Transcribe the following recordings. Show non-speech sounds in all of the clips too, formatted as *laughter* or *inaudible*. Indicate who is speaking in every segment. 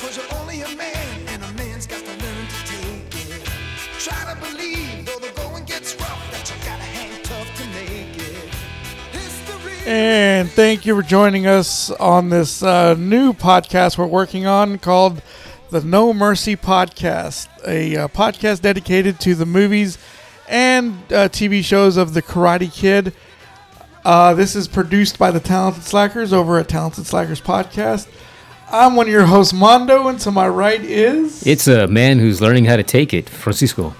Speaker 1: Cause you're only a man, and a man's got to learn to take it. Try to believe, though the going gets rough, that you gotta hang tough to make it. History.
Speaker 2: And thank you for joining us on this uh, new podcast we're working on called the No Mercy Podcast, a uh, podcast dedicated to the movies and uh, TV shows of The Karate Kid. Uh, this is produced by the Talented Slackers over at Talented Slackers Podcast. I'm one of your hosts, Mondo, and to my right is.
Speaker 3: It's a man who's learning how to take it, Francisco.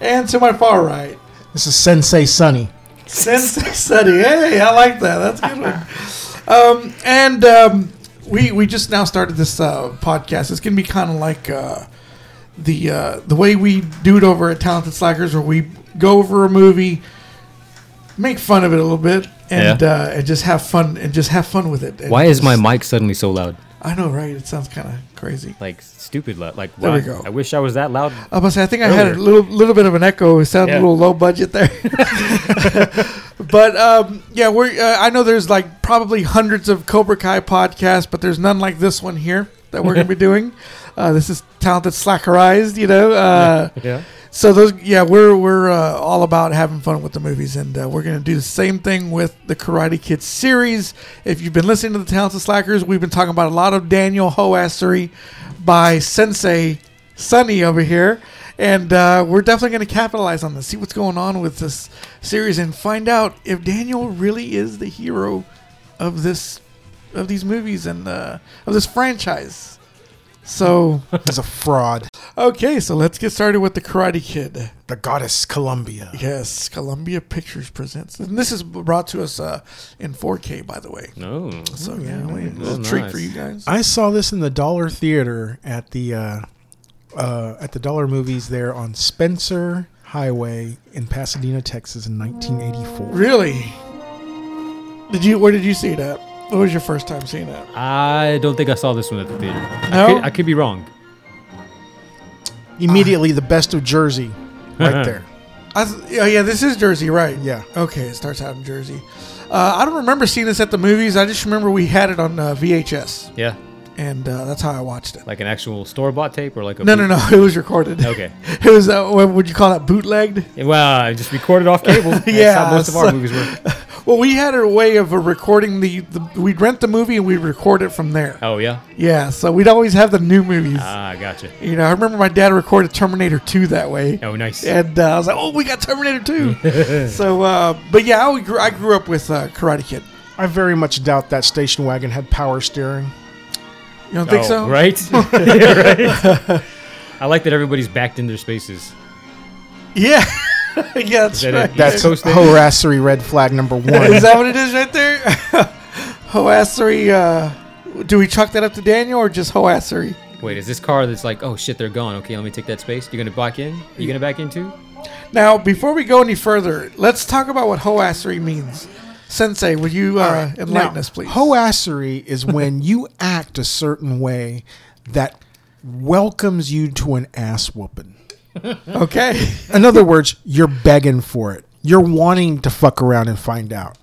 Speaker 2: and to my far right,
Speaker 4: This is Sensei Sunny.
Speaker 2: Sensei Study. Hey, I like that. That's a good one. Um, and um, we we just now started this uh, podcast. It's gonna be kind of like uh, the uh, the way we do it over at Talented Slackers, where we go over a movie, make fun of it a little bit, and
Speaker 3: Yeah.
Speaker 2: uh, and just have fun and just have fun with it. And
Speaker 3: Why is my
Speaker 2: just-
Speaker 3: mic suddenly so loud?
Speaker 2: I know, right? It sounds kind of crazy.
Speaker 3: Like stupid loud. Like
Speaker 2: There we
Speaker 3: why-
Speaker 2: go.
Speaker 3: I wish I was that loud.
Speaker 2: I must say, I think I had a
Speaker 3: Earlier.
Speaker 2: little little bit of an echo. It sounded a
Speaker 3: Yeah.
Speaker 2: little low budget
Speaker 3: *laughs*
Speaker 2: there. *laughs* but um, yeah, we're. Uh, I know there's like probably hundreds of Cobra Kai podcasts, but there's none like this one here that we're gonna
Speaker 3: *laughs*
Speaker 2: be doing. Uh, this is talented slackerized, you know.
Speaker 3: *laughs*
Speaker 2: Uh,
Speaker 3: Yeah.
Speaker 2: so those, yeah, we're we're uh, all about having fun with the movies, and uh, we're gonna do the same thing with the Karate Kid series. If you've been listening to the Talented Slackers, we've been talking about a lot of Daniel Hoassery by Sensei Sunny over here, and uh, we're definitely gonna capitalize on this, see what's going on with this series, and find out if Daniel really is the hero of this of these movies and uh, of this franchise. So
Speaker 4: *laughs*
Speaker 2: *laughs*
Speaker 4: He's a fraud.
Speaker 2: okay, so let's get started with the Karate Kid.
Speaker 4: The goddess Columbia.
Speaker 2: Yes, Columbia Pictures presents, and this is brought to us uh, in 4K, by the way.
Speaker 3: No.
Speaker 2: So yeah, we- a
Speaker 3: Oh,
Speaker 2: little treat
Speaker 3: nice.
Speaker 2: for you guys.
Speaker 4: I saw this in the Dollar Theater at the uh, uh, at the Dollar Movies there on Spencer Highway in Pasadena, Texas, in 1984.
Speaker 2: Really? Did you? Where did you see that? What was your first time seeing that?
Speaker 3: I don't think I saw this one at the theater.
Speaker 2: No?
Speaker 3: I could, I could be wrong.
Speaker 4: Immediately, the best of Jersey, right there.
Speaker 2: I th- yeah, yeah, this is Jersey, right?
Speaker 4: Yeah.
Speaker 2: Okay, it starts out in Jersey. Uh, I don't remember seeing this at the movies. I just remember we had it on uh, VHS,
Speaker 3: Yeah.
Speaker 2: and uh, that's how I watched it.
Speaker 3: Like an actual store bought tape or like a.
Speaker 2: No, no, *laughs* no. It was recorded.
Speaker 3: Okay.
Speaker 2: It was uh, what would you call that? Bootlegged.
Speaker 3: Well, I just recorded
Speaker 2: *laughs*
Speaker 3: off cable. That's
Speaker 2: Yeah,
Speaker 3: how most of
Speaker 2: so-
Speaker 3: our movies were.
Speaker 2: Well, we had a way of uh, recording the, the we'd rent the movie and we'd record it from there.
Speaker 3: Oh, yeah.
Speaker 2: Yeah, so we'd always have the new movies.
Speaker 3: Ah, gotcha.
Speaker 2: you know, I remember my dad recorded Terminator 2 that way.
Speaker 3: Oh, nice.
Speaker 2: And uh, I was like, oh, we got Terminator
Speaker 3: *laughs*
Speaker 2: 2. so, uh, but yeah, I grew, I grew up with uh, Karate Kid.
Speaker 4: I very much doubt that station wagon had power steering.
Speaker 2: You don't think
Speaker 3: Oh,
Speaker 2: so?
Speaker 3: Right? *laughs* Yeah, right? I like that everybody's backed in their spaces.
Speaker 2: *laughs* Yeah. *laughs* yeah, that's
Speaker 3: that it?
Speaker 2: right.
Speaker 4: That's
Speaker 3: Coast there?
Speaker 4: harassery red flag *laughs* number
Speaker 2: Is
Speaker 4: one.
Speaker 2: that what it is right there? *laughs* Hoassery. Uh, do we chalk that up to Daniel or just Hoassery?
Speaker 3: Wait, is this car that's like, oh shit, they're gone. Okay, let me take that space. You're gonna back in? You gonna back in too?
Speaker 2: Now, before we go any further, let's talk about what hoassery means. Sensei, would you uh, enlighten us, please?
Speaker 4: Hoassery is when you act a certain way that welcomes you to an ass whooping.
Speaker 2: okay. *laughs*
Speaker 4: In other words, you're begging for it. You're wanting to fuck around and find out.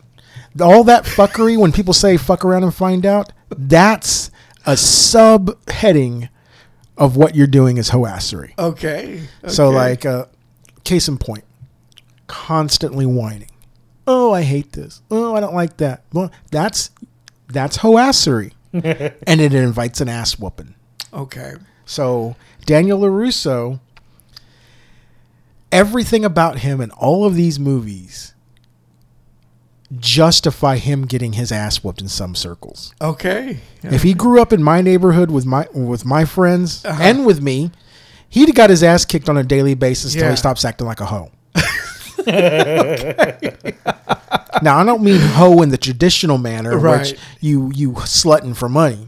Speaker 4: All that fuckery, when people say fuck around and find out, that's a subheading of what you're doing is hoassery.
Speaker 2: Okay.
Speaker 4: So,
Speaker 2: okay.
Speaker 4: like, uh, case in point, constantly whining. Oh, I hate this. Oh, I don't like that. Well, that's that's hoassery, and it invites an ass whooping.
Speaker 2: okay.
Speaker 4: So Daniel LaRusso, everything about him in all of these movies justify him getting his ass whooped in some circles.
Speaker 2: Okay.
Speaker 4: If he grew up in my neighborhood with my with my friends
Speaker 2: Uh-huh.
Speaker 4: and with me, he'd got his ass kicked on a daily basis until
Speaker 2: Yeah.
Speaker 4: he stops acting like
Speaker 2: *laughs*
Speaker 4: a hoe. now I don't mean hoe in the traditional manner, in
Speaker 2: Right.
Speaker 4: which you you slutting for money.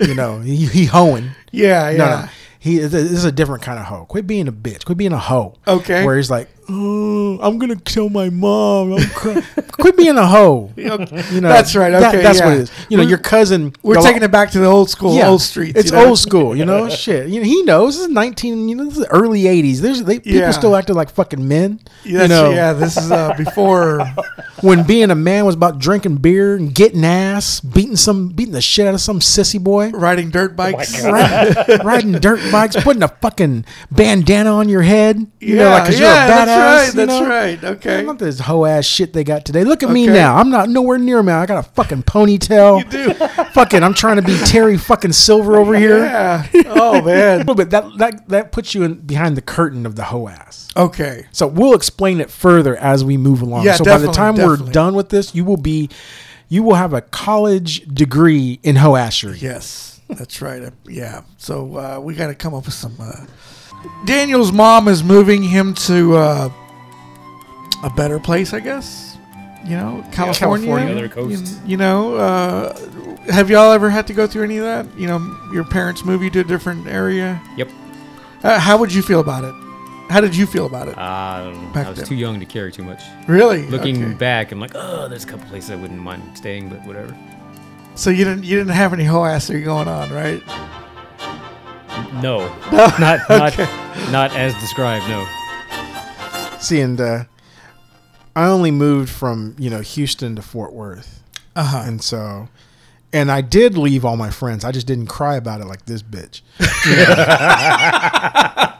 Speaker 4: You know, he, he hoeing.
Speaker 2: Yeah, yeah.
Speaker 4: No, no. He this is a different kind of hoe. Quit being a bitch. Quit being a hoe.
Speaker 2: Okay.
Speaker 4: Where he's like, oh, I'm gonna kill my mom. I'm cry-" *laughs* Quit being a hoe. *laughs* You know,
Speaker 2: That's right,
Speaker 4: that-
Speaker 2: okay,
Speaker 4: that's what
Speaker 2: yeah.
Speaker 4: it is. You know,
Speaker 2: We're-
Speaker 4: your cousin.
Speaker 2: We're taking it back to the old school, old streets.
Speaker 4: It's
Speaker 2: you know?
Speaker 4: old school,
Speaker 2: *laughs*
Speaker 4: you know. Shit, you know, he knows. This is nineteen. You know, this is early eighties. There's they,
Speaker 2: Yeah.
Speaker 4: people still acting like fucking men.
Speaker 2: Yeah,
Speaker 4: you
Speaker 2: that's-
Speaker 4: know,
Speaker 2: yeah, this is
Speaker 4: *laughs*
Speaker 2: uh, before.
Speaker 4: when being a man was about drinking beer and getting ass, beating some, beating the shit out of some
Speaker 2: *laughs*
Speaker 4: sissy boy,
Speaker 2: riding dirt
Speaker 4: Oh
Speaker 2: bikes.
Speaker 4: riding, riding dirt bikes, putting a fucking bandana on your head. You know, like because
Speaker 2: yeah,
Speaker 4: you're a badass.
Speaker 2: That's right.
Speaker 4: you
Speaker 2: That's
Speaker 4: know?
Speaker 2: right. Okay.
Speaker 4: Not this hoe ass shit they got today. Look at me
Speaker 2: Okay.
Speaker 4: now. I'm not nowhere near man. I got a fucking ponytail.
Speaker 2: You do.
Speaker 4: fucking, I'm trying to be Terry fucking Silver over here.
Speaker 2: *laughs* Yeah. Oh
Speaker 4: *laughs*
Speaker 2: man.
Speaker 4: But that that that puts you in behind the curtain of the hoe ass.
Speaker 2: Okay.
Speaker 4: So we'll explain it further as we move along.
Speaker 2: Yeah,
Speaker 4: so by the
Speaker 2: definitely,
Speaker 4: time
Speaker 2: definitely.
Speaker 4: we're done with this, you will be you will have a college degree in hoashery.
Speaker 2: Yes, that's right. Uh, Yeah. So uh, we got to come up with some. Uh... Daniel's mom is moving him to uh, a better place, I guess. You know, California.
Speaker 4: California,
Speaker 3: other coast.
Speaker 2: You, you know, uh, have y'all ever had to go through any of that? You know, your parents move you to a different area.
Speaker 3: Yep.
Speaker 2: Uh, how would you feel about it? How did you feel about it?
Speaker 3: Um,
Speaker 2: Back
Speaker 3: I was
Speaker 2: then.
Speaker 3: too young to care too much.
Speaker 2: really?
Speaker 3: Looking
Speaker 2: Okay.
Speaker 3: back, I'm like, oh, there's a couple places I wouldn't mind staying, but whatever.
Speaker 4: *laughs*
Speaker 2: So you didn't you didn't have any whole assery going on,
Speaker 3: *laughs*
Speaker 2: right?
Speaker 3: No,
Speaker 4: *laughs*
Speaker 3: not not not as described. No.
Speaker 4: See, and uh, I only moved from you know Houston to Fort Worth,
Speaker 2: Uh huh.
Speaker 4: and so and I did leave all my friends. I just didn't cry about it like this bitch.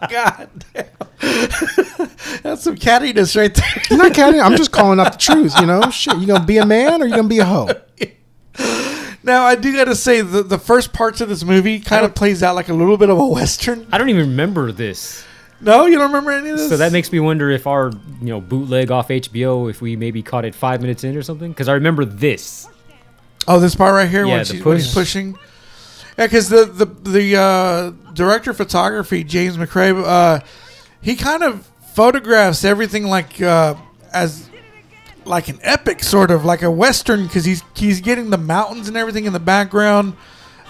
Speaker 2: God damn. *laughs* That's some cattiness right there.
Speaker 4: You're not kidding. I'm just calling out the truth. You know, shit. You gonna be a man or you gonna be a hoe?
Speaker 2: Now I do gotta say the, the first parts of this movie kind of plays out like a little bit of a western.
Speaker 3: I don't even remember this.
Speaker 2: No, you don't remember any of this.
Speaker 3: So that makes me wonder if our, you know, bootleg off HBO, if we maybe caught it five minutes in or something, because I remember this.
Speaker 2: oh this part right here
Speaker 3: Yeah,
Speaker 2: when,
Speaker 3: the
Speaker 2: she, when he's
Speaker 3: push.
Speaker 2: pushing. Yeah, because the the the uh, director of photography James McRae, uh, he kind of photographs everything like uh, as like an epic sort of like a western because he's he's getting the mountains and everything in the background.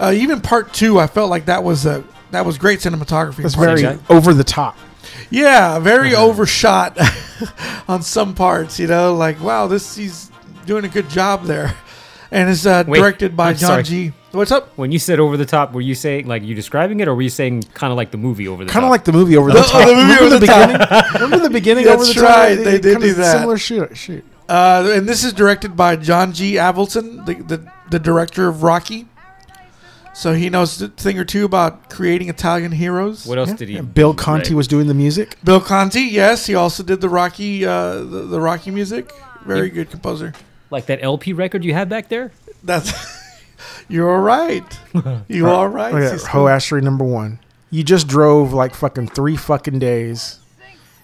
Speaker 2: Uh, even part two, I felt like that was a that was great cinematography.
Speaker 4: That's
Speaker 2: Part
Speaker 4: very
Speaker 3: Okay.
Speaker 4: over the top.
Speaker 2: Yeah, very
Speaker 3: Uh-huh.
Speaker 2: overshot *laughs* on some parts. You know, like wow, this he's doing a good job there, and it's uh,
Speaker 3: Wait,
Speaker 2: directed by
Speaker 3: I'm
Speaker 2: John
Speaker 3: sorry.
Speaker 2: G. What's up?
Speaker 3: When you said over the top, were you saying like you describing it, or were you saying kind of like the movie over the
Speaker 4: Kind
Speaker 3: top?
Speaker 4: of like the movie over the,
Speaker 2: oh,
Speaker 4: top.
Speaker 2: the movie
Speaker 4: remember
Speaker 2: Over
Speaker 4: the,
Speaker 2: the Top.
Speaker 4: beginning? remember the beginning
Speaker 2: That's
Speaker 4: over the
Speaker 2: right,
Speaker 4: top?
Speaker 2: they did
Speaker 4: kinda
Speaker 2: do that.
Speaker 4: Similar shoot. shoot.
Speaker 2: Uh, and this is directed by John G. Avildsen, the, the the director of Rocky. So he knows a thing or two about creating Italian heroes.
Speaker 3: What else
Speaker 4: Yeah.
Speaker 3: did he?
Speaker 4: And Bill
Speaker 3: bootleg?
Speaker 4: Conti was doing the music.
Speaker 2: Bill Conti, yes, he also did the Rocky uh, the, the Rocky music. Very good composer.
Speaker 3: like that LP record you had back there.
Speaker 2: That's *laughs* you're all
Speaker 3: *laughs*
Speaker 2: right. You all right?
Speaker 3: Oh,
Speaker 4: Look at that, Ho Ashery number one. You just drove like fucking three fucking days,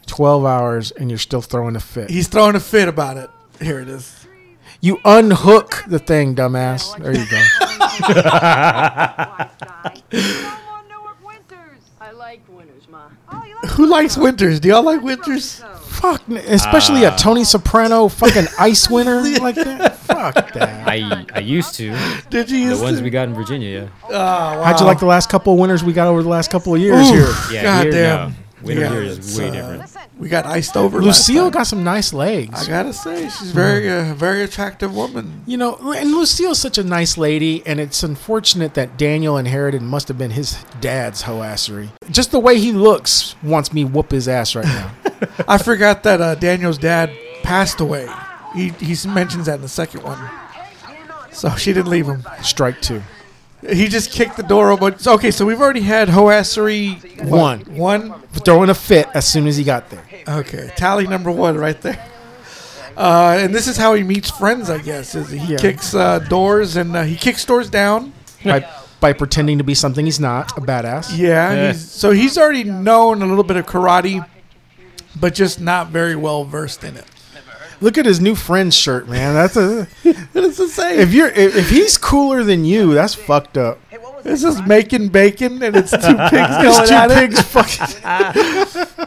Speaker 4: twelve hours, and you're still throwing a fit.
Speaker 2: He's throwing a fit about it. Here it is.
Speaker 4: You unhook the thing, dumbass. There you go.
Speaker 2: *laughs*
Speaker 5: *laughs*
Speaker 6: I like winners, Ma.
Speaker 5: Oh,
Speaker 2: Who likes winters? Do y'all like winters?
Speaker 4: Fuck, n- especially
Speaker 3: Ah.
Speaker 4: a Tony
Speaker 2: *laughs*
Speaker 4: Soprano fucking ice winner like that.
Speaker 3: *laughs*
Speaker 4: Fuck that.
Speaker 3: I I used
Speaker 4: *laughs*
Speaker 3: to
Speaker 2: Did you
Speaker 3: the
Speaker 2: use
Speaker 3: ones
Speaker 2: to- Ah,
Speaker 3: we got in Virginia. Yeah.
Speaker 4: How'd you like the last couple of winners we got over the last couple of years
Speaker 2: Oof.
Speaker 4: here?
Speaker 3: *laughs* Yeah.
Speaker 2: God
Speaker 3: here,
Speaker 2: damn.
Speaker 3: No. Winter
Speaker 2: Yeah,
Speaker 3: here is
Speaker 2: it's,
Speaker 3: way
Speaker 2: uh,
Speaker 3: different.
Speaker 2: We got iced over. last
Speaker 4: Lucille
Speaker 2: time.
Speaker 4: got some nice
Speaker 2: I
Speaker 4: legs.
Speaker 2: gotta say, she's
Speaker 3: Mm-hmm.
Speaker 2: very, uh, very attractive woman.
Speaker 4: You know, and Lucille's such a nice lady, and it's unfortunate that Daniel inherited must have been his dad's hoassery. Just the way he looks wants me whoop his ass right now. *laughs*
Speaker 2: I forgot that uh, Daniel's dad passed away. He he mentions that in the second one. So she didn't leave him.
Speaker 4: Strike two.
Speaker 2: He just kicked the door open. So- Okay, so we've already had hoassery what,
Speaker 4: One.
Speaker 2: One.
Speaker 4: Throwing a fit as soon as he got there.
Speaker 2: Okay, tally number one right there. Uh, and this is how he meets friends, I guess. Is he
Speaker 4: Yeah.
Speaker 2: kicks uh, doors and uh, he kicks doors down.
Speaker 4: By, by pretending to be something he's not, a badass.
Speaker 2: Yeah.
Speaker 3: Yeah.
Speaker 2: He's, so he's already known a little bit of karate, but just not very well versed in it.
Speaker 4: Look at his new friend's shirt, man. That's a
Speaker 2: It's the same.
Speaker 4: if you're if, if he's cooler than you, that's fucked up.
Speaker 2: this is making bacon and it's
Speaker 4: *laughs*
Speaker 2: two pigs going
Speaker 4: These two
Speaker 2: at it.
Speaker 4: pigs fucking
Speaker 2: *laughs*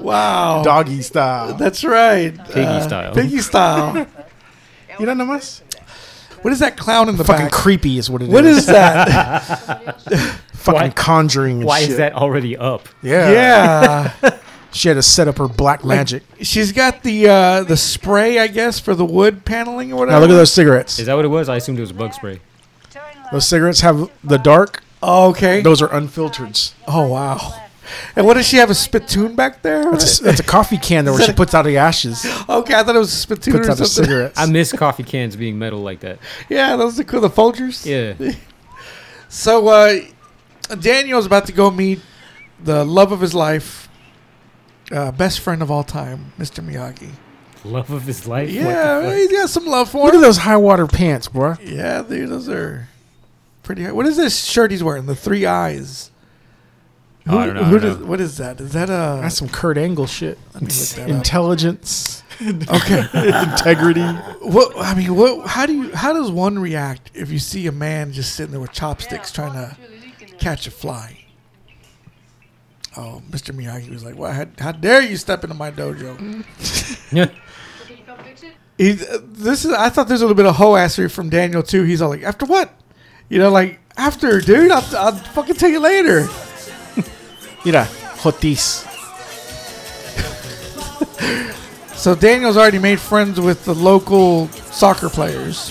Speaker 2: Wow.
Speaker 4: doggy style.
Speaker 2: That's right. Uh,
Speaker 3: Piggy style.
Speaker 2: Piggy
Speaker 4: *laughs*
Speaker 2: style.
Speaker 4: You don't know much?
Speaker 2: what is that clown in the
Speaker 4: Fucking
Speaker 2: back?
Speaker 4: creepy is what it is.
Speaker 2: what is
Speaker 4: *laughs*
Speaker 2: that?
Speaker 4: fucking
Speaker 3: Why-
Speaker 4: conjuring? And
Speaker 3: Why
Speaker 4: shit.
Speaker 3: is that already up?
Speaker 4: Yeah.
Speaker 2: yeah.
Speaker 4: She had to set up her black magic.
Speaker 2: She's got the uh, the spray, I guess, for the wood paneling or whatever.
Speaker 4: Now look at those cigarettes.
Speaker 3: Is that what it was? I assumed it was bug spray.
Speaker 4: Those cigarettes have the dark.
Speaker 2: Oh, Okay.
Speaker 4: Those are unfiltereds.
Speaker 2: Oh wow. And what does she have a spittoon back there?
Speaker 4: That's a, that's a coffee can there where she puts out the ashes,
Speaker 2: Okay, I thought it was a spittoon
Speaker 4: puts
Speaker 2: or
Speaker 4: out the
Speaker 2: something.
Speaker 4: cigarettes.
Speaker 3: I miss coffee cans being metal like that.
Speaker 2: *laughs* Yeah, those are cool. The Folgers.
Speaker 3: Yeah.
Speaker 2: So uh, Daniel's about to go meet the love of his life, uh, best friend of all time, Mr. Miyagi.
Speaker 3: *laughs* Love of his life. What
Speaker 2: Yeah,
Speaker 3: the fuck?
Speaker 2: he's got some love for
Speaker 4: Look at
Speaker 2: him.
Speaker 4: those high water pants, bro.
Speaker 2: Yeah, dude, those are pretty. What is this shirt he's wearing? The three eyes.
Speaker 3: Oh, I don't know, I
Speaker 2: who
Speaker 3: don't
Speaker 2: does-
Speaker 3: know.
Speaker 2: what is that? Is that uh, a?
Speaker 4: That's *laughs* some Kurt Angle shit.
Speaker 2: that up.
Speaker 4: Intelligence,
Speaker 2: okay.
Speaker 4: *laughs* integrity.
Speaker 2: what I mean, what? How do you? How does one react if you see a man just sitting there with chopsticks trying to
Speaker 5: uh,
Speaker 2: catch a fly? Oh, Mr. Miyagi was like, "What? How, how dare you step into my dojo?"
Speaker 3: *laughs*
Speaker 2: He, this is. I thought there's a little bit of hoe assery from Daniel too. He's all like, "After what?" You know, like after, dude. I'll, I'll fucking tell you later.
Speaker 4: Mira, Jotis.
Speaker 2: So Daniel's already made friends with the local soccer players,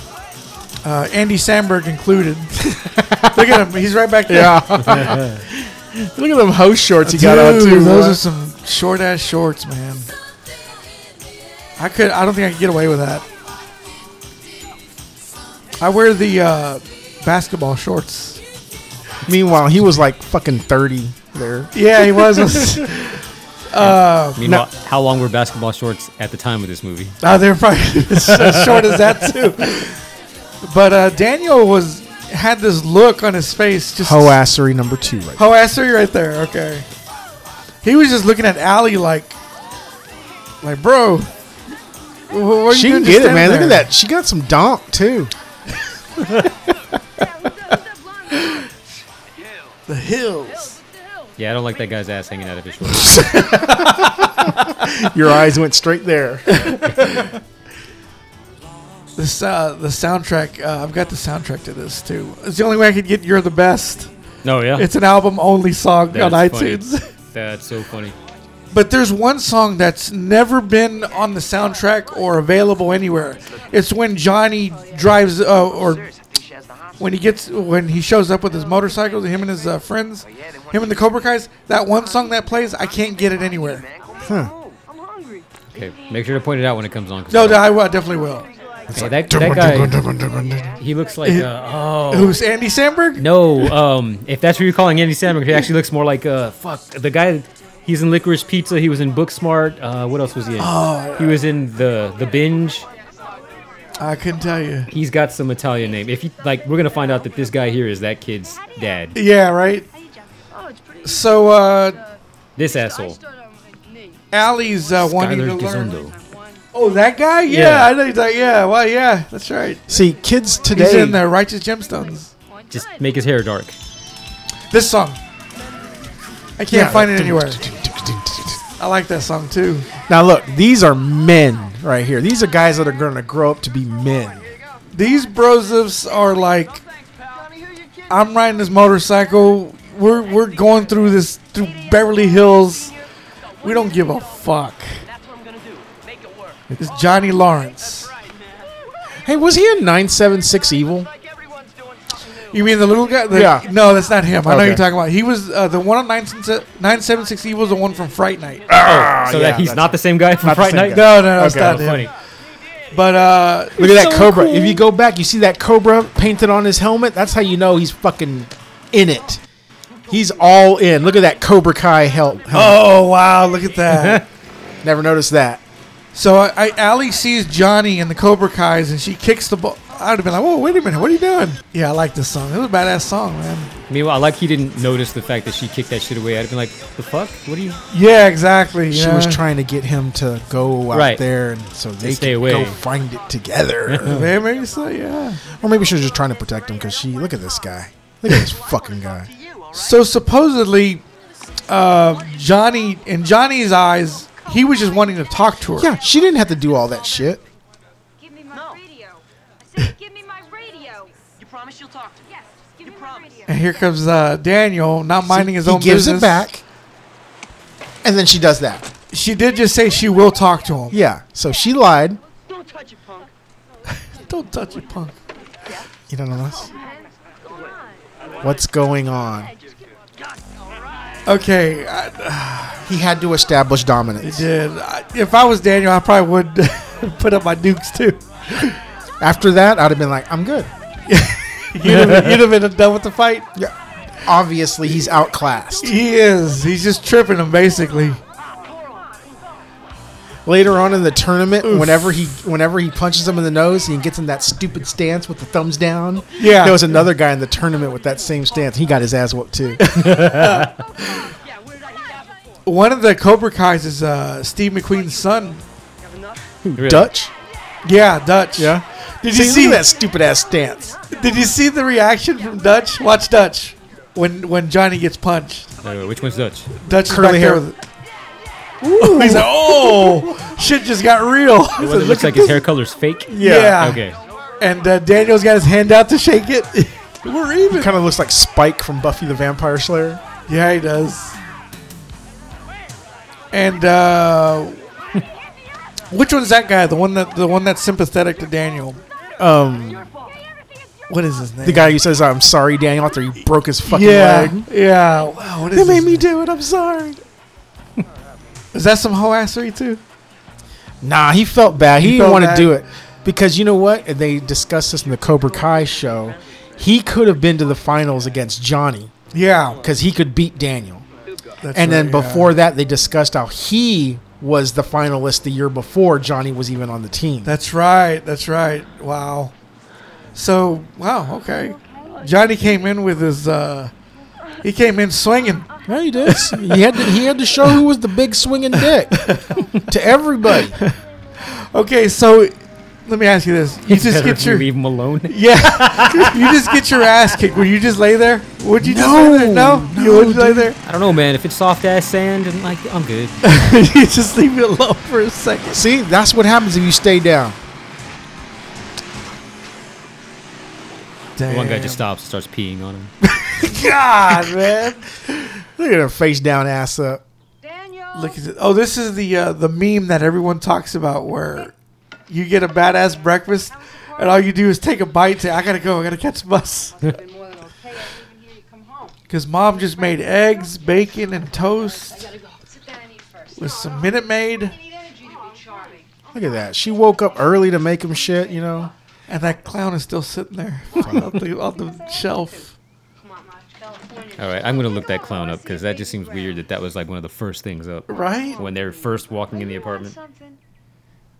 Speaker 2: uh, Andy Sandberg included. *laughs* Look at him; he's right back there.
Speaker 4: Yeah. *laughs* Look at them house shorts he got on
Speaker 2: Dude,
Speaker 4: too.
Speaker 2: Those
Speaker 4: bruh.
Speaker 2: are some short ass shorts, man. I could. I don't think I could get away with that. I wear the uh, basketball shorts.
Speaker 4: Meanwhile, he was like fucking thirty there.
Speaker 2: Yeah, he was.
Speaker 3: Meanwhile, how long were basketball shorts at the time of this movie?
Speaker 2: *laughs* Uh, they're probably *laughs* as short as that too. But uh, Daniel was had this look on his face, just
Speaker 4: Hoassery number two, right?
Speaker 2: Oh, I see you right there. Okay. He was just looking at Allie like, like, bro. wh- what are you
Speaker 4: She
Speaker 2: doing
Speaker 4: can
Speaker 2: just
Speaker 4: get it,
Speaker 2: standing
Speaker 4: man. Look at
Speaker 2: there?"
Speaker 4: that. She got some donk too.
Speaker 2: The hills.
Speaker 3: Yeah, I don't like that guy's ass hanging out of his shorts.
Speaker 4: Your eyes went straight there.
Speaker 2: This uh, the soundtrack. Uh, I've got the soundtrack to this too. It's the only way I could get "You're the Best."
Speaker 3: No, yeah.
Speaker 2: It's an album only song on
Speaker 3: *laughs* That's funny.
Speaker 2: iTunes. *laughs*
Speaker 3: That's so funny.
Speaker 2: But there's one song that's never been on the soundtrack or available anywhere. It's when Johnny drives uh, or when he gets when he shows up with his motorcycle, him and his uh, friends, him and the Cobra Kai's. That one song that plays, I can't get it anywhere.
Speaker 6: I'm hungry.
Speaker 3: Okay, make sure to point it out when it comes on. 'cause I
Speaker 2: No,
Speaker 3: don't-
Speaker 2: no, I, will- I definitely will.
Speaker 3: Okay, that, that guy,
Speaker 4: *laughs*
Speaker 3: he looks like uh,
Speaker 2: *laughs*
Speaker 3: oh
Speaker 2: Who's Andy Samberg?
Speaker 3: no. Um, if that's what you're calling Andy Samberg, he actually looks more like uh, fuck the guy. He's in Licorice Pizza. He was in Booksmart. Uh, what else was he in?
Speaker 4: Oh.
Speaker 3: he was in the the binge.
Speaker 2: I couldn't tell you.
Speaker 3: He's got some Italian name. If you like, we're gonna find out that this guy here is that kid's dad.
Speaker 2: Yeah, right.
Speaker 6: Oh, it's pretty.
Speaker 2: So uh,
Speaker 3: This
Speaker 6: I
Speaker 3: asshole.
Speaker 6: stood on my knee.
Speaker 2: Allie's uh, wanting to
Speaker 3: Skyler
Speaker 2: learn.
Speaker 3: Gizondo.
Speaker 6: One.
Speaker 2: Oh, that guy? Yeah,
Speaker 3: Yeah.
Speaker 2: I know. He's like, yeah, well, yeah, that's right.
Speaker 4: See, kids today.
Speaker 2: He's in the Righteous Gemstones.
Speaker 6: One
Speaker 3: Just
Speaker 6: time.
Speaker 3: make his hair dark.
Speaker 2: This song. I can't find it anywhere. I like that song too.
Speaker 4: Now look, these are men right here. These are guys that are going to grow up to be men.
Speaker 2: These brosifs are like,
Speaker 6: Johnny, who you kidding?
Speaker 2: I'm riding this motorcycle. We're we're going through this through Beverly Hills. We don't give a fuck.
Speaker 6: That's what I'm gonna do. Make it work.
Speaker 2: It's Johnny Lawrence.
Speaker 6: Right, man.
Speaker 4: Hey, was he in 976 Evil?
Speaker 6: Like everyone's doing something new.
Speaker 2: You mean the little guy? The,
Speaker 4: Yeah.
Speaker 2: No, that's not him. I know
Speaker 4: Okay.
Speaker 2: you're talking about. He was uh, the one on 976. He E was the one from Fright Night.
Speaker 3: so
Speaker 4: yeah,
Speaker 3: that he's
Speaker 4: that's
Speaker 3: not the same guy from
Speaker 4: Not the
Speaker 3: Fright
Speaker 4: same
Speaker 3: Night. Oh,
Speaker 2: No,
Speaker 4: guy.
Speaker 2: no, no, it's
Speaker 4: Ah. Okay.
Speaker 2: not him.
Speaker 3: Funny.
Speaker 2: But uh,
Speaker 4: Look at that
Speaker 3: so
Speaker 4: cobra.
Speaker 3: cool.
Speaker 4: If you go back, you see that cobra painted on his helmet. That's how you know he's fucking in it. He's all in. Look at that Cobra Kai hel- helmet.
Speaker 2: oh wow, look at that.
Speaker 4: *laughs*
Speaker 3: Oh.
Speaker 4: Never noticed that.
Speaker 2: So I, I Allie sees Johnny and the Cobra Kai's, and she kicks the ball. I'd have been like, "Whoa, wait a minute, what are you doing?" Yeah, I like this song. It was a badass song, man.
Speaker 3: Meanwhile, I like he didn't notice the fact that she kicked that shit away. I'd have been like, the fuck? What are you?
Speaker 2: Yeah, exactly. you
Speaker 4: She
Speaker 2: know?
Speaker 4: was trying to get him to go out
Speaker 3: Right.
Speaker 4: there, and so they
Speaker 3: stay
Speaker 4: could
Speaker 3: away.
Speaker 4: go find it
Speaker 3: *laughs*
Speaker 4: together.
Speaker 2: Yeah, maybe so, yeah.
Speaker 4: or maybe she was just trying to protect him because she. Look at this guy. Look at this *laughs* fucking guy.
Speaker 2: So supposedly, uh, Johnny in Johnny's eyes, he was just wanting to talk to her.
Speaker 4: Yeah, she didn't have to do all that shit.
Speaker 5: Give me my radio. I said, give me my radio.
Speaker 6: You promise you'll talk to me.
Speaker 5: Yes, give me my radio.
Speaker 2: And here comes uh, Daniel, not minding his
Speaker 4: he
Speaker 2: own
Speaker 4: gives
Speaker 2: business.
Speaker 4: it back. And then she does that.
Speaker 2: She did just say she will talk to him.
Speaker 4: Yeah. So she lied.
Speaker 6: Don't touch it, punk.
Speaker 2: Don't touch it, punk.
Speaker 4: You don't know this? What's going on?
Speaker 2: Okay, I,
Speaker 4: He had to establish
Speaker 2: I
Speaker 4: dominance.
Speaker 2: did. I, if I was Daniel, I probably would *laughs* put up my dukes too.
Speaker 4: After that, I'd have been like, I'm good.
Speaker 2: You'd have, been, you'd have been done with the fight.
Speaker 4: Yeah. Obviously, he's outclassed.
Speaker 2: He is. He's just tripping him, basically.
Speaker 4: Later on in the tournament, whenever he whenever he punches him in the nose, he gets in that stupid stance with the thumbs down.
Speaker 2: Yeah.
Speaker 4: There was another guy in the tournament with that same stance. He got his ass whooped too.
Speaker 6: Yeah, where did I hear that before?
Speaker 2: One of the Cobra Kai's is uh, Steve McQueen's son.
Speaker 3: Really.
Speaker 4: Dutch.
Speaker 2: Yeah, Dutch.
Speaker 4: Yeah.
Speaker 2: Did
Speaker 4: See,
Speaker 2: you see
Speaker 4: look at that stupid ass stance?
Speaker 2: Did you see the reaction from Dutch? Watch Dutch when when Johnny gets punched.
Speaker 3: Anyway, which one's Dutch?
Speaker 2: Dutch
Speaker 4: Curly
Speaker 2: is back
Speaker 4: hair.
Speaker 2: there. With it. *laughs* He's like, oh, shit just got real.
Speaker 3: The one that looks like his hair color's fake.
Speaker 2: Yeah.
Speaker 3: Okay.
Speaker 2: And uh, Daniel's got his hand out to shake it. *laughs* We're even.
Speaker 4: Kind of looks like Spike from Buffy the Vampire Slayer.
Speaker 2: Yeah, he does. And
Speaker 4: *laughs*
Speaker 2: uh, which one's that guy? The one that the one that's sympathetic to Daniel.
Speaker 4: Um,
Speaker 2: What is his name?
Speaker 4: the guy who says, "I'm sorry, Daniel," after he broke his fucking
Speaker 2: Yeah,
Speaker 4: leg.
Speaker 2: yeah. Wow, what is
Speaker 4: They made
Speaker 2: his
Speaker 4: me
Speaker 2: name?
Speaker 4: do it. I'm sorry.
Speaker 2: Is that some hoe assery too?
Speaker 4: Nah, he felt bad. He, didn't
Speaker 2: felt
Speaker 4: want to
Speaker 2: bad.
Speaker 4: do it because you know what? And They discussed this in the Cobra Kai show. He could have been to the finals against Johnny
Speaker 2: Yeah.
Speaker 4: because he could beat Daniel.
Speaker 2: That's
Speaker 4: and then
Speaker 2: right, yeah.
Speaker 4: before that, they discussed how he was the finalist the year before Johnny was even on the team.
Speaker 2: That's right. That's right. Wow. So wow. Okay. Johnny came in with his. uh He came in swinging.
Speaker 4: *laughs* Yeah, he did. he had to, he had to show who was the big swinging
Speaker 2: *laughs*
Speaker 4: dick to everybody.
Speaker 2: Okay. So let me ask you this: You just
Speaker 3: Better
Speaker 2: get
Speaker 3: if you
Speaker 2: your
Speaker 3: leave him alone.
Speaker 2: *laughs* yeah. you just get your ass kicked. Would you just lay there? Would you just lay there? No.
Speaker 4: No,
Speaker 2: you would lay
Speaker 4: dude.
Speaker 2: there.
Speaker 3: I don't know, man. If it's soft ass sand, and like I'm good.
Speaker 2: *laughs* you just leave it alone for a second.
Speaker 4: See, that's what happens if you stay down.
Speaker 2: Damn.
Speaker 3: One guy just stops, and starts peeing on him.
Speaker 2: God, man.
Speaker 4: Look at her face down, ass up.
Speaker 5: Daniel.
Speaker 2: Look at it. Oh, this is the uh, the meme that everyone talks about where you get a badass breakfast and all you do is take a bite. Say, I gotta go. I gotta catch the *laughs* bus.
Speaker 5: Been more than okay. I didn't even hear you come home.
Speaker 2: Because mom just made eggs, bacon, and toast
Speaker 5: Gotta go. Sit down and eat first.
Speaker 2: with some Minute Maid
Speaker 5: You need energy to be charming.
Speaker 4: Look at that. She woke up early to make him shit. You know.
Speaker 2: and that clown is still sitting there *laughs* on the, on the shelf.
Speaker 5: Come on, Mom. California.
Speaker 3: All right, I'm gonna look that clown up because that just seems weird that that was like one of the first things up
Speaker 2: Right?
Speaker 3: when they're first walking in the apartment.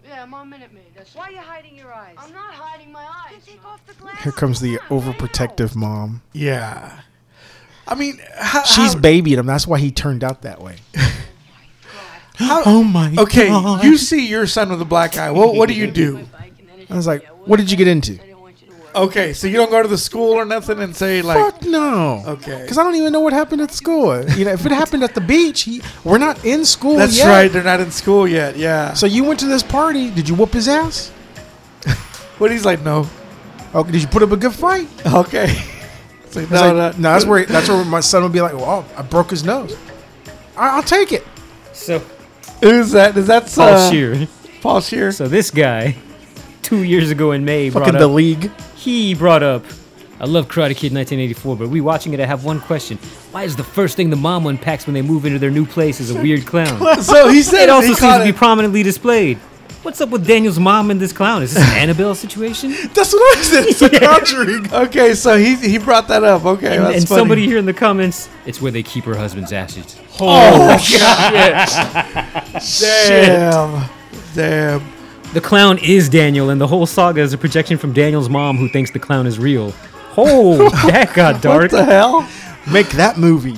Speaker 6: Yeah, I'm on Minute Maid. That's
Speaker 5: Why are you hiding your eyes?
Speaker 6: I'm not hiding my eyes.
Speaker 5: Take off the glasses.
Speaker 4: Here comes the
Speaker 5: Come on,
Speaker 4: overprotective mom.
Speaker 2: Yeah. I mean, how,
Speaker 4: She's
Speaker 2: how-
Speaker 4: babied him. That's why he turned out
Speaker 2: *laughs*
Speaker 4: that way.
Speaker 2: How-
Speaker 4: oh my
Speaker 2: okay.
Speaker 4: God.
Speaker 2: You see your son with a black eye. What what do you do?
Speaker 6: Bike and then
Speaker 4: I was like, what did you get into?
Speaker 6: I didn't want you to work.
Speaker 2: Okay, so you don't go to the school or nothing and say like,
Speaker 4: Fuck no.
Speaker 2: Okay.
Speaker 4: Because I don't even know what happened at school. You know, if it happened at the beach, he, we're not in school
Speaker 2: that's
Speaker 4: yet.
Speaker 2: right, they're not in school yet. Yeah.
Speaker 4: So you went to this party. Did you whoop his ass?
Speaker 2: But he's like, no.
Speaker 4: Okay. Oh, Did you put up a good fight?
Speaker 2: Okay. *laughs* It's like,
Speaker 4: It's
Speaker 2: no,
Speaker 4: like,
Speaker 2: no.
Speaker 4: no, that's where that's where my son would be like, "Well, I broke his nose. I, I'll take it."
Speaker 3: So
Speaker 2: Who's that? Is that
Speaker 3: Paul
Speaker 2: uh,
Speaker 3: Shear.
Speaker 2: Paul Shear.
Speaker 3: So this guy, two years ago in May, brought
Speaker 4: Fucking
Speaker 3: up,
Speaker 4: the league.
Speaker 3: he brought up. I love Karate Kid 1984, but we watching it. I have one question: Why is the first thing the mom unpacks when they move into their new place is a
Speaker 2: *laughs*
Speaker 3: weird clown?
Speaker 2: *laughs* So he said
Speaker 3: *laughs* It also
Speaker 2: he
Speaker 3: seems
Speaker 2: caught
Speaker 3: to be
Speaker 2: it.
Speaker 3: prominently displayed. What's up with Daniel's mom and this clown? Is this an Annabelle situation?
Speaker 2: *laughs*
Speaker 4: That's what I said. It's a conjuring.
Speaker 2: Okay, so he he brought that up. Okay,
Speaker 3: and
Speaker 2: that's
Speaker 3: and
Speaker 2: funny.
Speaker 3: somebody here in the comments, it's where they keep her husband's ashes.
Speaker 2: damn, damn.
Speaker 3: The clown is Daniel, and the whole saga is a projection from Daniel's mom who thinks the clown is real. Oh, that got
Speaker 2: What
Speaker 3: dark.
Speaker 2: the hell?
Speaker 4: Make that movie.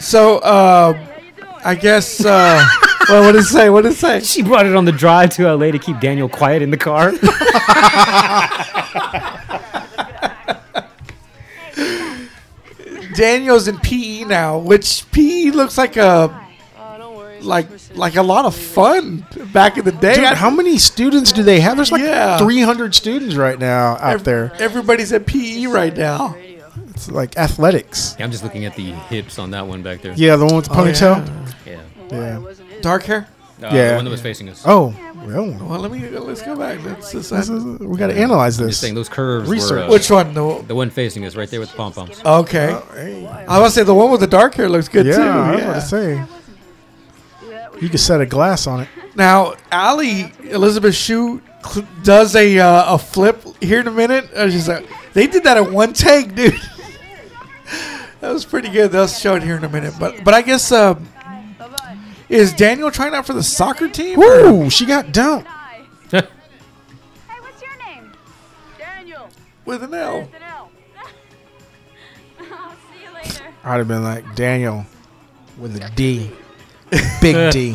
Speaker 2: So, uh, I guess.
Speaker 3: *laughs*
Speaker 2: Uh, well, what did it say? What did it say?
Speaker 3: She brought it on the drive to LA to keep Daniel quiet in the car.
Speaker 2: Daniel's in PE now, which PE looks like a
Speaker 6: Oh, don't worry.
Speaker 2: like like a lot of fun back in the day.
Speaker 4: Dude,
Speaker 2: I-
Speaker 4: how many students do they have? There's like
Speaker 2: Yeah.
Speaker 4: 300 students right now out
Speaker 2: ev-
Speaker 4: there.
Speaker 2: Everybody's at PE E right now.
Speaker 4: It's like athletics.
Speaker 3: Yeah, I'm just looking at the hips on that one back there.
Speaker 4: Oh, Yeah, the one with the ponytail.
Speaker 3: Yeah.
Speaker 6: Why?
Speaker 4: Yeah.
Speaker 6: It wasn't his.
Speaker 2: Dark hair.
Speaker 3: Uh,
Speaker 4: Yeah.
Speaker 3: The one that was facing us.
Speaker 4: Oh, well,
Speaker 2: Well, let me let's go back. Let's, let's,
Speaker 4: this is- we got to analyze
Speaker 3: I'm just
Speaker 4: this.
Speaker 3: saying those curves were uh,
Speaker 4: Research.
Speaker 2: which one? The,
Speaker 3: the one facing us right there with the pom poms.
Speaker 2: okay. I was gonna say the one with the dark hair looks good
Speaker 4: Oh, Yeah,
Speaker 2: too.
Speaker 4: I was about
Speaker 2: yeah.
Speaker 4: to say
Speaker 6: Yeah, it was
Speaker 4: you could set a glass on it.
Speaker 2: Now, Ali Elizabeth Shue cl- does a uh, a flip here in a minute. Uh, she's like, they did that in one take, dude. *laughs* that was pretty good. They'll show it here in a minute. But but I guess uh, is Daniel trying out for the soccer team? or-
Speaker 4: Woo! She got dumped.
Speaker 5: Hi. hey, what's your name?
Speaker 6: Daniel.
Speaker 2: with an L.
Speaker 5: With an L. *laughs* I'll see you later.
Speaker 4: I'd have been like Daniel with a D, big D.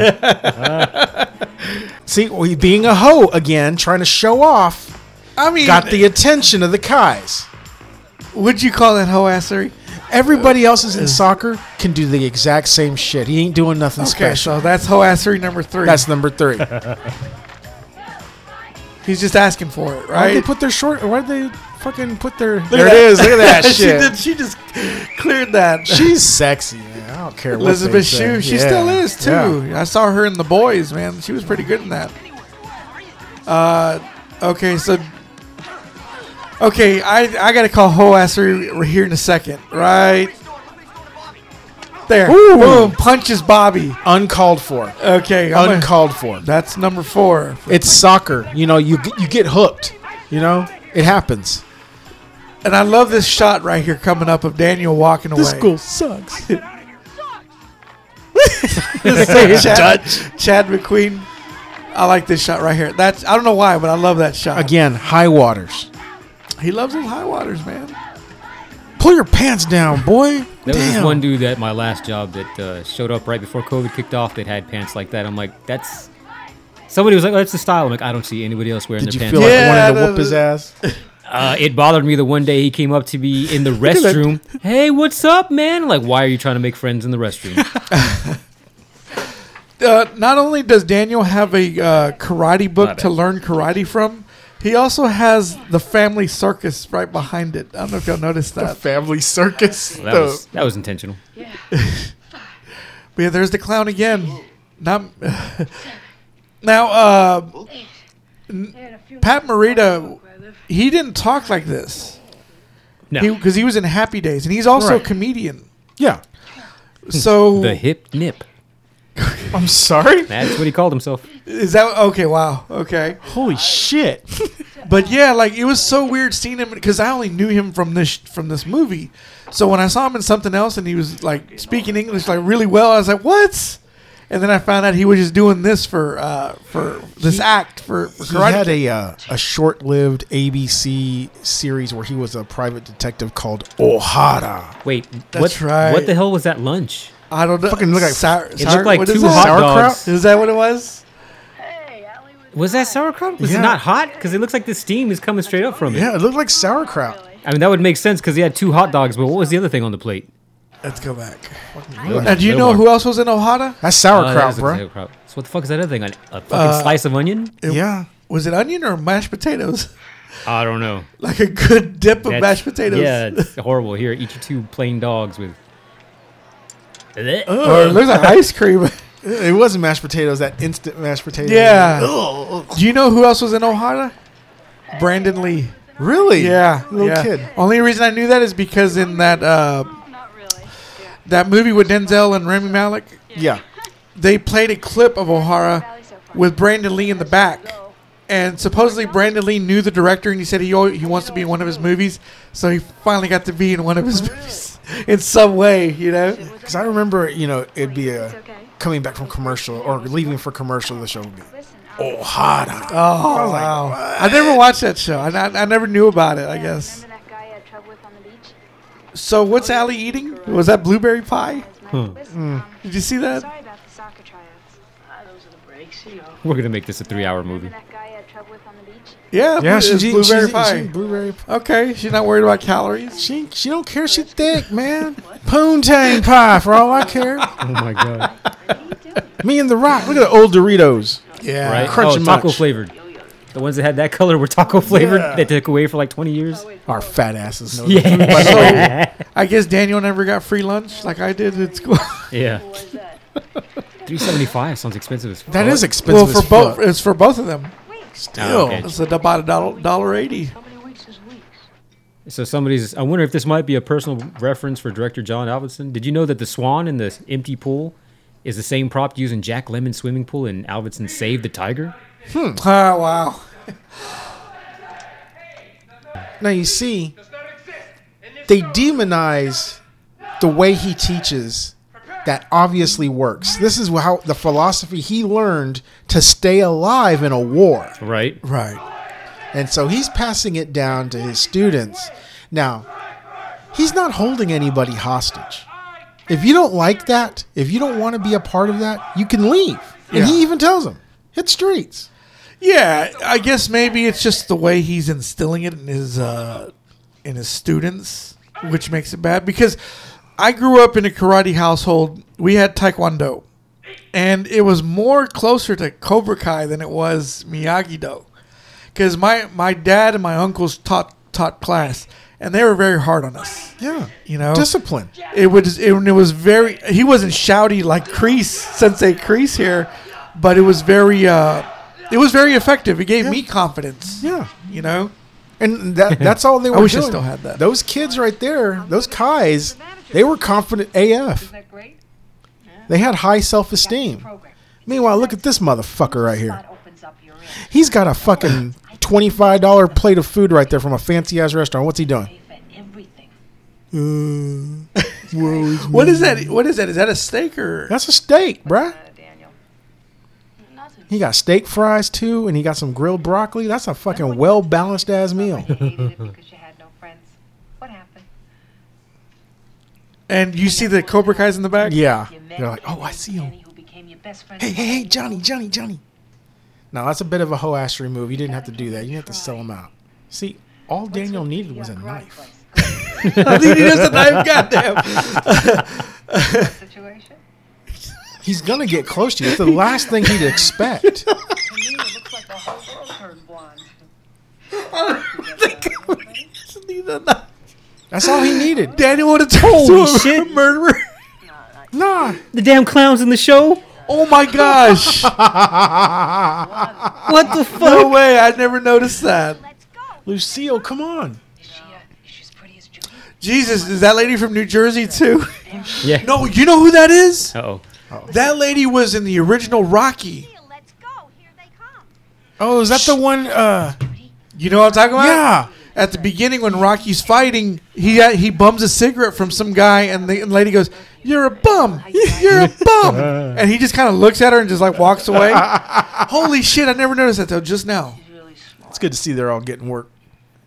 Speaker 2: *laughs*
Speaker 4: See, we being a hoe again, trying to show off,
Speaker 2: I mean,
Speaker 4: got the attention of the guys.
Speaker 2: would you call that hoassery?
Speaker 4: Everybody else is in soccer can do the exact same shit. He ain't doing nothing
Speaker 2: Okay,
Speaker 4: special.
Speaker 2: so that's hoassery number three.
Speaker 4: That's number
Speaker 2: *laughs*
Speaker 4: three.
Speaker 2: He's just asking for it,
Speaker 4: Why'd they
Speaker 2: right?
Speaker 4: put their short? Why'd they fucking put their?
Speaker 2: Look
Speaker 4: There
Speaker 2: at
Speaker 4: it
Speaker 2: that.
Speaker 4: is. Look at
Speaker 2: *laughs*
Speaker 4: that
Speaker 2: she
Speaker 4: shit.
Speaker 2: did. She just cleared that.
Speaker 4: She's sexy, man. I don't care. what they
Speaker 2: Elizabeth
Speaker 4: say.
Speaker 2: Shue. She
Speaker 4: Yeah.
Speaker 2: still is too.
Speaker 4: Yeah.
Speaker 2: I saw her in The Boys, man. She was pretty good in that. Uh, okay, so okay, I I gotta call Hoassery We're here in a second, right? There,
Speaker 4: Ooh.
Speaker 2: boom, punches Bobby.
Speaker 4: Uncalled for.
Speaker 2: Okay, I'm gonna-
Speaker 4: Uncalled for.
Speaker 2: That's number four.
Speaker 4: It's soccer. You know, you get- you get hooked. You know, it happens.
Speaker 2: And I love this shot right here coming up of Daniel walking away. *laughs*
Speaker 4: sucks.
Speaker 2: Chad, Chad McQueen. I like this shot right here. That's I don't know why, but I love that shot.
Speaker 4: *laughs* Again, high waters.
Speaker 2: He loves his high waters, man.
Speaker 4: Pull your pants down, boy.
Speaker 3: There was this
Speaker 4: Damn.
Speaker 3: one dude at my last job that uh, showed up right before COVID kicked off that had pants like that. I'm like, that's. Somebody was like, oh, that's the style. I'm like, I don't see anybody else wearing
Speaker 4: Did you
Speaker 3: their
Speaker 4: feel
Speaker 3: pants.
Speaker 4: like
Speaker 2: Yeah,
Speaker 4: I wanted to
Speaker 2: that-
Speaker 4: whoop his ass?
Speaker 3: uh, it bothered me the one day he came up to me
Speaker 4: *laughs*
Speaker 3: in the
Speaker 4: that.
Speaker 3: restroom. hey, what's up, man? Like, why are you trying to make friends in the
Speaker 4: *laughs*
Speaker 3: restroom?
Speaker 2: uh, not only does Daniel have a uh, karate book to learn karate from, he also has the family circus right behind it. I don't know if y'all noticed that.
Speaker 4: Family circus.
Speaker 3: That was that was intentional.
Speaker 2: But yeah, there's the clown again. Not *laughs* now. Uh, n- Pat Morita, he didn't talk like this
Speaker 3: No,
Speaker 2: because he, was in Happy Days, and he's also a
Speaker 4: Right. *laughs*
Speaker 2: comedian.
Speaker 4: *laughs* yeah.
Speaker 2: So
Speaker 3: the hip nip.
Speaker 4: I'm sorry.
Speaker 3: That's what he called himself.
Speaker 2: is that okay? Wow. Okay.
Speaker 4: Holy *laughs* shit.
Speaker 2: But yeah, like it was so weird seeing him because I only knew him from this from this movie. So when I saw him in something else and he was like speaking English like really well, I was like, "What?" And then I found out he was just doing this for uh, for this act for, for
Speaker 4: He
Speaker 2: karate.
Speaker 4: had a uh, a short lived ABC series where he was a private detective called O'Hara.
Speaker 3: Wait,
Speaker 2: That's
Speaker 3: what,
Speaker 2: right.
Speaker 3: what the hell was that lunch?
Speaker 2: I don't know.
Speaker 4: Fucking look like-
Speaker 2: Sour-
Speaker 3: It
Speaker 2: sour-
Speaker 3: looked like
Speaker 2: what
Speaker 3: two
Speaker 2: is
Speaker 3: hot
Speaker 2: that?
Speaker 4: Sauerkraut?
Speaker 3: dogs.
Speaker 2: Is that what it was?
Speaker 6: Hey, Allie was.
Speaker 3: Was that sauerkraut? Was
Speaker 4: Yeah.
Speaker 3: it not hot? Because it looks like the steam is coming straight up from it.
Speaker 4: Yeah, it looked like sauerkraut.
Speaker 3: I mean, that would make sense because he had two hot dogs, but what was the other thing on the plate?
Speaker 2: Let's go back.
Speaker 3: Little-
Speaker 2: Now, do you
Speaker 3: little
Speaker 2: know
Speaker 3: more.
Speaker 2: who else was in Ohada?
Speaker 4: That's
Speaker 3: Oh, that
Speaker 4: sauerkraut,
Speaker 3: is
Speaker 4: bro.
Speaker 3: sauerkraut. So what the fuck is that other thing? A, a fucking
Speaker 4: Uh,
Speaker 3: slice of onion?
Speaker 4: Yeah.
Speaker 2: Was it onion or mashed potatoes? *laughs*
Speaker 3: I don't know.
Speaker 2: like a good dip of mashed potatoes.
Speaker 3: Yeah, it's horrible. Here, eat your two plain dogs with. Oh. Blech.
Speaker 2: or it looks like ice cream. *laughs*
Speaker 4: It wasn't mashed potatoes, that instant mashed potatoes.
Speaker 2: Yeah.
Speaker 4: Ugh.
Speaker 2: Do you know who else was in Ohana? Brandon Lee.
Speaker 4: Really?
Speaker 2: Yeah,
Speaker 4: Little
Speaker 2: yeah.
Speaker 4: kid.
Speaker 2: Only reason I knew that is because in that uh,
Speaker 5: Not really.
Speaker 2: that movie with Denzel and Rami Malek,
Speaker 4: Yeah.
Speaker 2: they played a clip of O'Hara with Brandon Lee in the back. And supposedly Brandon Lee knew the director, and he said he al- he wants to be in one of his movies. So he finally got to be in one of his movies *laughs* in some way, you know.
Speaker 4: Because I remember, you know, it'd be a
Speaker 5: okay.
Speaker 4: coming back from commercial or leaving for commercial. The show would be
Speaker 5: Listen, I'll
Speaker 4: Ohara.
Speaker 2: Oh wow! I never watched that show. I, I I never knew about it. I guess.
Speaker 5: remember that guy I had trouble with on the beach?
Speaker 2: So what's Allie eating? Was that blueberry pie?
Speaker 5: As my listen, um,
Speaker 2: Did you see that?
Speaker 5: sorry about the soccer tryouts.
Speaker 6: Ah, those are the breaks, you know.
Speaker 3: We're gonna make this a three-hour movie.
Speaker 5: Remember that guy I had trouble with on the beach?
Speaker 2: Yeah,
Speaker 4: yeah,
Speaker 2: blue-
Speaker 4: she's
Speaker 2: it's
Speaker 4: eating
Speaker 2: blueberry
Speaker 4: she's,
Speaker 2: pie.
Speaker 4: She's eating blueberry pie.
Speaker 2: Okay, she's not worried about calories.
Speaker 4: She, she don't care. She thick, man. Poontang pie for all I *laughs* care.
Speaker 3: Oh my god!
Speaker 4: Me and the Rock. Look at the old Doritos.
Speaker 2: Yeah.
Speaker 3: Right?
Speaker 4: Crunch
Speaker 3: oh,
Speaker 4: and
Speaker 3: taco
Speaker 4: munch.
Speaker 3: flavored. The ones that had that color were taco flavored
Speaker 4: Yeah. Oh,
Speaker 3: that took away for like 20 years.
Speaker 4: Our fat asses. oh, Know
Speaker 3: Yeah.
Speaker 2: *laughs*
Speaker 4: *laughs*
Speaker 2: I guess Daniel never got free lunch like I did at school.
Speaker 3: *laughs*
Speaker 2: *laughs*
Speaker 3: yeah. *laughs*
Speaker 6: What is that?
Speaker 3: 375 sounds expensive as fuck.
Speaker 4: That is
Speaker 2: well,
Speaker 4: expensive.
Speaker 2: for both, it's for both of them.
Speaker 4: Still.
Speaker 3: okay.
Speaker 2: It's about a dollar, dollar eighty.
Speaker 6: How many weeks is weeks?
Speaker 3: So somebody's. I wonder if this might be a personal reference for director John Alvinson. Did you know that the swan in the empty pool is the same prop used in Jack Lemon's swimming pool in Alvinson Save the Tiger?
Speaker 2: Ah, wow.
Speaker 4: Now you see, they demonize the way he teaches. That obviously works. This is how the philosophy he learned to stay alive in a war.
Speaker 3: Right.
Speaker 2: Right.
Speaker 4: And so he's passing it down to his students. Now, he's not holding anybody hostage. If you don't like that, if you don't want to be a part of that, you can leave. And
Speaker 2: Yeah.
Speaker 4: he even tells them, hit streets.
Speaker 2: Yeah, I guess maybe it's just the way he's instilling it in his uh, in his students, which makes it bad. Because I grew up in a karate household. We had taekwondo, and it was more closer to Cobra Kai than it was Miyagi Do. Because my my dad and my uncles taught taught class, and they were very hard on us.
Speaker 4: Yeah.
Speaker 2: You know,
Speaker 4: Discipline.
Speaker 2: it was it, it was very he wasn't shouty like crease sensei crease here but it was very uh it was very effective it gave me confidence
Speaker 4: Yeah.
Speaker 2: you know *laughs*
Speaker 4: And that, that's all they were
Speaker 2: wish I
Speaker 4: doing.
Speaker 2: still had that.
Speaker 4: Those kids right there, those Kais, they were confident AF.
Speaker 6: Isn't that great?
Speaker 4: They had high self esteem. Meanwhile, look at this motherfucker right here.
Speaker 5: opens up your
Speaker 4: He's got a fucking $25 plate of food right there from a fancy ass restaurant. What's he doing?
Speaker 5: and everything.
Speaker 2: what is that what is that is that a steak or
Speaker 4: That's a steak, bruh.
Speaker 5: Daniel. *laughs*
Speaker 6: Nothing.
Speaker 4: He got steak fries too, and he got some grilled broccoli. That's a fucking well balanced ass meal.
Speaker 5: You hated it because you had no friends. What happened?
Speaker 2: and you see the cobra kai's in the back
Speaker 4: Yeah.
Speaker 5: You met
Speaker 4: They're like, oh, I
Speaker 5: Kenny,
Speaker 4: see him.
Speaker 5: Kenny, who became your best friend.
Speaker 4: Hey, hey, hey, Johnny, Johnny, Johnny. Now that's a bit of a hoe assery move. You didn't have to do that. You didn't have to sell him out. See, all Daniel needed was a knife.
Speaker 2: i think *laughs* he does the knife goddamn
Speaker 3: *laughs*
Speaker 5: Situation?
Speaker 4: He's gonna get close to you. It's the last thing he'd
Speaker 5: *laughs*
Speaker 4: expect.
Speaker 5: To me, it looks like the whole world turned blonde.
Speaker 4: That's all he
Speaker 5: *laughs*
Speaker 4: needed.
Speaker 2: daniel would have turned
Speaker 3: Holy
Speaker 2: to a
Speaker 3: shit.
Speaker 2: murderer
Speaker 4: Nah.
Speaker 3: The damn clowns in the show?
Speaker 2: oh my gosh
Speaker 3: *laughs* What the fuck?
Speaker 2: no way i never noticed that
Speaker 5: Let's go.
Speaker 4: *laughs* Lucille, come on.
Speaker 5: Is she, uh, she's as pretty as Julie?
Speaker 2: jesus is that lady from new jersey too
Speaker 3: Yeah.
Speaker 2: no you know who that is
Speaker 3: Uh oh.
Speaker 2: that lady was in the original rocky
Speaker 5: Let's go. Here they come.
Speaker 4: Oh, is that the one uh
Speaker 2: You know what I'm talking about?
Speaker 4: Yeah.
Speaker 2: At the beginning, when Rocky's fighting, he uh, he bums a cigarette from some guy, and the and lady goes, "You're a bum, you're a bum," and he just kind of looks at her and just like walks away. *laughs* Holy shit! I never noticed that though. Just now.
Speaker 6: Really smart.
Speaker 4: It's good to see they're all getting work.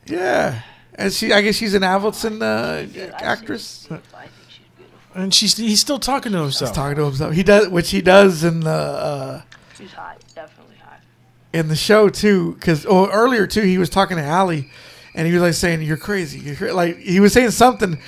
Speaker 2: Yeah. And she, I guess she's an Avildsen uh, actress.
Speaker 6: I think she's beautiful.
Speaker 4: And she's he's still talking to himself.
Speaker 2: Talking to himself, he does, which he does in the uh,
Speaker 6: She's hot. Definitely hot.
Speaker 2: in the show too, because oh, earlier too he was talking to Allie, and he was like saying you're crazy, you're cra-" like he was saying something,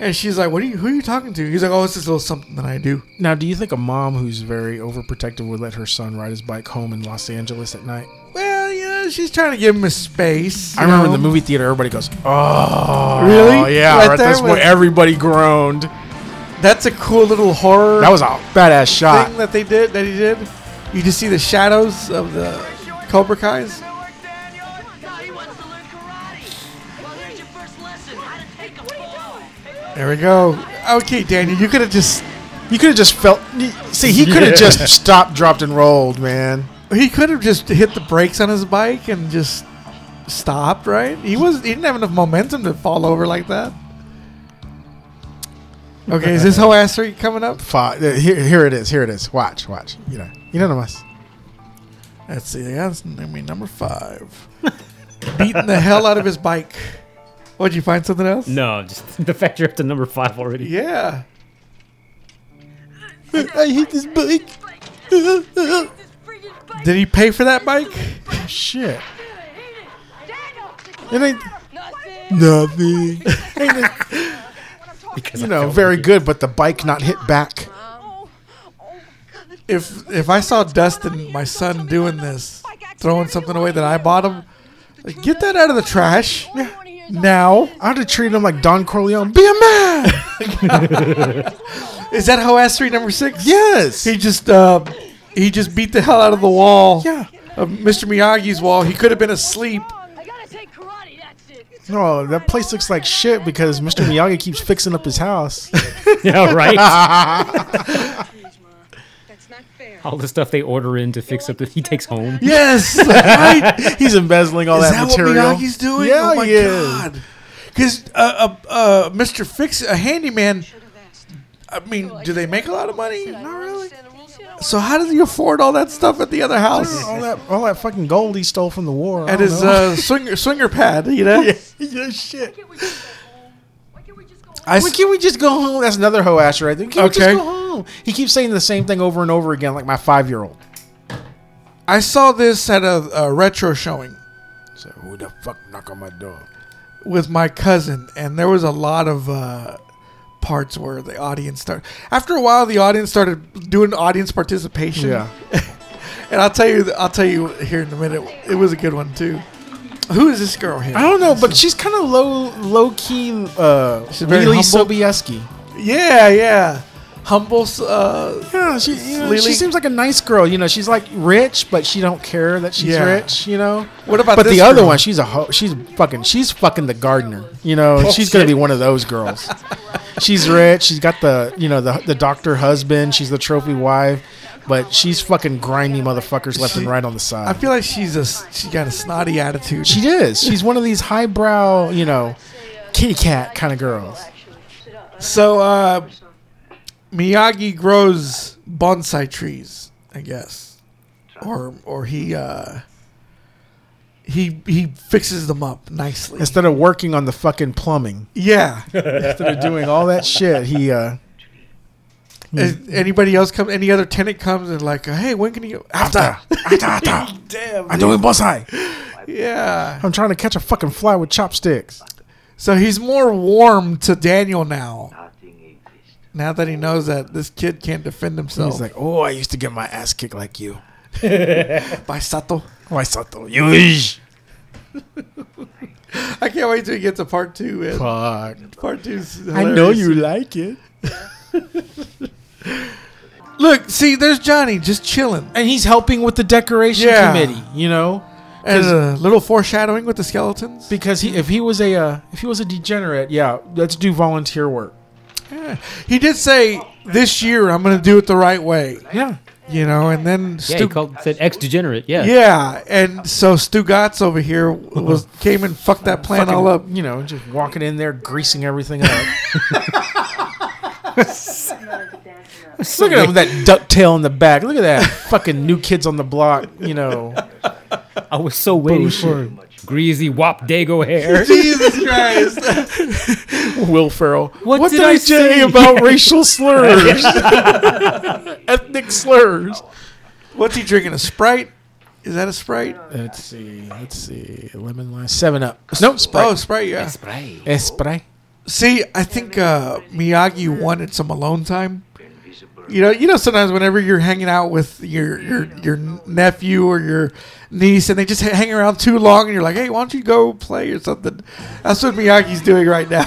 Speaker 2: and she's like, what are you, who are you talking to? He's like, oh, it's this little something that I do.
Speaker 4: Now, do you think a mom who's very overprotective would let her son ride his bike home in Los Angeles at night?
Speaker 2: Well, you know, she's trying to give him a space.
Speaker 4: I
Speaker 2: you
Speaker 4: remember in
Speaker 2: know?
Speaker 4: the movie theater, everybody goes, "Oh,
Speaker 2: Really?
Speaker 4: Yeah."
Speaker 2: Right
Speaker 4: at
Speaker 2: there
Speaker 4: this point,
Speaker 2: was-
Speaker 4: everybody groaned.
Speaker 2: That's a cool little horror
Speaker 4: That was a badass shot.
Speaker 2: thing that they did that he did. You just see the shadows of the Cobra Kai's. There we go. Okay, Daniel, you could have just
Speaker 4: You could have just felt. See, he could have just stopped, dropped, and rolled, man.
Speaker 2: He could have just hit the brakes on his bike and just stopped, right? He was he didn't have enough momentum to fall over like that. Okay, is
Speaker 4: *laughs*
Speaker 2: this hoassery coming up?
Speaker 4: Fi- uh, Here, here it is. Here it is. Watch, watch. You know, unanimous.
Speaker 2: Let's see. That's I mean number five. *laughs* Beating the hell out of his bike. What? Did you find something else?
Speaker 3: No, just *laughs* the fact you're up to number five already.
Speaker 2: Yeah.
Speaker 4: I hate this bike.
Speaker 2: Did he pay for that bike?
Speaker 4: Shit.
Speaker 5: Daniel! Um,
Speaker 4: It ain't
Speaker 5: Nothing.
Speaker 4: nothing. Ain't it-
Speaker 3: Because
Speaker 4: you
Speaker 3: I
Speaker 4: know,
Speaker 3: felt
Speaker 4: very
Speaker 3: like-
Speaker 4: good, but the bike not hit back.
Speaker 5: Oh, oh, God.
Speaker 2: If if I saw Dustin, my son, doing this, throwing something away that I bought him. Like, get that out of the trash now.
Speaker 4: I would have treated him like Don Corleone. Be a man.
Speaker 2: Is that how S three number six?
Speaker 4: Yes.
Speaker 2: He just uh, he just beat the hell out of the wall.
Speaker 4: Yeah.
Speaker 2: Of Mr. Miyagi's wall. He could have been asleep.
Speaker 5: I gotta take karate, that's it.
Speaker 4: No, Oh, that place looks like shit because Mr. Miyagi keeps fixing up his house.
Speaker 3: *laughs* yeah, right.
Speaker 5: *laughs* That's not fair.
Speaker 3: All the stuff they order in to fix up that he takes
Speaker 5: *laughs*
Speaker 3: home.
Speaker 2: Yes. *laughs* right.
Speaker 4: He's embezzling all
Speaker 2: Is
Speaker 4: that,
Speaker 2: that,
Speaker 4: material.
Speaker 2: what Miyagi's doing?
Speaker 4: Yeah,
Speaker 2: oh my
Speaker 4: he is.
Speaker 2: god! Because uh, uh, uh, Mr. Fix, a handyman. I mean, do they make a lot of money? Not really. So how does he afford all that stuff at the other house?
Speaker 4: All that, all that fucking gold he stole from the war. I
Speaker 2: At
Speaker 4: don't
Speaker 2: his
Speaker 4: know.
Speaker 2: uh, swinger swinger pad, you know.
Speaker 4: *laughs* yeah, shit.
Speaker 5: Why can't we just go
Speaker 2: I
Speaker 4: Why
Speaker 2: s-
Speaker 4: can't we just go home? That's another hoe ass right there. Can't we
Speaker 2: Okay.
Speaker 4: just go home? He keeps saying the same thing over and over again, like my five year old.
Speaker 2: I saw this at a, a retro showing
Speaker 4: So who the fuck knock on my door?
Speaker 2: with my cousin, and there was a lot of uh, parts where the audience started. After a while, the audience started doing audience participation.
Speaker 4: Yeah.
Speaker 2: *laughs* And I'll tell you, I'll tell you here in a minute. It was a good one too. Who is this girl here?
Speaker 4: I don't know, but she's kind of low, low key. Uh,
Speaker 2: She's very
Speaker 4: Lily
Speaker 2: humble.
Speaker 4: Sobieski.
Speaker 2: Yeah, yeah. Humble. Uh,
Speaker 4: Yeah, she you know, she
Speaker 2: Lily-
Speaker 4: seems like a nice girl. You know, she's like rich, but she don't care that she's
Speaker 2: Yeah.
Speaker 4: rich. You know.
Speaker 2: What about
Speaker 4: But
Speaker 2: this
Speaker 4: the other
Speaker 2: girl?
Speaker 4: one, she's a ho- she's fucking she's fucking the gardener. You
Speaker 2: *laughs*
Speaker 4: know, she's gonna be one of those girls. she's rich. She's got the you know the the doctor husband. She's the trophy wife, but she's fucking grimy motherfuckers left and right on the
Speaker 2: I
Speaker 4: side.
Speaker 2: feel like she's a s- she got a snotty attitude.
Speaker 4: she is. She's one of these highbrow, you know, kitty cat kind of girls.
Speaker 2: So uh, Miyagi grows bonsai trees, I guess, or or he uh, he he fixes them up nicely.
Speaker 4: Instead of working on the fucking plumbing,
Speaker 2: Yeah.
Speaker 4: *laughs* instead of doing all that shit, he uh, Hmm.
Speaker 2: Is- anybody else come? Any other tenant comes and like, hey, when can you? *laughs* After.
Speaker 4: after, after.
Speaker 2: *laughs* Damn.
Speaker 4: I'm doing bonsai.
Speaker 2: Yeah.
Speaker 4: I'm trying to catch a fucking fly with chopsticks.
Speaker 2: So he's more warm to Daniel now.
Speaker 6: Nothing exists.
Speaker 2: Now that he knows that this kid can't defend himself.
Speaker 4: He's like, oh, I used to get my ass kicked like you.
Speaker 2: by Sato.
Speaker 4: Oh, I sato yuish.
Speaker 2: I can't wait till he gets to part two. Man.
Speaker 4: Fuck.
Speaker 2: Part two's
Speaker 4: I know
Speaker 2: hilarious.
Speaker 4: you like it.
Speaker 2: Look, see, there's Johnny just chilling,
Speaker 4: And he's helping with the decoration
Speaker 2: Yeah.
Speaker 4: committee, you know,
Speaker 2: and a little foreshadowing with the skeletons.
Speaker 4: because he, if he was a uh, if he was a degenerate, yeah, let's do volunteer work.
Speaker 2: Yeah. He did say this year I'm going to do it the right way,
Speaker 4: Yeah.
Speaker 2: you know, and then
Speaker 3: Yeah,
Speaker 2: Stu-
Speaker 3: he called said ex degenerate. Yeah.
Speaker 2: yeah, and so Stu Gatz over here *laughs* was came and fucked that plan all up.
Speaker 4: You know, just walking in there, greasing everything *laughs* up. Look at him with that duck tail in the back. Look at *laughs* that fucking new kids on the block. You *laughs* know,
Speaker 3: I was so waiting for greasy wop dago
Speaker 2: *laughs*
Speaker 3: hair.
Speaker 2: *laughs* Jesus Christ! *laughs*
Speaker 4: Will Ferrell.
Speaker 3: What did
Speaker 4: I,
Speaker 3: I
Speaker 4: say
Speaker 3: say?
Speaker 4: about *laughs* racial slurs? Ethnic slurs.
Speaker 2: What's he drinking? A sprite? Is that a sprite?
Speaker 4: Let's see. Let's see. Lemon lime. Seven up. No, Sprite.
Speaker 2: Oh, sprite. Yeah.
Speaker 4: Eh, Sprite.
Speaker 2: See, I think uh, Miyagi wanted some alone time. You know, you know, sometimes whenever you're hanging out with your your your nephew or your niece, and they just hang around too long, and you're like, "Hey, why don't you go play or something?" That's what Miyagi's doing right now.
Speaker 4: *laughs*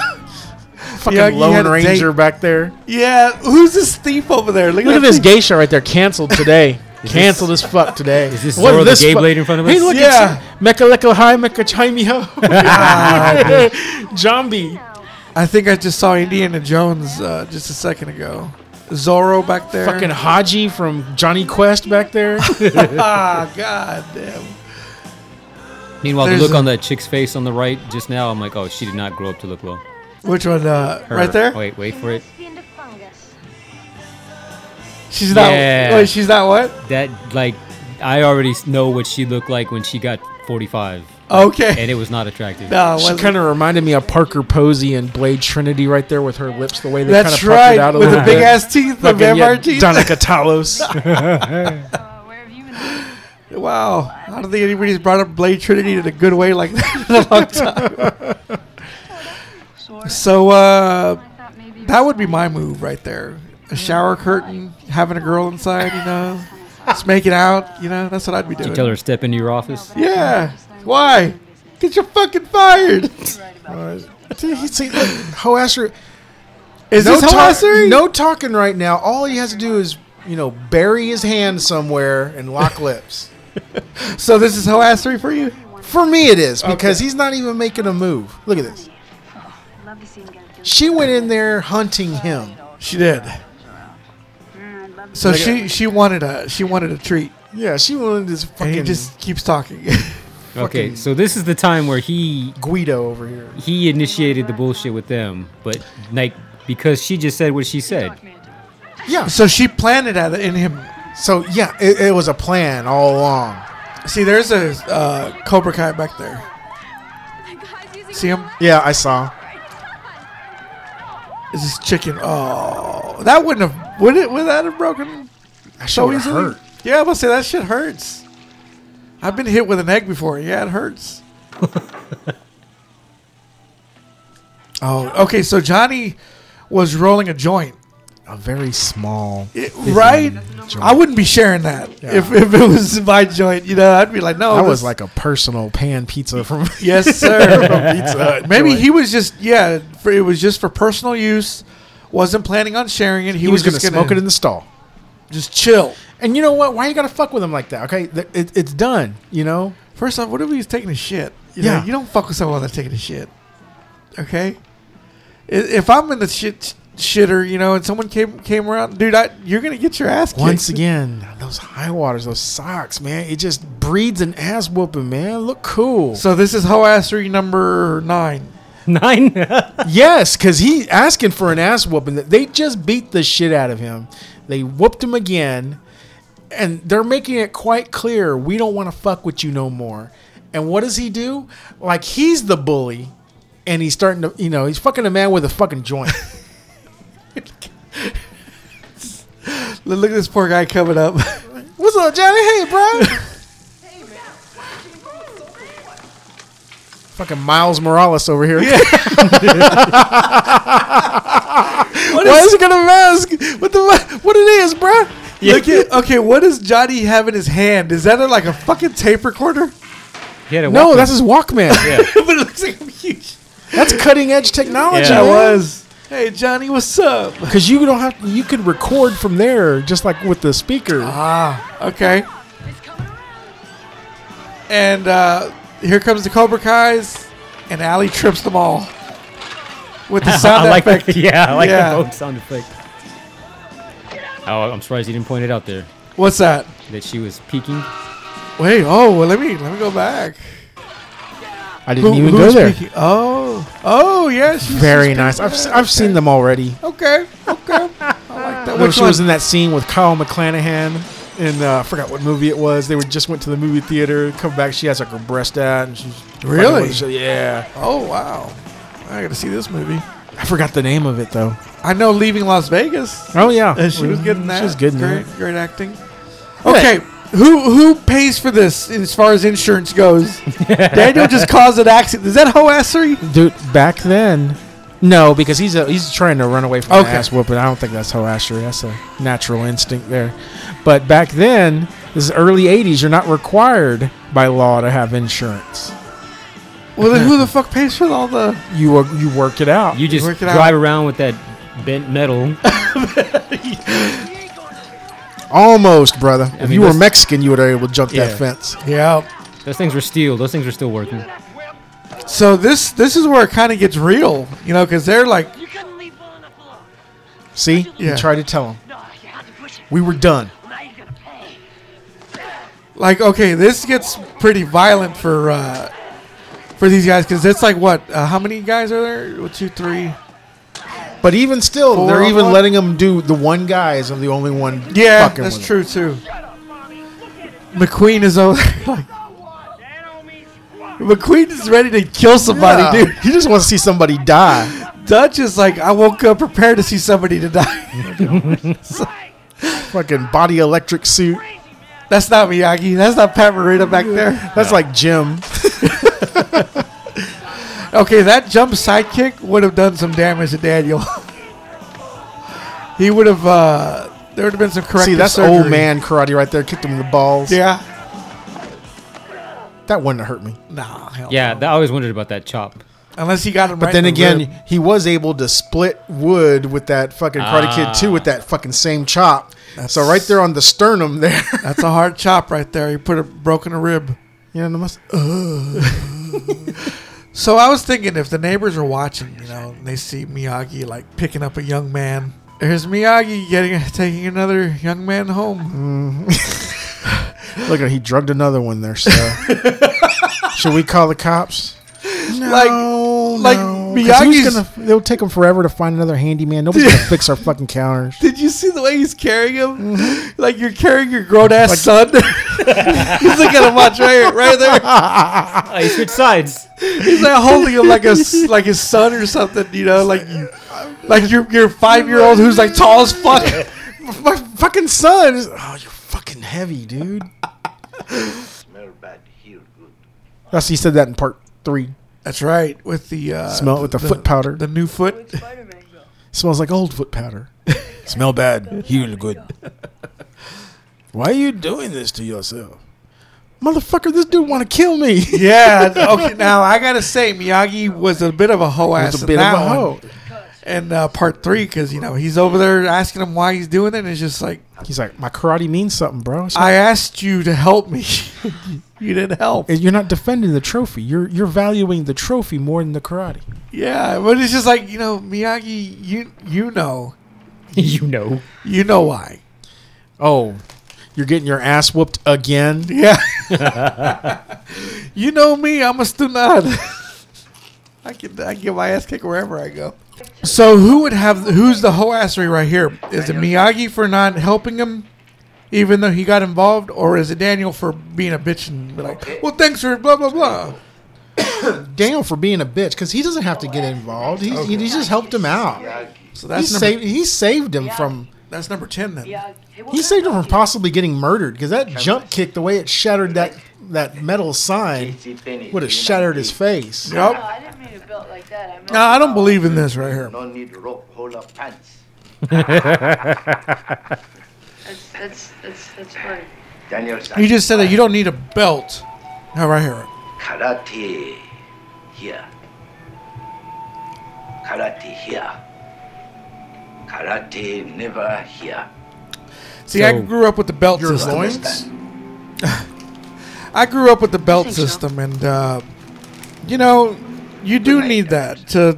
Speaker 4: Fucking
Speaker 2: Miyagi had
Speaker 4: Lone
Speaker 2: a
Speaker 4: Ranger
Speaker 2: date.
Speaker 4: back there.
Speaker 2: Yeah, who's this thief over there?
Speaker 4: Look at
Speaker 2: that
Speaker 4: this geisha right there. Canceled *laughs* today. Canceled as fuck today. Is
Speaker 3: this Zorro the Gay Blade in front of
Speaker 4: Hey,
Speaker 3: us?
Speaker 4: look
Speaker 2: Yeah.
Speaker 4: yeah. Mecha Leka High Mecha Chimey Ho. *laughs* Zombie.
Speaker 2: thief. I think I just saw Indiana Jones uh, just a second ago. Zorro back there.
Speaker 4: Fucking Haji from Johnny Quest back *laughs* there.
Speaker 2: *laughs* ah, god damn.
Speaker 3: Meanwhile, the
Speaker 2: There's
Speaker 3: look
Speaker 2: a-
Speaker 3: on that chick's face on the right just now, I'm like, oh, she did not grow up to look well.
Speaker 2: Which one? Uh,
Speaker 3: Her-
Speaker 2: right there.
Speaker 3: Wait, wait for it.
Speaker 2: She's not.
Speaker 3: Yeah.
Speaker 2: Wait, she's not what?
Speaker 3: That like, I already s- know what she looked like when she got 45,
Speaker 2: Okay.
Speaker 3: and it was not attractive.
Speaker 2: *laughs* No, it
Speaker 4: She
Speaker 2: wasn't.
Speaker 4: kind of reminded me of Parker Posey and Blade Trinity right there with her lips, the way they kind of
Speaker 2: That's
Speaker 4: puckered
Speaker 2: right,
Speaker 4: out a
Speaker 2: with
Speaker 4: little
Speaker 2: the big
Speaker 4: bit.
Speaker 2: ass teeth, the
Speaker 4: Fucking,
Speaker 2: vampire
Speaker 4: yeah,
Speaker 2: teeth.
Speaker 4: Donica *laughs* Talos.
Speaker 2: *laughs*
Speaker 5: Uh,
Speaker 2: Wow, I don't think anybody's brought up Blade Trinity in a good way like that in a
Speaker 4: *laughs*
Speaker 2: long time. *laughs* so uh, that would be my move right there: a shower curtain, having a girl inside, you know, Let's make it out. You know, that's what I'd be doing.
Speaker 3: You tell her to step into your office.
Speaker 2: Yeah. Why? Get you fucking
Speaker 4: *laughs*
Speaker 2: fired.
Speaker 4: See, look, Hoasser,
Speaker 2: Is
Speaker 4: no,
Speaker 2: this how
Speaker 4: talk-
Speaker 2: I see?
Speaker 4: no talking right now. All he has to do is, you know, bury his hand somewhere and *laughs* lock lips.
Speaker 2: So this is hoassery for you?
Speaker 4: For me, it is because he's not even making a move. Look at this.
Speaker 5: Love to see him get a good.
Speaker 4: She went in there hunting him.
Speaker 2: She did.
Speaker 5: Mm, I'd love to
Speaker 2: So
Speaker 4: Like
Speaker 2: she she wanted a she wanted a treat,
Speaker 4: Yeah, she wanted this
Speaker 2: and he
Speaker 4: fucking
Speaker 2: just keeps talking. *laughs*
Speaker 3: Okay, so this is the time where he
Speaker 4: Guido over here.
Speaker 3: he initiated the bullshit with them, but like because she just said what she said. *laughs*
Speaker 4: Yeah.
Speaker 2: so she planted at in him.
Speaker 4: So yeah, it, it was a plan all along.
Speaker 2: See, there's a uh, Cobra Kai back there. See him?
Speaker 4: Yeah, I saw.
Speaker 2: Is this chicken? Oh, that wouldn't have would it? Would that have broken
Speaker 4: That
Speaker 2: so
Speaker 4: shit would've
Speaker 2: easily?
Speaker 4: hurt.
Speaker 2: Yeah, I'm gonna say that shit hurts. I've been hit with an egg before. Yeah, it
Speaker 4: *laughs*
Speaker 2: hurts. oh, okay. So Johnny was rolling a joint.
Speaker 4: A very small.
Speaker 2: It- right? I wouldn't be sharing that if, if it was my joint. You know, I'd be like, no.
Speaker 4: That
Speaker 2: this-
Speaker 4: was like a personal pan pizza from. *laughs*
Speaker 2: yes, sir. Maybe he was just yeah. For, it was just for personal use. Wasn't planning on sharing it. He,
Speaker 4: he was
Speaker 2: was,
Speaker 4: gonna
Speaker 2: just
Speaker 4: smoke it in the stall.
Speaker 2: just chill.
Speaker 4: And you know what? Why you gotta fuck with him like that? Okay, Th- it, it's done. You know.
Speaker 2: First off, what if he's taking a shit? You know,
Speaker 4: Yeah.
Speaker 2: you don't fuck with someone that's taking a shit. Okay. I- If I'm in the shit shitter, you know, and someone came came around, dude, I, you're gonna get your ass kicked.
Speaker 4: Once again, those high waters, those socks, man. It just breeds an ass whooping, man. Look cool.
Speaker 2: So this is hoassery number nine.
Speaker 3: Nine.
Speaker 4: Yes, because he asking for an ass whooping. They just beat the shit out of him. They whooped him again, and they're making it quite clear we don't want to fuck with you no more. And what does he do? Like he's the bully, and he's starting to, you know, he's fucking a man with a fucking joint.
Speaker 2: Look look at this poor guy coming up.
Speaker 4: What's up, Johnny? Hey,
Speaker 2: *laughs*
Speaker 4: bro. Fucking Miles Morales over here. Why is he gonna mask? What the fu- what it is, bro?
Speaker 2: Look at, okay, what does Johnny have in his hand? Is that a, like a fucking tape
Speaker 4: *laughs*
Speaker 2: recorder? *laughs*
Speaker 3: He had a
Speaker 4: No,
Speaker 3: Walkman.
Speaker 4: that's his Walkman.
Speaker 2: but it looks like a huge.
Speaker 4: That's cutting edge technology.
Speaker 3: Yeah,
Speaker 2: That was. Hey Johnny, what's up?
Speaker 4: because you don't have you could record from there, just like with the speaker.
Speaker 2: Ah, Okay. And uh, here comes the Cobra Kai's, and Allie trips them all with
Speaker 4: *laughs*
Speaker 2: the sound
Speaker 3: I like
Speaker 2: effect.
Speaker 3: the, *laughs* yeah, I like
Speaker 2: Yeah.
Speaker 3: the boat sound effect. Oh, I'm surprised you didn't point it out there
Speaker 2: What's that?
Speaker 3: that she was peeking.
Speaker 2: Wait. Oh, well, let me let me go back.
Speaker 4: I didn't
Speaker 2: Who-
Speaker 4: even
Speaker 2: who's
Speaker 4: go there.
Speaker 2: speaking? Oh, oh yeah. She's
Speaker 4: Very
Speaker 2: she's-
Speaker 4: nice. I've, s- I've seen them already.
Speaker 2: Okay.
Speaker 4: *laughs*
Speaker 2: Okay. I like that.
Speaker 4: When
Speaker 2: Which
Speaker 4: she
Speaker 2: one?
Speaker 4: was in that scene with Kyle McClanahan, and uh, I forgot what movie it was. They were just went to the movie theater. Come back, she has like her breast out, and she's fucking
Speaker 2: Really?
Speaker 4: with each other. yeah.
Speaker 2: oh wow. I gotta see this movie.
Speaker 4: I forgot the name of it though.
Speaker 2: I know leaving Las Vegas.
Speaker 4: Oh yeah,
Speaker 2: And she was getting that.
Speaker 4: She was good in
Speaker 2: Great,
Speaker 4: that.
Speaker 2: great acting. Okay, who who pays for this as far as insurance *laughs* goes? Daniel just caused an accident. Is that hoassery?
Speaker 4: Dude, back then, no, because he's a, he's trying to run away from
Speaker 2: Okay.
Speaker 4: the ass whooping. I don't think that's hoassery. That's a natural instinct there. But back then, this is early '80s. You're not required by law to have insurance.
Speaker 2: Well, then who the fuck pays for all the?
Speaker 4: You wo- you work it out.
Speaker 3: You just
Speaker 2: work it out.
Speaker 3: drive around with that bent metal. *laughs*
Speaker 4: Almost, brother. if
Speaker 3: mean,
Speaker 4: you were
Speaker 3: that's-
Speaker 4: Mexican, you would have been able to jump
Speaker 3: Yeah.
Speaker 4: that fence.
Speaker 2: Yeah.
Speaker 3: Those things were steel. Those things were still working.
Speaker 2: So this this is where it kind of gets real, you know, because they're like,
Speaker 6: You couldn't leave well enough alone.
Speaker 4: See,
Speaker 2: Yeah.
Speaker 4: you try to tell him
Speaker 6: No, you had to push it.
Speaker 4: we were done.
Speaker 6: Now you're gonna pay.
Speaker 2: like okay, this gets pretty violent for uh for these guys because it's like what? Uh, how many guys are there? One, Two, three.
Speaker 4: But even still,
Speaker 2: Four
Speaker 4: they're
Speaker 2: on
Speaker 4: even
Speaker 2: one?
Speaker 4: letting him do the one guy is the only one.
Speaker 2: Yeah,
Speaker 4: fucking
Speaker 2: that's
Speaker 4: with him.
Speaker 2: true too. McQueen is over *laughs* there, like. McQueen is ready to kill somebody,
Speaker 4: Yeah.
Speaker 2: dude.
Speaker 4: He just wants to see somebody die.
Speaker 2: Dutch is like, I woke up prepared to see somebody to die. *laughs*
Speaker 4: Fucking body electric suit.
Speaker 2: That's not Miyagi. That's not Pat Morita back there.
Speaker 4: That's like Jim.
Speaker 2: Okay, that jump *laughs* sidekick would have done some damage to Daniel. he would have uh, There would have been some corrective
Speaker 4: See, that's
Speaker 2: surgery.
Speaker 4: old man karate right there. Kicked him in the balls.
Speaker 2: Yeah.
Speaker 4: That wouldn't have hurt me.
Speaker 2: Nah. Hell
Speaker 3: Yeah,
Speaker 2: no.
Speaker 3: that, I always wondered about that chop.
Speaker 2: Unless he got him.
Speaker 4: But then again, he was able to split wood with that fucking Karate
Speaker 3: Ah.
Speaker 4: Kid 2 with that fucking same chop. So right there on the sternum there. *laughs*
Speaker 2: that's a hard chop right there. He put a broken a rib.
Speaker 4: you know, the most,
Speaker 2: So I was thinking if the neighbors are watching, you know, and they see Miyagi like picking up a young man. There's Miyagi getting *laughs* taking another young man home.
Speaker 4: look, he drugged another one there. So
Speaker 2: *laughs*
Speaker 4: should we call the cops? No,
Speaker 2: Like- like
Speaker 4: Oh, 'Cause who's
Speaker 2: Miyagi's-
Speaker 4: gonna- It'll take them forever to find another handyman. Nobody's
Speaker 2: *laughs*
Speaker 4: gonna fix our fucking counters.
Speaker 2: Did you see the way he's carrying him? Like you're carrying your grown ass *laughs* son. he's looking at him watch right here, right there.
Speaker 3: I you switched sides.
Speaker 2: He's like holding him like a s- like his son or something. You know, like like your your five year old who's like tall as fuck.
Speaker 4: My fucking son. Is, oh, you're fucking heavy, dude.
Speaker 7: Smell bad, hear good.
Speaker 4: That's he said that in part three.
Speaker 2: That's right. With the uh,
Speaker 4: Smell it with the foot powder.
Speaker 2: the new foot.
Speaker 4: Smells like old foot powder. *laughs* Smell bad, heal good. Why are you doing this to yourself? Motherfucker, this dude want to kill *laughs* me.
Speaker 2: Yeah. Okay. Now I gotta say, Miyagi was a bit of a hoe ass.
Speaker 4: It's a
Speaker 2: in
Speaker 4: bit of
Speaker 2: that
Speaker 4: a um,
Speaker 2: one.
Speaker 4: hoe.
Speaker 2: And uh, part three, because you know he's over there asking him why he's doing it, and it's just like
Speaker 4: He's like, my karate means something, bro. It's
Speaker 2: I asked you to help me. *laughs* you didn't help.
Speaker 4: not- you're not defending the trophy. You're you're valuing the trophy more than the karate.
Speaker 2: Yeah, but it's just like you know Miyagi. You you know
Speaker 3: *laughs* you know.
Speaker 2: you know why.
Speaker 4: Oh, you're getting your ass whooped again.
Speaker 2: Yeah. *laughs* you know me. I'm a stunad. *laughs* I can I get my ass kicked wherever I go. So who would have who's the whole assery right here? Is it Miyagi for not helping him, even though he got involved, or is it Daniel for being a bitch and be like, well, thanks for blah blah blah.
Speaker 4: Daniel for being a bitch because he doesn't have to get involved. He, he, just helped him out.
Speaker 2: So
Speaker 4: He
Speaker 2: that's number,
Speaker 4: saved he saved him from
Speaker 2: that's number ten then.
Speaker 4: He saved him from possibly getting murdered because that jump kick, the way it shattered that that metal sign, would have shattered his face.
Speaker 2: Yup.
Speaker 8: I didn't mean to build like that. I meant
Speaker 2: No, I don't believe in this right here.
Speaker 7: No need rope, hold up pants.
Speaker 8: that's that's that's that's rude.
Speaker 7: Daniel's
Speaker 2: You just said that you don't need a belt. No, right here.
Speaker 7: karate here. Karate here. Karate never here.
Speaker 2: See, I
Speaker 3: So-
Speaker 2: grew up with the belt
Speaker 4: Your
Speaker 2: system.
Speaker 4: loins?
Speaker 2: I grew up with the belt
Speaker 8: think so.
Speaker 2: system, and uh, you know, you do need that to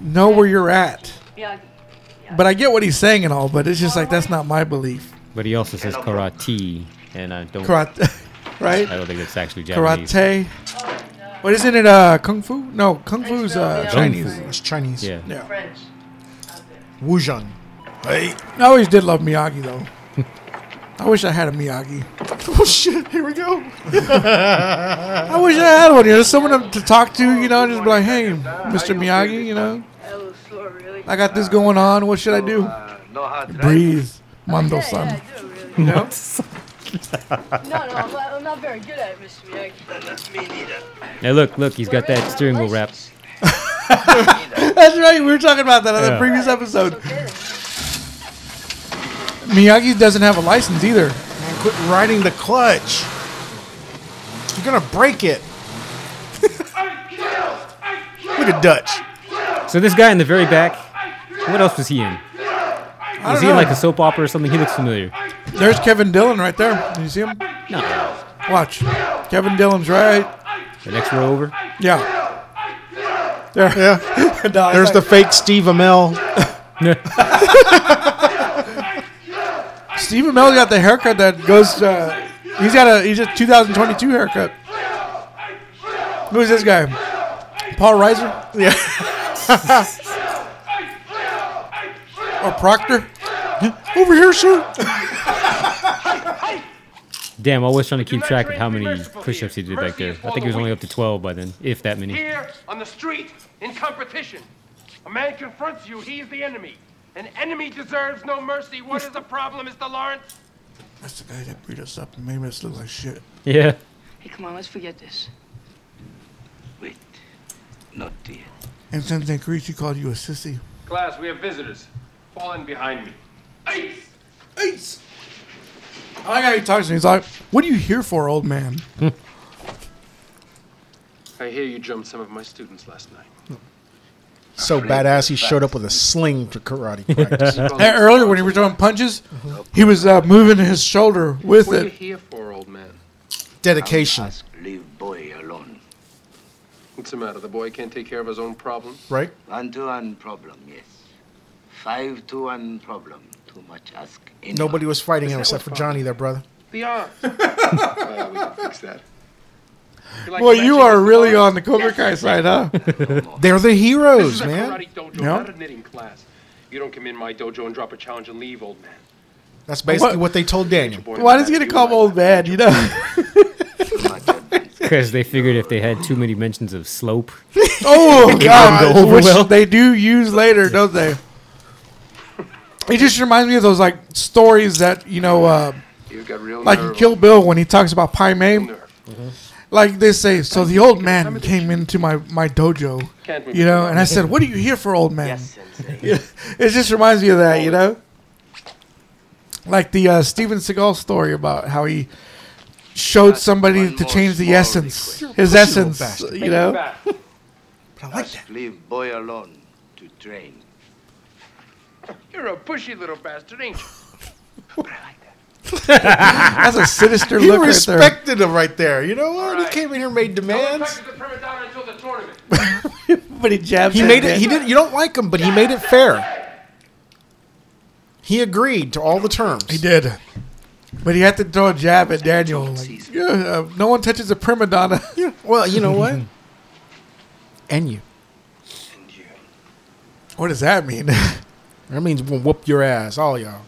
Speaker 2: know where you're at.
Speaker 8: Yeah.
Speaker 2: But I get what he's saying and all, but it's just like that's not my belief.
Speaker 3: But he also says karate, and I don't.
Speaker 2: Karate, *laughs* right?
Speaker 3: I don't think it's actually Japanese.
Speaker 2: Karate. What isn't it? Uh, kung fu? No, kung fu's uh,
Speaker 8: Kung
Speaker 2: Chinese.
Speaker 8: fu.
Speaker 4: It's Chinese.
Speaker 3: Yeah.
Speaker 2: Yeah.
Speaker 8: French.
Speaker 4: Wuzhan. Hey.
Speaker 2: I always did love Miyagi
Speaker 4: *laughs*
Speaker 2: though. I wish I had a Miyagi.
Speaker 4: Oh shit! Here we
Speaker 2: *laughs*
Speaker 4: go.
Speaker 2: I wish I had one. You know, someone to talk to. You know, just be like, hey, Mr. Miyagi. You know,
Speaker 8: That was slow, really.
Speaker 2: I got this going on. What should I do?
Speaker 7: Uh, know how to
Speaker 2: Breathe, Mondo
Speaker 8: yeah,
Speaker 2: san. *laughs*
Speaker 8: yeah, I do, really.
Speaker 2: You know?
Speaker 8: No, no, I'm not, I'm not very good at it, Mr. Miyagi.
Speaker 3: Now look, look, he's got that steering wheel wrap.
Speaker 2: That's right. We were talking about that on the
Speaker 3: Yeah.
Speaker 2: previous episode.
Speaker 8: Okay, then.
Speaker 2: Miyagi doesn't have a license either.
Speaker 4: Man, quit riding the clutch. You're gonna break it. *laughs* Look at Dutch.
Speaker 3: So this guy in the very back, what else was he in? Was
Speaker 2: don't
Speaker 3: he in
Speaker 2: know.
Speaker 3: like a soap opera or something? He looks familiar.
Speaker 2: There's Kevin Dillon right there. Do you see him?
Speaker 3: No.
Speaker 2: Watch. Kevin Dillon's right.
Speaker 3: The next row over.
Speaker 2: Yeah.
Speaker 4: Yeah.
Speaker 2: *laughs* No, it's
Speaker 4: There's the
Speaker 2: like
Speaker 4: fake Steve Amell.
Speaker 2: Steve Amell got the haircut that goes. Uh, he's got a he's a 2022 haircut. Who's this guy? Paul Reiser? *laughs* Yeah. or Oh, Proctor? *laughs*
Speaker 4: Over here, sir.
Speaker 3: Damn, I was trying to keep track of how many push-ups he did back there. I think he was only up to 12 by then, if
Speaker 2: *laughs*
Speaker 3: that many.
Speaker 9: Here on the street in competition, a man confronts you, he's the enemy. An enemy deserves no mercy. What is the problem, Mr. Lawrence?
Speaker 2: That's the guy that beat us up and made us look like shit.
Speaker 3: Yeah.
Speaker 8: Hey, come on, let's forget this.
Speaker 7: Wait. Not yet.
Speaker 2: And Sensei Creasy called you a sissy.
Speaker 9: Class, we have visitors. Fall in behind me. Ace!
Speaker 2: Ace. I like how he talks to me. He's like, "What are you here for, old man?"
Speaker 9: I hear you jumped some of my students last night.
Speaker 4: So badass, he showed up with a sling for karate practice.
Speaker 2: Hey, earlier when he was throwing punches, he was uh, moving his shoulder with
Speaker 9: What are you
Speaker 2: it.
Speaker 9: here for, old man?
Speaker 4: Dedication,
Speaker 7: Ask leave boy alone.
Speaker 9: What's the matter? The boy can't take care of his own problem?
Speaker 4: right?
Speaker 7: One to one problem, yes. Five to one problem. Too much ask. anyone.
Speaker 4: Nobody was fighting him except for Johnny, there, brother.
Speaker 9: The odds. well,
Speaker 2: *laughs*
Speaker 9: we can fix that. You like
Speaker 2: Well,
Speaker 9: matching
Speaker 2: you are
Speaker 9: us
Speaker 2: really
Speaker 9: tomorrow?
Speaker 2: on the Cobra Kai side, huh?
Speaker 4: They're the
Speaker 9: This
Speaker 4: heroes,
Speaker 9: is a
Speaker 4: man.
Speaker 9: karate dojo,
Speaker 2: Yeah.
Speaker 9: not a knitting class. You don't come in my dojo and drop a challenge and leave, old man.
Speaker 4: That's basically what they told Daniel.
Speaker 9: Boy,
Speaker 2: Why does he get to call him old man? You know?
Speaker 7: Too much advance.
Speaker 3: Because they figured if they had too many mentions of slope,
Speaker 2: Oh
Speaker 3: wouldn't
Speaker 2: God!
Speaker 3: go over
Speaker 2: Which
Speaker 3: well.
Speaker 2: they do use later, don't they? It just reminds me of those like stories that you know, uh,
Speaker 9: You got real
Speaker 2: like in
Speaker 9: nerve.
Speaker 2: Kill Bill when he talks about Pai Mei.
Speaker 9: Nerve.
Speaker 2: Like they say, so the old man came into my my dojo,
Speaker 9: Can't we-
Speaker 2: you know, and I said, "What are you here for, old man?"
Speaker 7: Yes,
Speaker 2: *laughs*
Speaker 7: sensei.
Speaker 2: It just reminds me of that, you know? Like the uh, Steven Seagal story about how he showed somebody
Speaker 7: one
Speaker 2: to
Speaker 7: more
Speaker 2: change the
Speaker 7: small
Speaker 2: essence,
Speaker 7: request.
Speaker 2: his
Speaker 4: pussy, little
Speaker 2: essence,
Speaker 4: bastard.
Speaker 2: you know?
Speaker 7: *laughs*
Speaker 9: Back.
Speaker 7: Ask leave boy alone to train.
Speaker 9: You're a pushy little bastard, ain't you? But I like that.
Speaker 2: That's a sinister
Speaker 4: He
Speaker 2: look right there.
Speaker 4: respected him right there. You know what? He
Speaker 9: Right.
Speaker 4: came in here, made
Speaker 9: No
Speaker 4: demands.
Speaker 9: respect to the prima donna until the tournament.
Speaker 2: But he jabs
Speaker 4: He
Speaker 2: at
Speaker 4: made
Speaker 2: him.
Speaker 4: it. He did. not You don't like him, but he made it fair. He agreed to all the terms.
Speaker 2: He did. But he had to throw a jab at Daniel. Like, yeah, uh, no one touches a prima donna. *laughs*
Speaker 4: Well, you know what? and you.
Speaker 9: And you.
Speaker 2: what does that mean? *laughs*
Speaker 4: That means we'll whoop your ass, all y'all.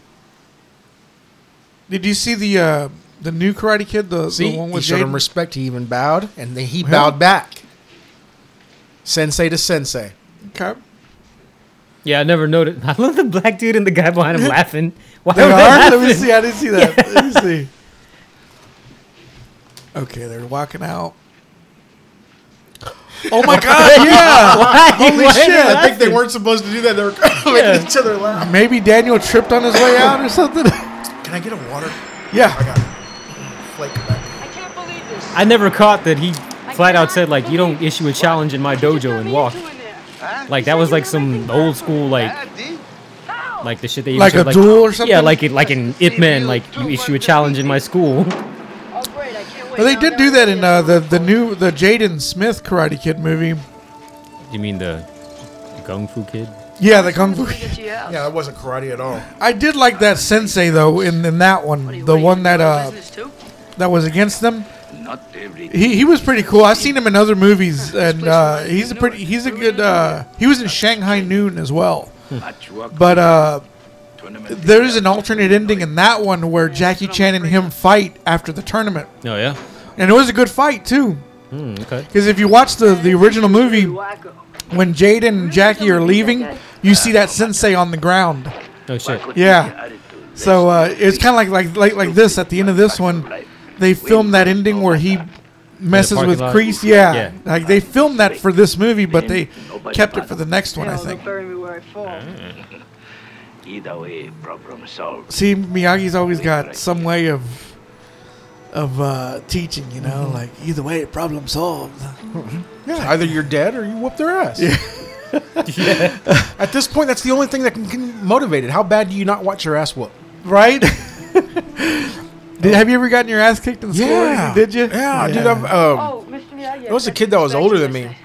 Speaker 2: did you see the uh, the new Karate Kid? The,
Speaker 4: See,
Speaker 2: the one
Speaker 4: he
Speaker 2: with
Speaker 4: showed him
Speaker 2: Jaden?
Speaker 4: respect. He even bowed, and then he bowed back. Sensei to sensei.
Speaker 2: Okay.
Speaker 3: yeah, I never noticed. *laughs* I love the black dude and the guy behind
Speaker 2: *laughs*
Speaker 3: him laughing. Why
Speaker 2: They
Speaker 3: are
Speaker 2: are?
Speaker 3: they
Speaker 2: Let me
Speaker 3: laughing?
Speaker 2: see. I didn't see that. Let me see. Okay, they're walking out. Oh *laughs* my god, yeah!
Speaker 3: Why? Why are they
Speaker 2: shit, I
Speaker 4: I think they
Speaker 3: laughing?
Speaker 4: weren't supposed to do that. They were *laughs* making each other laugh.
Speaker 2: Maybe Daniel tripped on his way out or something. *laughs*
Speaker 4: Can I get a water? I
Speaker 2: Yeah.
Speaker 4: got flake back.
Speaker 8: I can't believe this.
Speaker 3: I never caught that he
Speaker 5: I
Speaker 3: flat out
Speaker 5: cannot
Speaker 3: said like you don't
Speaker 5: believe
Speaker 3: issue a challenge in my
Speaker 5: What did you
Speaker 3: dojo
Speaker 5: throw
Speaker 3: and
Speaker 5: me
Speaker 3: walk.
Speaker 5: into in there?
Speaker 3: Like that was like some old school like
Speaker 5: How?
Speaker 3: like the shit they
Speaker 2: Like
Speaker 3: used to,
Speaker 2: a duel or
Speaker 3: Yeah,
Speaker 2: something?
Speaker 3: like it like in Ip Man like you issue a challenge in
Speaker 2: *laughs*
Speaker 3: my school.
Speaker 8: Oh, great. I can't wait.
Speaker 2: Well, they
Speaker 8: Now
Speaker 2: did
Speaker 8: I'll
Speaker 2: do
Speaker 8: never
Speaker 2: that
Speaker 8: see
Speaker 2: in
Speaker 8: it.
Speaker 2: uh, the the new the Jaden Smith Karate Kid movie.
Speaker 3: You mean the Kung Fu Kid?
Speaker 2: Yeah, the Kung Fu. *laughs*
Speaker 4: Yeah, that wasn't karate at all.
Speaker 2: I did like that sensei though in, in that one, the one that uh that was against them.
Speaker 7: Not every
Speaker 2: He he was pretty cool. I've seen him in other movies, and uh, he's a pretty he's a good. Uh, he was in Shanghai Noon as well,
Speaker 7: match work
Speaker 2: but uh,
Speaker 7: tournament.
Speaker 2: there's an alternate ending in that one where Jackie Chan and him fight after the tournament,
Speaker 3: Oh yeah.
Speaker 2: and it was a good fight too.
Speaker 3: Hmm, okay.
Speaker 2: Because if you watch the the original movie, when Jaden and Jackie are leaving, you see that sensei on the ground.
Speaker 3: Oh *laughs* shit.
Speaker 2: Yeah. So uh, it's kind of like, like like like this at the end of this one, they filmed that ending where he messes
Speaker 3: parking
Speaker 2: with
Speaker 3: lot.
Speaker 2: Crease. Yeah.
Speaker 3: Yeah.
Speaker 2: like they filmed that for this movie, but they kept it for the next one. I
Speaker 8: Hell, they'll
Speaker 2: think.
Speaker 8: bury me where I fall.
Speaker 7: Either way, problem solved.
Speaker 2: See, Miyagi's always got some way of of uh, teaching. You
Speaker 4: Mm-hmm.
Speaker 2: know, like either way, problem solved.
Speaker 4: Yeah, *laughs* either you're dead or you whoop their ass. *laughs* At this point, that's the only thing that can, can motivate it. How bad do you not watch your ass whoop? *laughs*
Speaker 2: Right? *laughs* Did, have you ever gotten your ass kicked in school? or anything, Did you?
Speaker 4: Yeah, dude. I've, um,
Speaker 8: Oh, Mr. Miyagi.
Speaker 4: there was a kid that was older than me.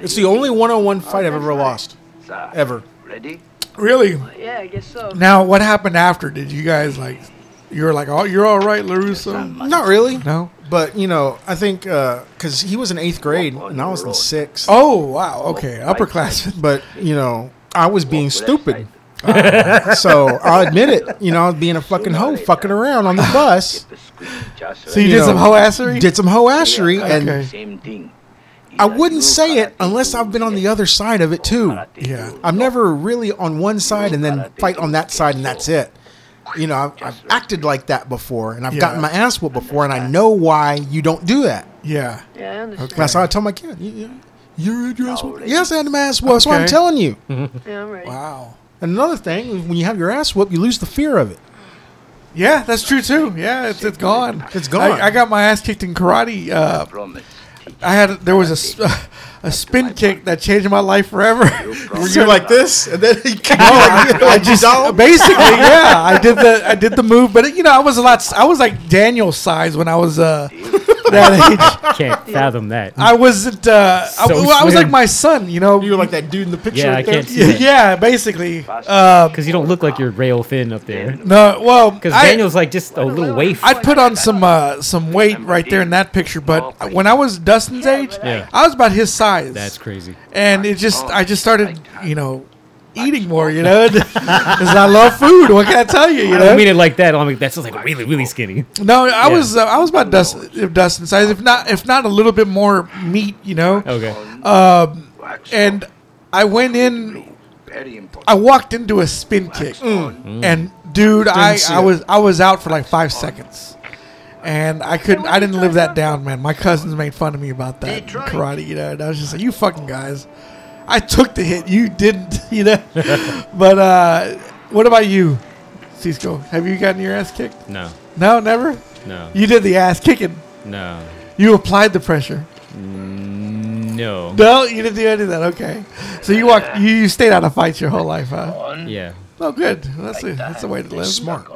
Speaker 4: It's the only one-on-one fight I've ever lost,
Speaker 7: Sir,
Speaker 4: ever.
Speaker 7: Ready?
Speaker 2: Really?
Speaker 8: Yeah, I guess so.
Speaker 2: Now, what happened after? Did you guys like? You were like, "Oh, you're all right, Larusso."
Speaker 4: Not really.
Speaker 2: No.
Speaker 4: But you know, I think because he was in eighth grade
Speaker 7: on
Speaker 4: and I
Speaker 7: the
Speaker 4: was in
Speaker 7: road.
Speaker 4: sixth.
Speaker 2: Oh wow, okay, upperclassmen.
Speaker 4: But you know, I was being
Speaker 7: that
Speaker 4: stupid. so I'll admit it. You know, I was being a fucking hoe, fucking around on the *laughs* bus.
Speaker 7: The squeaky just
Speaker 2: So you,
Speaker 7: right.
Speaker 2: did
Speaker 4: know,
Speaker 2: some hoassery.
Speaker 4: Did some hoassery, Oh, and
Speaker 2: Okay.
Speaker 7: Same thing.
Speaker 4: I
Speaker 7: Either
Speaker 4: wouldn't
Speaker 7: you
Speaker 4: say it
Speaker 7: karate
Speaker 4: unless
Speaker 7: do
Speaker 4: I've been on the
Speaker 7: yes,
Speaker 4: other side of it too.
Speaker 7: karate do
Speaker 2: Yeah.
Speaker 4: I'm
Speaker 7: no.
Speaker 4: never really on one side and then fight on that side and that's it. You know, I've, I've acted like that before and I've gotten
Speaker 2: Yeah.
Speaker 4: my ass whooped before and I know why you don't do that.
Speaker 2: yeah.
Speaker 8: Yeah, I understand.
Speaker 4: That's how I tell my kid. You, you, you had your ass whooped.
Speaker 7: Alright.
Speaker 4: Yes, I had my ass whooped. That's why I'm
Speaker 2: Okay.
Speaker 4: telling you.
Speaker 8: Yeah, I'm ready.
Speaker 2: Wow.
Speaker 4: And another thing, is when you have your ass whooped, you lose the fear of it.
Speaker 2: Yeah, that's true too. Yeah, it's, it's gone.
Speaker 4: It's gone.
Speaker 2: I, I got my ass kicked in karate. Uh,
Speaker 7: Promise.
Speaker 2: I had there was a s- a spin kick that changed my life forever.
Speaker 7: Were
Speaker 2: So-
Speaker 10: this, and then
Speaker 4: *laughs*
Speaker 10: he came
Speaker 2: I, I just
Speaker 3: *laughs*
Speaker 2: basically yeah I did the I did the move but you know I was a lot s- I was like Daniel size when I was uh that age *laughs*
Speaker 3: Can't fathom that.
Speaker 2: I wasn't uh I,
Speaker 3: So
Speaker 2: well, I was like
Speaker 3: slim.
Speaker 2: my son you know
Speaker 10: You were like that dude in the picture.
Speaker 3: Yeah, I
Speaker 10: right there.
Speaker 3: can't
Speaker 2: *laughs*
Speaker 3: see
Speaker 2: yeah,
Speaker 3: that.
Speaker 2: yeah, basically uh
Speaker 3: Because you don't look like you're rail thin up there.
Speaker 2: no well
Speaker 3: Because
Speaker 2: I-
Speaker 3: Daniel's like just a little waif.
Speaker 2: I'd put on some uh, some weight right there in that picture, but when I was Dustin's age,
Speaker 3: Yeah.
Speaker 2: I was about his size.
Speaker 3: That's crazy.
Speaker 2: and it just I just started you know eating more, you
Speaker 3: *laughs*
Speaker 2: know, *laughs* because I love food. What can I tell you? You
Speaker 3: I don't
Speaker 2: know,
Speaker 3: mean it like that. I'm like, that's just like really, really skinny.
Speaker 2: no, I was uh, I was about Dustin if Dustin's size, if not if not a little bit more meat, you know,
Speaker 3: Okay.
Speaker 2: and I went in
Speaker 7: Very important.
Speaker 2: I walked into a spin kick, and dude, I,
Speaker 4: Mm. see
Speaker 2: I
Speaker 4: it. Oh.
Speaker 2: was I was out for like five seconds, and I couldn't I didn't live that down, man. My cousins made fun of me about that in karate, you know. And I was just like, you fucking guys, I took the hit, you didn't, *laughs* you know. but uh, what about you, Cisco? Have you gotten your ass kicked?
Speaker 3: No,
Speaker 2: No, never.
Speaker 3: no,
Speaker 2: You did the ass kicking.
Speaker 3: no,
Speaker 2: You applied the pressure.
Speaker 3: no.
Speaker 2: No, you didn't do any of that. Okay, so you walked. You, you stayed out of fights your whole life, huh?
Speaker 3: Yeah.
Speaker 2: Oh, good. That's a, that's the way to live.
Speaker 4: Smart.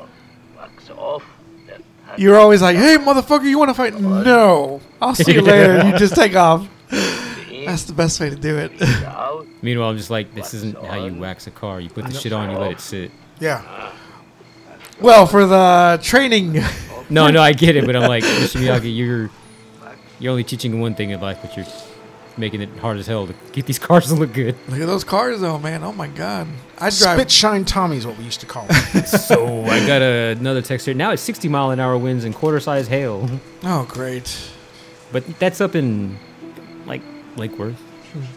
Speaker 7: Wax off. the hand.
Speaker 2: You're always like, hey, motherfucker, you want to fight? No. I'll see you later. You just take off. That's the best way to do it. *laughs*
Speaker 7: Out.
Speaker 3: Meanwhile, I'm just like, this isn't how you wax a car. You put the shit on, you let it sit.
Speaker 4: Yeah.
Speaker 2: well, for the training,
Speaker 3: No, no, I get it, but I'm like, *laughs* Mr. Miyagi, you're you're only teaching one thing in life, but you're making it hard as hell to get these *laughs* cars to look good.
Speaker 2: look at those cars, though, man. Oh, my God. I drive.
Speaker 4: Spit shine Tommy is what we used to call
Speaker 10: *laughs*
Speaker 4: him.
Speaker 3: So I got a, another text here. Now it's 60 mile an hour winds and quarter size hail,
Speaker 2: Oh, great.
Speaker 3: *laughs* but that's up in like Lake Worth.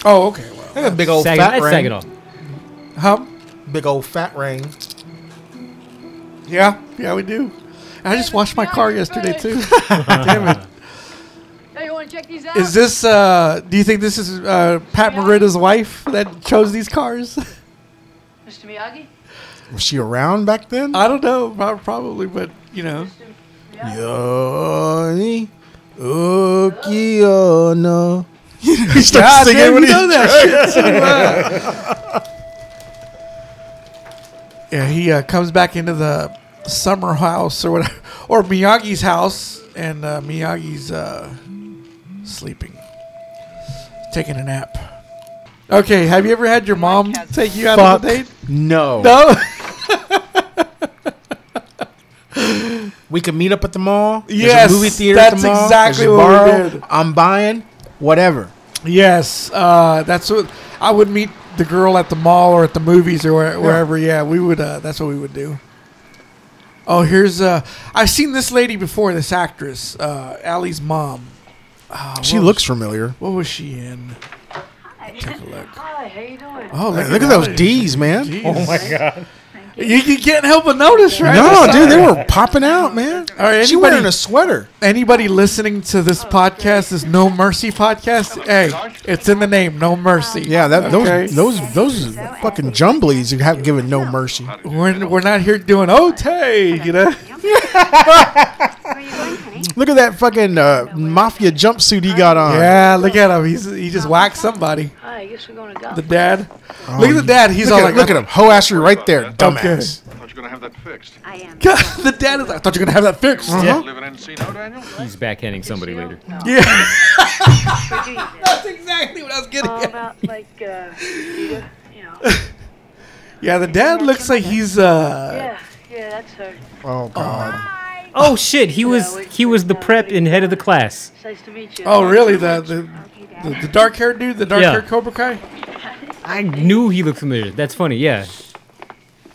Speaker 2: Oh, okay. Well,
Speaker 4: Had a big old
Speaker 3: Saginaw,
Speaker 4: fat
Speaker 3: that's
Speaker 4: ring.
Speaker 3: Saginaw.
Speaker 2: huh?
Speaker 4: Big old fat ring.
Speaker 2: Yeah. Yeah, we do. I just washed my car yesterday, too. *laughs* Damn it.
Speaker 8: Hey, you want to check these out?
Speaker 2: Is this, uh, do you think this is uh, Pat Morita's wife that chose these cars? *laughs*
Speaker 8: Mr. Miyagi?
Speaker 4: Was she around back then?
Speaker 2: I don't know. prob- Probably, but, you know.
Speaker 4: Yoni, Ukiono. he starts
Speaker 2: God
Speaker 4: singing
Speaker 2: damn,
Speaker 4: when
Speaker 2: you
Speaker 4: he's
Speaker 2: know
Speaker 4: *laughs*
Speaker 2: that shit too well. Yeah, he uh, comes back into the summer house or whatever, or Miyagi's house, and uh, Miyagi's uh, sleeping, taking a nap. Okay, have you ever had your mom take you out
Speaker 4: Fuck
Speaker 2: on a date?
Speaker 4: no.
Speaker 2: No.
Speaker 4: We could meet up at the mall. There's
Speaker 2: Yes,
Speaker 4: a movie theater at
Speaker 2: that's
Speaker 4: the mall.
Speaker 2: exactly
Speaker 4: There's a
Speaker 2: what we
Speaker 4: bar.
Speaker 2: did.
Speaker 4: I'm buying whatever.
Speaker 2: yes, uh, that's what I would meet the girl at the mall or at the movies or where, wherever. Yeah, we would. Uh, that's what we would do. Oh, here's uh, I've seen this lady before. This actress, uh, Allie's mom. Uh,
Speaker 4: She looks familiar.
Speaker 2: What was she in? Take a look.
Speaker 8: Hi, how you doing?
Speaker 2: Oh,
Speaker 4: *laughs* Hey, look at those D's, man.
Speaker 2: Oh my god. You, you can't help but notice, right?
Speaker 4: No,
Speaker 2: That's
Speaker 4: dude, they
Speaker 2: all right.
Speaker 4: were popping out, man.
Speaker 2: All right,
Speaker 4: she
Speaker 2: anybody-
Speaker 4: wearing a sweater.
Speaker 2: Anybody listening to this podcast, this No Mercy podcast, hey, it's in the name, No Mercy.
Speaker 4: Yeah, that
Speaker 2: Okay.
Speaker 4: those those those fucking jumblies you have given no mercy.
Speaker 2: We're, we're not here doing okay, you know.
Speaker 5: Where are you going, honey?
Speaker 4: Look at that fucking uh, mafia jumpsuit he got on.
Speaker 2: Yeah, look at him. He's he just whacked somebody.
Speaker 8: Hi, I guess we're going to golf.
Speaker 2: The dad. look at the dad. He's
Speaker 4: Oh, Look,
Speaker 2: all
Speaker 4: at,
Speaker 2: like,
Speaker 4: look at him, hoe assery right there,
Speaker 2: Okay.
Speaker 4: dumbass.
Speaker 9: Thought you were gonna have that fixed.
Speaker 5: I
Speaker 2: *laughs*
Speaker 5: am.
Speaker 2: the dad is like, I thought you were gonna have that fixed.
Speaker 4: Uh-huh.
Speaker 9: Living Live in Encino, Daniel?
Speaker 3: He's backhanding somebody later.
Speaker 2: Yeah,
Speaker 5: We're doing this.
Speaker 2: that's exactly what I was getting.
Speaker 8: All
Speaker 2: at.
Speaker 8: about, like, uh, you know.
Speaker 2: *laughs* Yeah, the dad looks like he's uh.
Speaker 8: Yeah, yeah, that's her.
Speaker 4: Oh god,
Speaker 3: Oh shit, he was he was the prep and head of the class.
Speaker 8: It's nice to meet you.
Speaker 2: Oh really? The the the, the dark haired dude, the dark
Speaker 3: Yeah.
Speaker 2: haired Cobra Kai.
Speaker 3: I knew he looked familiar. That's funny, yeah.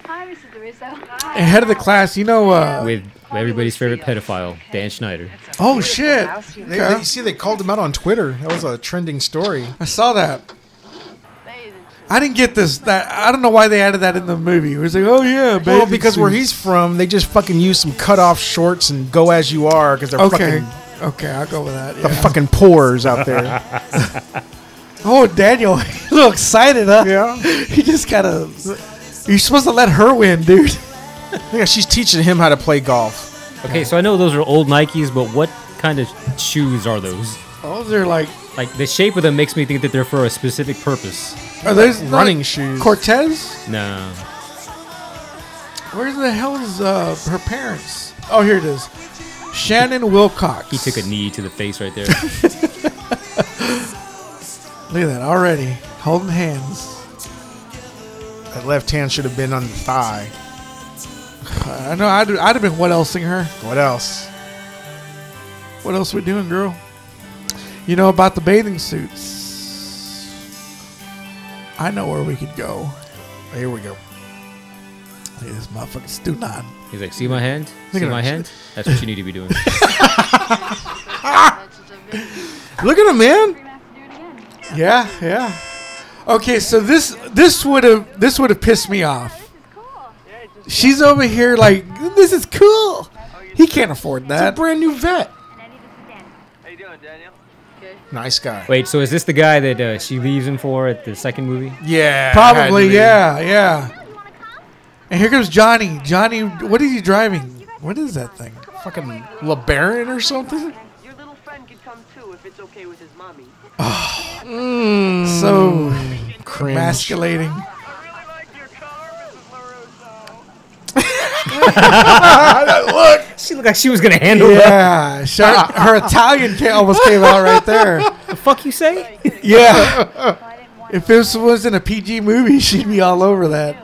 Speaker 5: Hi, Mr. DeRizzo.
Speaker 2: And head of the class, you know. uh
Speaker 3: With everybody's favorite pedophile, Dan Schneider.
Speaker 2: Oh shit!
Speaker 4: they, they, you see, they called him out on Twitter. That was a trending story.
Speaker 2: I saw that. I didn't get this. That I don't know why they added that in the movie. It was like, oh yeah, baby.
Speaker 4: Well, because where he's from, they just fucking use some cut off shorts and go as you are because they're
Speaker 2: Okay.
Speaker 4: fucking
Speaker 2: Okay, I'll go with that.
Speaker 4: the
Speaker 2: yeah.
Speaker 4: fucking pores out
Speaker 2: *laughs*
Speaker 4: there.
Speaker 2: *laughs* Oh, Daniel, he's a little excited, huh?
Speaker 4: Yeah.
Speaker 2: He just got a You're supposed to let her win, dude.
Speaker 4: Yeah, she's teaching him how to play golf.
Speaker 3: Okay, so I know those are old Nikes, but what kind of shoes are those?
Speaker 2: Oh, they're like,
Speaker 3: Like the shape of them makes me think that they're for a specific purpose.
Speaker 2: are those like
Speaker 4: running shoes.
Speaker 2: Cortez?
Speaker 3: No.
Speaker 2: Where the hell is uh, her parents? Oh, here it is. Shannon Wilcox.
Speaker 3: He took a knee to the face right *laughs* there.
Speaker 2: Look at that already holding hands.
Speaker 4: That left hand should have been on the thigh.
Speaker 2: I know. I'd, I'd have been what elsing her.
Speaker 4: What else?
Speaker 2: What else we doing, girl? You know about the bathing suits. I know where we could go.
Speaker 4: Here we go.
Speaker 2: Look at this motherfucking Stu Nod.
Speaker 3: He's like, see my hand? See
Speaker 2: at
Speaker 3: my
Speaker 2: him.
Speaker 3: hand? That's what you need to be *laughs* doing.
Speaker 4: Look at him, man.
Speaker 2: Yeah, yeah. Okay, so this this would have this would have pissed me off. She's over here like this is cool.
Speaker 4: Oh,
Speaker 2: He can't afford that.
Speaker 4: Brand new vet.
Speaker 9: How you doing, Daniel?
Speaker 4: Nice guy.
Speaker 3: Wait, so is this the guy that uh, she leaves him for at the second movie?
Speaker 4: Yeah.
Speaker 2: Probably, yeah, yeah. And here comes Johnny. Johnny, what is he driving? What is that thing?
Speaker 4: Fucking LeBaron or something.
Speaker 6: Your little friend could come too if it's okay with his mommy.
Speaker 2: Mm, So
Speaker 4: Cringe.
Speaker 2: emasculating.
Speaker 6: Really like your color, Mrs. LaRusso.
Speaker 3: She looked like she was gonna handle that.
Speaker 2: Yeah, she- *laughs* her Italian ca- almost came out right there.
Speaker 3: The fuck you say?
Speaker 2: *laughs* Yeah. If this wasn't a PG movie, *laughs* she'd be all over
Speaker 3: *laughs*
Speaker 2: that.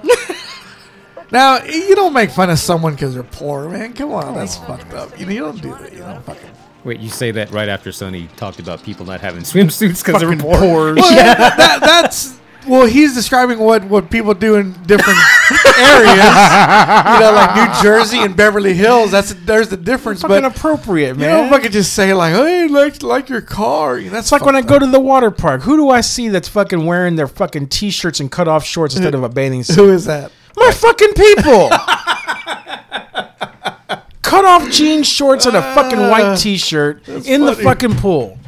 Speaker 2: now, you don't make fun of someone because they're poor, man. Come on, that's
Speaker 3: Oh,
Speaker 2: fucked up. You, you don't do that. You don't
Speaker 3: *laughs*
Speaker 2: fucking.
Speaker 3: Wait, you say that right after Sonny talked about people not having swimsuits because they're poor.
Speaker 2: Well, that, that's. Well, he's describing what, what people do in
Speaker 3: *laughs*
Speaker 2: different areas. You know, like New Jersey and Beverly Hills. That's there's the difference.
Speaker 4: Fucking
Speaker 2: But
Speaker 4: appropriate,
Speaker 2: you
Speaker 4: man.
Speaker 2: don't fucking just say like, "Hey, like like your car." That's
Speaker 4: It's like when I go to the water park. Who do I see that's fucking wearing their fucking t-shirts and cut off shorts instead of a bathing suit?
Speaker 2: Who is that?
Speaker 4: My
Speaker 2: *laughs*
Speaker 4: fucking people. cut off jean shorts and a fucking
Speaker 2: Uh.
Speaker 4: white t-shirt in the
Speaker 2: funny.
Speaker 4: fucking pool.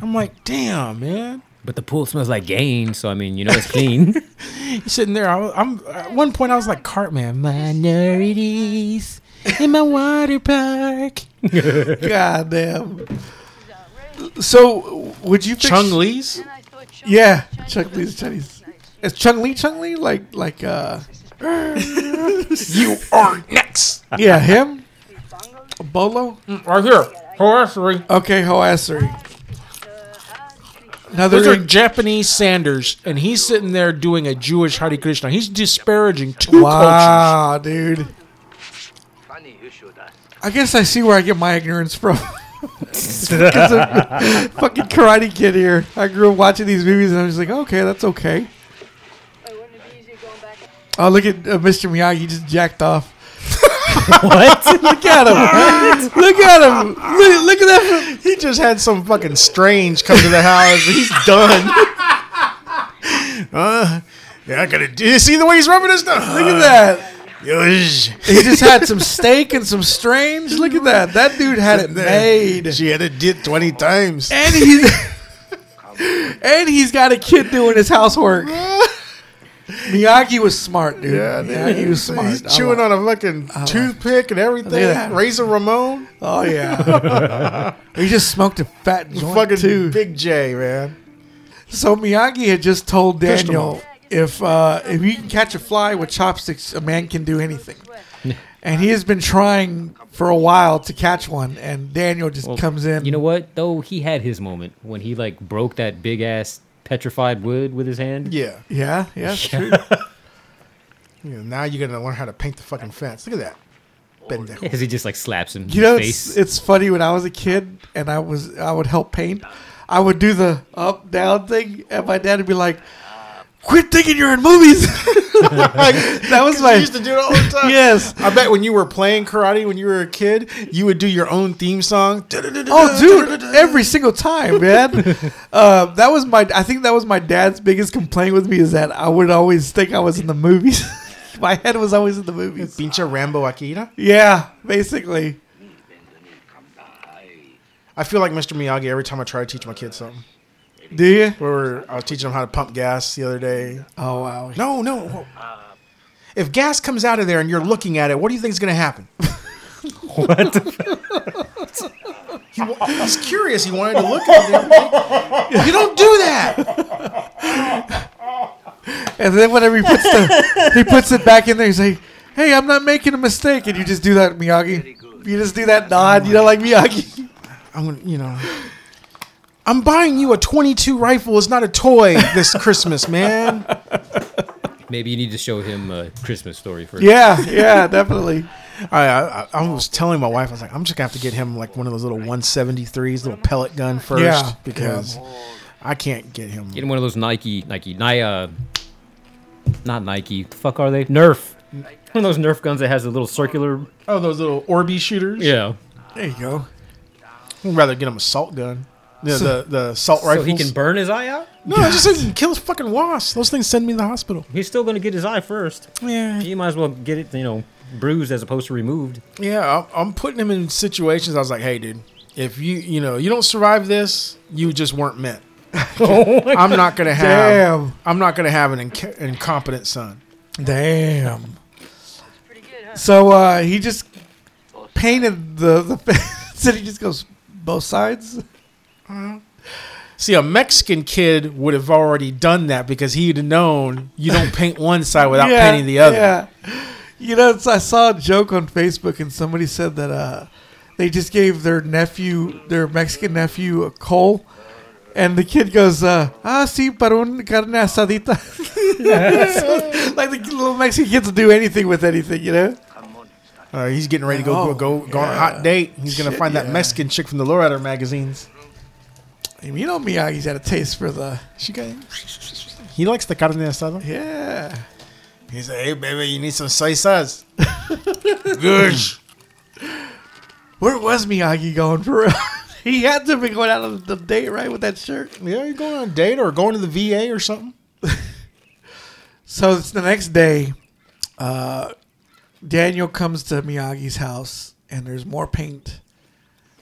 Speaker 4: I'm like, damn, man.
Speaker 3: But the pool smells like gain, so I mean, you know
Speaker 2: *laughs*
Speaker 3: it's clean.
Speaker 4: He's sitting there. I, am at one point I was like, Cartman, minorities in my
Speaker 2: *laughs*
Speaker 4: water park.
Speaker 2: God damn. So, would you fix-
Speaker 4: Chung Lee's.
Speaker 2: Yeah, Chung Lee's Chinese. Is Chung Lee Chung Lee like like
Speaker 4: *laughs*
Speaker 2: uh?
Speaker 4: You are next.
Speaker 2: Yeah, him. Bolo.
Speaker 4: Right here. Horacery.
Speaker 2: Okay, Hoassery.
Speaker 4: Those are
Speaker 2: Another
Speaker 4: Japanese Sanders, and he's sitting there doing a Jewish Hare Krishna. He's disparaging two cultures.
Speaker 2: wow, Ah, dude.
Speaker 7: Funny you should ask.
Speaker 2: I guess I see where I get my ignorance from. *laughs* Because of fucking Karate Kid here. I grew up watching these movies, and I was like, okay, that's okay. Oh, look at uh, Mr. Miyagi just jacked off.
Speaker 3: what?
Speaker 2: *laughs* Look at him! look at him! Look, look at that!
Speaker 4: He just had some fucking strange come to the house. He's *laughs* done. uh, yeah, I gotta do. See the way he's rubbing his nose.
Speaker 2: Look at that!
Speaker 4: that.
Speaker 2: He just had some steak and some strange. Look at that. That dude had it made.
Speaker 4: She had to do it twenty times.
Speaker 2: And he's *laughs* And he's got a kid doing his housework. Miyagi was smart, dude. Yeah, Miyagi was smart.
Speaker 4: He's
Speaker 2: I
Speaker 4: chewing
Speaker 2: love-
Speaker 4: on a fucking toothpick
Speaker 2: Look at
Speaker 4: and everything.
Speaker 2: that.
Speaker 4: Razor Ramon,
Speaker 2: Oh yeah.
Speaker 4: *laughs*
Speaker 2: he just smoked a fat joint
Speaker 4: fucking
Speaker 2: too.
Speaker 4: Big J, man.
Speaker 2: So Miyagi had just told
Speaker 4: Pissed him
Speaker 2: Daniel
Speaker 4: off.
Speaker 2: if uh, if you can catch a fly with chopsticks, a man can do
Speaker 3: *laughs*
Speaker 2: anything. And he has been trying for a while to catch one, and Daniel just comes in.
Speaker 3: You know what? Though he had his moment when he like broke that big ass petrified wood with his hand.
Speaker 4: Yeah.
Speaker 2: Yeah,
Speaker 3: *laughs*
Speaker 2: yeah, it's true.
Speaker 4: You know, now you're gonna learn how to paint the fucking fence. Look at that. Pendejo.
Speaker 3: Because he just like slaps him.
Speaker 2: You
Speaker 3: in
Speaker 2: know,
Speaker 3: the
Speaker 2: it's,
Speaker 3: face.
Speaker 2: it's funny when I was a kid and I was I would help paint. I would do the up down thing, and my dad would be like, "Quit thinking you're in movies." *laughs* that
Speaker 4: *laughs*
Speaker 2: was
Speaker 4: I
Speaker 2: my
Speaker 4: used to do it all the time.
Speaker 2: yes.
Speaker 4: I bet when you were playing karate when you were a kid, you would do your own theme song.
Speaker 2: Oh, dude!
Speaker 4: *laughs*
Speaker 2: Every single time, man. Uh, that was my. I think that was my dad's biggest complaint with me is that I would always think I was in the movies. *laughs* my head was always in the
Speaker 4: *laughs*
Speaker 2: movies.
Speaker 4: Pinche Rambo Akira.
Speaker 2: Yeah, basically.
Speaker 4: I feel like Mr. Miyagi every time I try to teach my kids something.
Speaker 2: Do you?
Speaker 4: We were, I was teaching them how to pump gas the other day.
Speaker 2: Oh wow.
Speaker 4: No, no. If gas comes out of there and you're looking at it, what do you think is going
Speaker 2: *laughs*
Speaker 4: to happen?
Speaker 10: He, wa- he's curious. He wanted to look at it.
Speaker 4: You don't do that.
Speaker 2: And then whenever he puts the, he puts it back in there, he's like, "Hey, I'm not making a mistake." And you just do that, Miyagi. You just do that nod. You know, like Miyagi.
Speaker 4: I'm going to, you know. I'm buying you a 22 rifle. It's not a toy this Christmas, man.
Speaker 3: Maybe you need to show him a Christmas story first.
Speaker 2: Yeah, yeah, definitely.
Speaker 4: I, I, I was telling my wife, I was like, I'm just gonna have to get him like one of those little 173s, little pellet gun first,
Speaker 2: Yeah.
Speaker 4: because I can't get him.
Speaker 3: Get him one of those Nike, Nike, Ni- uh, not Nike. The fuck are they? Nerf. One of those Nerf guns that has a little circular.
Speaker 10: Oh, those little Orby shooters.
Speaker 3: Yeah.
Speaker 2: There you go.
Speaker 4: I'd rather get him a salt gun, the the, the salt
Speaker 3: So
Speaker 4: rifles.
Speaker 3: he can burn his eye out.
Speaker 4: no, I just so he can kill his fucking wasps. Those things send me to the hospital.
Speaker 3: He's still gonna get his eye first.
Speaker 4: Yeah,
Speaker 3: He might as well get it, you know, bruised as opposed to removed.
Speaker 4: yeah. I'm, I'm putting him in situations. I was like, hey, dude, if you you know you don't survive this, you just weren't *laughs* meant. I'm not gonna have.
Speaker 2: Damn.
Speaker 4: I'm not gonna have an inc- incompetent son.
Speaker 2: Damn.
Speaker 6: Pretty good, huh?
Speaker 2: So uh, he just painted the the *laughs* fence, and he just goes both sides.
Speaker 4: See, a Mexican kid would have already done that because he'd have known you don't paint one side without painting the other.
Speaker 2: Yeah. You know, it's- I saw a joke on Facebook, and somebody said that uh, they just gave their nephew, their Mexican nephew, a coal. And the kid goes, uh, ah, sí, para un carne asadita. *laughs* So, like the little Mexican kids will do anything with anything, you know?
Speaker 4: Uh, he's getting ready to go
Speaker 2: Oh,
Speaker 4: go, go, go on a hot date. He's gonna
Speaker 2: Shit,
Speaker 4: find that
Speaker 2: yeah.
Speaker 4: Mexican chick from the Lowrider magazines.
Speaker 2: And you know Miyagi's had a taste for the,
Speaker 4: She got. He likes the carne asada.
Speaker 2: yeah.
Speaker 4: He said, "Hey, baby, you need some soy *laughs* sauce." Good.
Speaker 2: Where was Miyagi going for real? *laughs* he had to be going out on the date, right, with that shirt?
Speaker 4: Yeah, you're going on a date or going to the VA or something.
Speaker 2: So it's the next day. Uh, Daniel comes to Miyagi's house, and there's more paint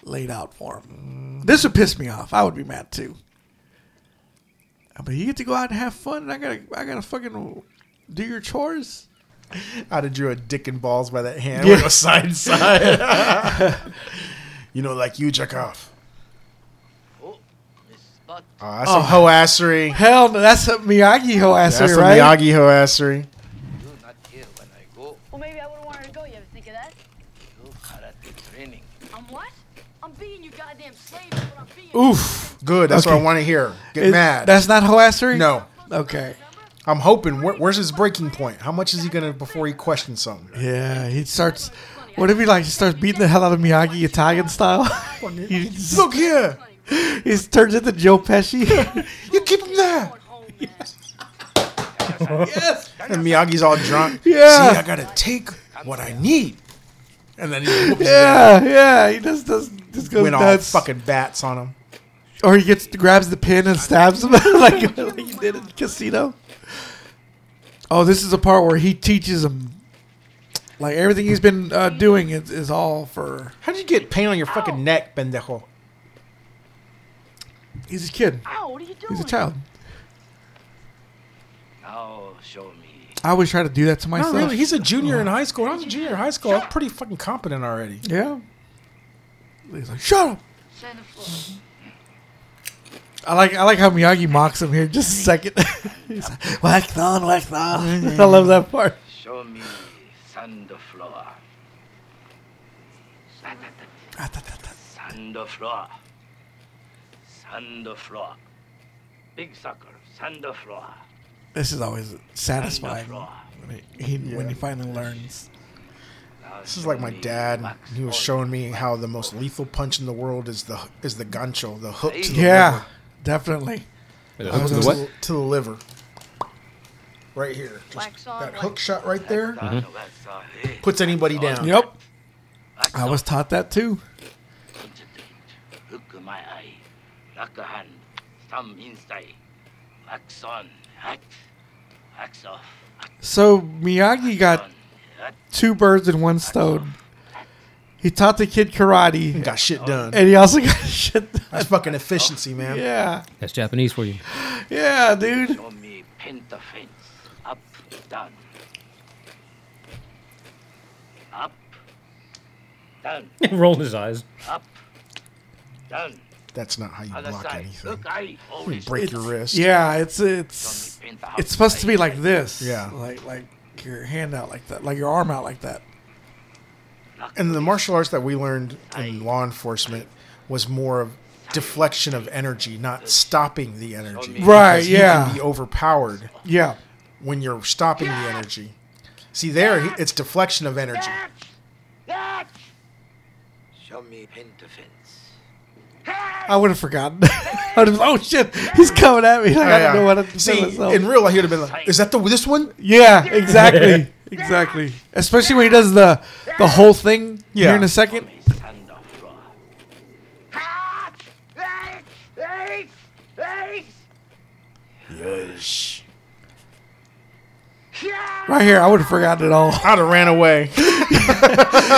Speaker 2: laid out for him. This would piss me off. I would be mad too. Uh, But you get to go out and have fun, and I gotta, I gotta fucking do your chores.
Speaker 4: I'd have drew a dick and balls by that hand.
Speaker 2: Yeah.
Speaker 4: We'll go
Speaker 2: *laughs*
Speaker 4: side to side. you know, like you jerk off.
Speaker 7: Oh,
Speaker 4: Ah,
Speaker 2: Oh.
Speaker 4: that's some hoassery.
Speaker 2: Hell, no, that's a Miyagi hoassery,
Speaker 4: That's some
Speaker 2: right?
Speaker 4: Miyagi hoassery.
Speaker 8: Well, maybe I wouldn't want her to go. You ever think of that?
Speaker 5: I'm what? I'm being your goddamn slave. is what I'm being.
Speaker 2: Oof,
Speaker 4: Good. That's what
Speaker 2: Okay.
Speaker 4: I want to hear. Get
Speaker 2: Is-
Speaker 4: mad.
Speaker 2: That's not hoassery.
Speaker 4: no.
Speaker 2: Okay.
Speaker 4: I'm hoping. Where, where's his breaking point? How much is he gonna before he questions something?
Speaker 2: Yeah, he starts. What if he like starts beating the hell out of Miyagi Italian style? *laughs* he just,
Speaker 4: Look here.
Speaker 2: he just turns into Joe
Speaker 4: *laughs*
Speaker 2: Pesci.
Speaker 4: You keep him there.
Speaker 5: Home,
Speaker 4: And Miyagi's all drunk.
Speaker 2: *laughs* Yeah.
Speaker 4: See, I gotta take what I need. And then he whoops his ass.
Speaker 2: Yeah, yeah. He just does just goes
Speaker 4: went all
Speaker 2: nuts.
Speaker 4: fucking bats on him.
Speaker 2: or he gets grabs the pin and stabs him *laughs* like, like he did in Casino. Oh, this is a part where he teaches him. Like everything he's been uh, doing is, is all for.
Speaker 4: How would you get pain on your fucking neck, pendejo?
Speaker 2: He's a kid.
Speaker 8: Ow, what are you doing?
Speaker 2: He's a child.
Speaker 7: Now show me.
Speaker 2: I always try to do that to
Speaker 4: Not
Speaker 2: myself.
Speaker 4: really. He's a junior in high school. When I was a junior in high school, I was pretty fucking competent already.
Speaker 2: yeah. He's like, shut up.
Speaker 5: Stay on the floor.
Speaker 2: I like I like how Miyagi mocks him here. Just a second. *laughs* He's like, wax on, wax on. I love that part.
Speaker 7: Show me Sandofloa. Sandofloa. Sandofloa. Big sucker. Sandofloa.
Speaker 2: This is always satisfying
Speaker 7: Sandofloa.
Speaker 2: when he, he- when he finally learns.
Speaker 4: This is like my dad. He was showing me how the most lethal punch in the world is the is the gancho, the hook to the
Speaker 2: Yeah, definitely.
Speaker 4: liver.
Speaker 3: The what?
Speaker 4: To the liver. Right here. Just
Speaker 8: Wax on,
Speaker 4: that
Speaker 8: wax
Speaker 4: hook shot right there
Speaker 2: Mm-hmm.
Speaker 4: puts anybody down.
Speaker 2: Yep, I was taught that too.
Speaker 7: Concentrate. Look at my eye. Lock a hand. Thumb inside. Wax on. Hat. Wax off.
Speaker 2: So Miyagi got
Speaker 7: On. Hat.
Speaker 2: two birds in one stone. He taught the kid karate,
Speaker 4: Got shit done.
Speaker 2: and he also got *laughs* shit. done.
Speaker 4: That's fucking efficiency, man.
Speaker 2: Yeah,
Speaker 3: That's Japanese for you.
Speaker 2: *laughs* yeah, dude.
Speaker 7: Show me pentafence. Up. Down. Up. Down.
Speaker 3: Rolling his eyes.
Speaker 7: Up. Down.
Speaker 4: That's not how you
Speaker 7: Other
Speaker 4: block
Speaker 7: side.
Speaker 4: anything.
Speaker 7: Look, I
Speaker 4: You
Speaker 7: always
Speaker 4: break your wrist.
Speaker 2: Yeah, it's it's it's supposed to be like this.
Speaker 4: Yeah.
Speaker 2: like like your hand out like that, like your arm out like that.
Speaker 4: And the martial arts that we learned in law enforcement was more of deflection of energy, not stopping the
Speaker 7: Oh,
Speaker 4: energy.
Speaker 2: Right,
Speaker 4: Because you
Speaker 2: yeah.
Speaker 4: can be overpowered
Speaker 2: Yeah,
Speaker 4: when you're stopping the energy. See, there he- it's deflection of energy.
Speaker 7: Show me pin to fence.
Speaker 2: I would have forgotten. *laughs* I'd have, oh shit, he's coming at me. *laughs* I
Speaker 4: Oh, Yeah.
Speaker 2: don't know what to
Speaker 4: See,
Speaker 2: do myself.
Speaker 4: in real life, he'd have been like, "Is that the this one?" *laughs*
Speaker 2: yeah, exactly, exactly. Especially when he does the the whole thing
Speaker 4: Yeah.
Speaker 2: here in a second.
Speaker 7: Hand off, Roy.
Speaker 2: Right here, I would have forgotten it
Speaker 4: *laughs*
Speaker 2: all.
Speaker 4: I'd have ran away.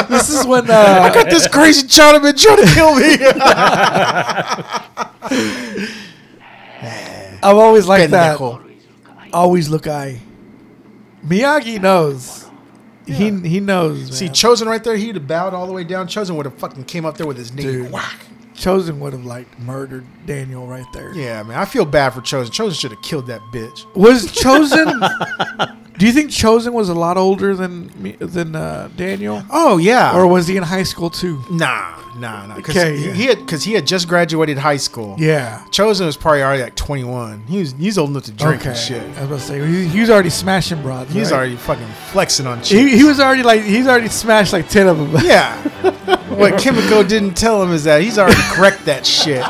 Speaker 2: This is when uh,
Speaker 4: Got this crazy Chinaman trying to kill me.
Speaker 2: I've always liked that.
Speaker 4: Pendejo.
Speaker 2: Always look I. Miyagi knows. He he knows.
Speaker 4: See,
Speaker 2: man.
Speaker 4: Chosen right there, he'd have bowed all the way down. Chosen would have fucking came up there with his knee.
Speaker 2: Dude.
Speaker 4: Whack.
Speaker 2: Chosen would have like murdered Daniel right there.
Speaker 4: Yeah, man, I feel bad for Chosen. Chosen should have killed that bitch.
Speaker 2: Was
Speaker 4: *laughs*
Speaker 2: Chosen? do you think Chosen was a lot older than me- than uh, Daniel,
Speaker 4: Oh yeah.
Speaker 2: or was he in high school too?
Speaker 4: Nah, nah, nah. Because
Speaker 2: Okay,
Speaker 4: he,
Speaker 2: yeah.
Speaker 4: he had because he had just graduated high school.
Speaker 2: Yeah.
Speaker 4: Chosen was probably already like 21. He was he's old enough to drink
Speaker 2: Okay.
Speaker 4: and shit.
Speaker 2: I was about to say he, he was already smashing broads.
Speaker 4: He's
Speaker 2: right?
Speaker 4: already fucking flexing on chicks.
Speaker 2: He, he was already like he's already smashed like ten of them.
Speaker 4: *laughs* yeah. what Kimiko didn't tell him is that he's already correct that shit.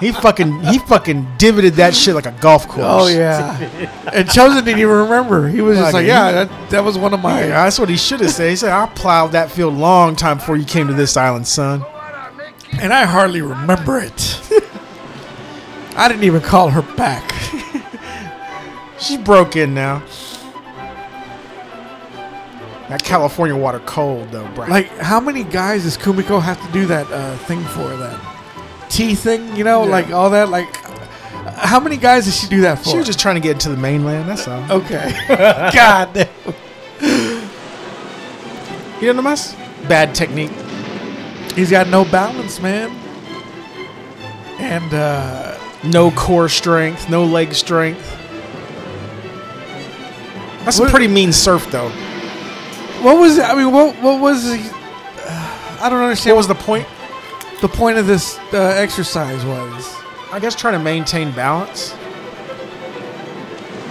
Speaker 4: He fucking he fucking divoted that shit like a golf
Speaker 2: *laughs*
Speaker 4: course.
Speaker 2: Oh
Speaker 4: *laughs*
Speaker 2: yeah, and Chosen didn't even remember. He was just like,
Speaker 4: Fucking-
Speaker 2: yeah, that, that was one of my.
Speaker 4: Yeah, that's what he should have said. He said, "I plowed that field long time before you came to this island, son."
Speaker 2: and I hardly remember
Speaker 4: *laughs*
Speaker 2: it. I didn't even call her back.
Speaker 4: She broke in now. That California water cold though, bro.
Speaker 2: Like, how many guys does Kumiko have to do that uh, thing for? That tea thing, you know, like all that. Like, uh, how many guys does she do that for?
Speaker 4: She was just trying to get into the mainland. That's all.
Speaker 2: okay. *laughs* God, damn.
Speaker 4: You know the mess? Bad technique.
Speaker 2: he's got no balance, man. And uh,
Speaker 4: No core strength. No leg strength. That's some
Speaker 2: What-
Speaker 4: pretty mean surf though.
Speaker 2: what was? I mean, what what was? the- uh, I don't understand
Speaker 4: What was the point?
Speaker 2: what the point of this uh, exercise was.
Speaker 4: I guess trying to maintain balance.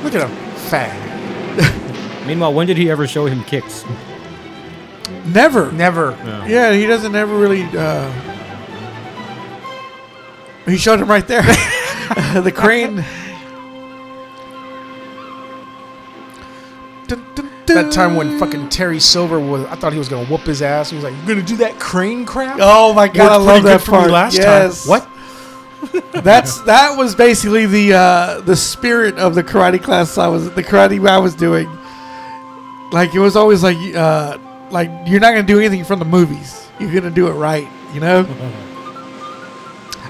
Speaker 4: Look at him, fag.
Speaker 3: Meanwhile, when did he ever show him kicks?
Speaker 2: Never.
Speaker 4: Never.
Speaker 2: Yeah, he doesn't ever really. Uh, he showed him right there, *laughs* the crane. Dun, dun,
Speaker 4: That
Speaker 2: dun.
Speaker 4: time when fucking Terry Silver was, I thought he was gonna whoop his ass. He was like, "You gonna do that crane crap?"
Speaker 2: Oh my god, I
Speaker 4: Worked
Speaker 2: love
Speaker 4: pretty
Speaker 2: that
Speaker 4: good for me
Speaker 2: part.
Speaker 4: Last
Speaker 2: yes.
Speaker 4: time,
Speaker 2: *laughs*
Speaker 4: what?
Speaker 2: That's that was basically the uh, the spirit of the karate class I was the karate I was doing. Like it was always like uh, like you're not gonna do anything from the movies. You're gonna do it right, you
Speaker 3: *laughs*
Speaker 2: know.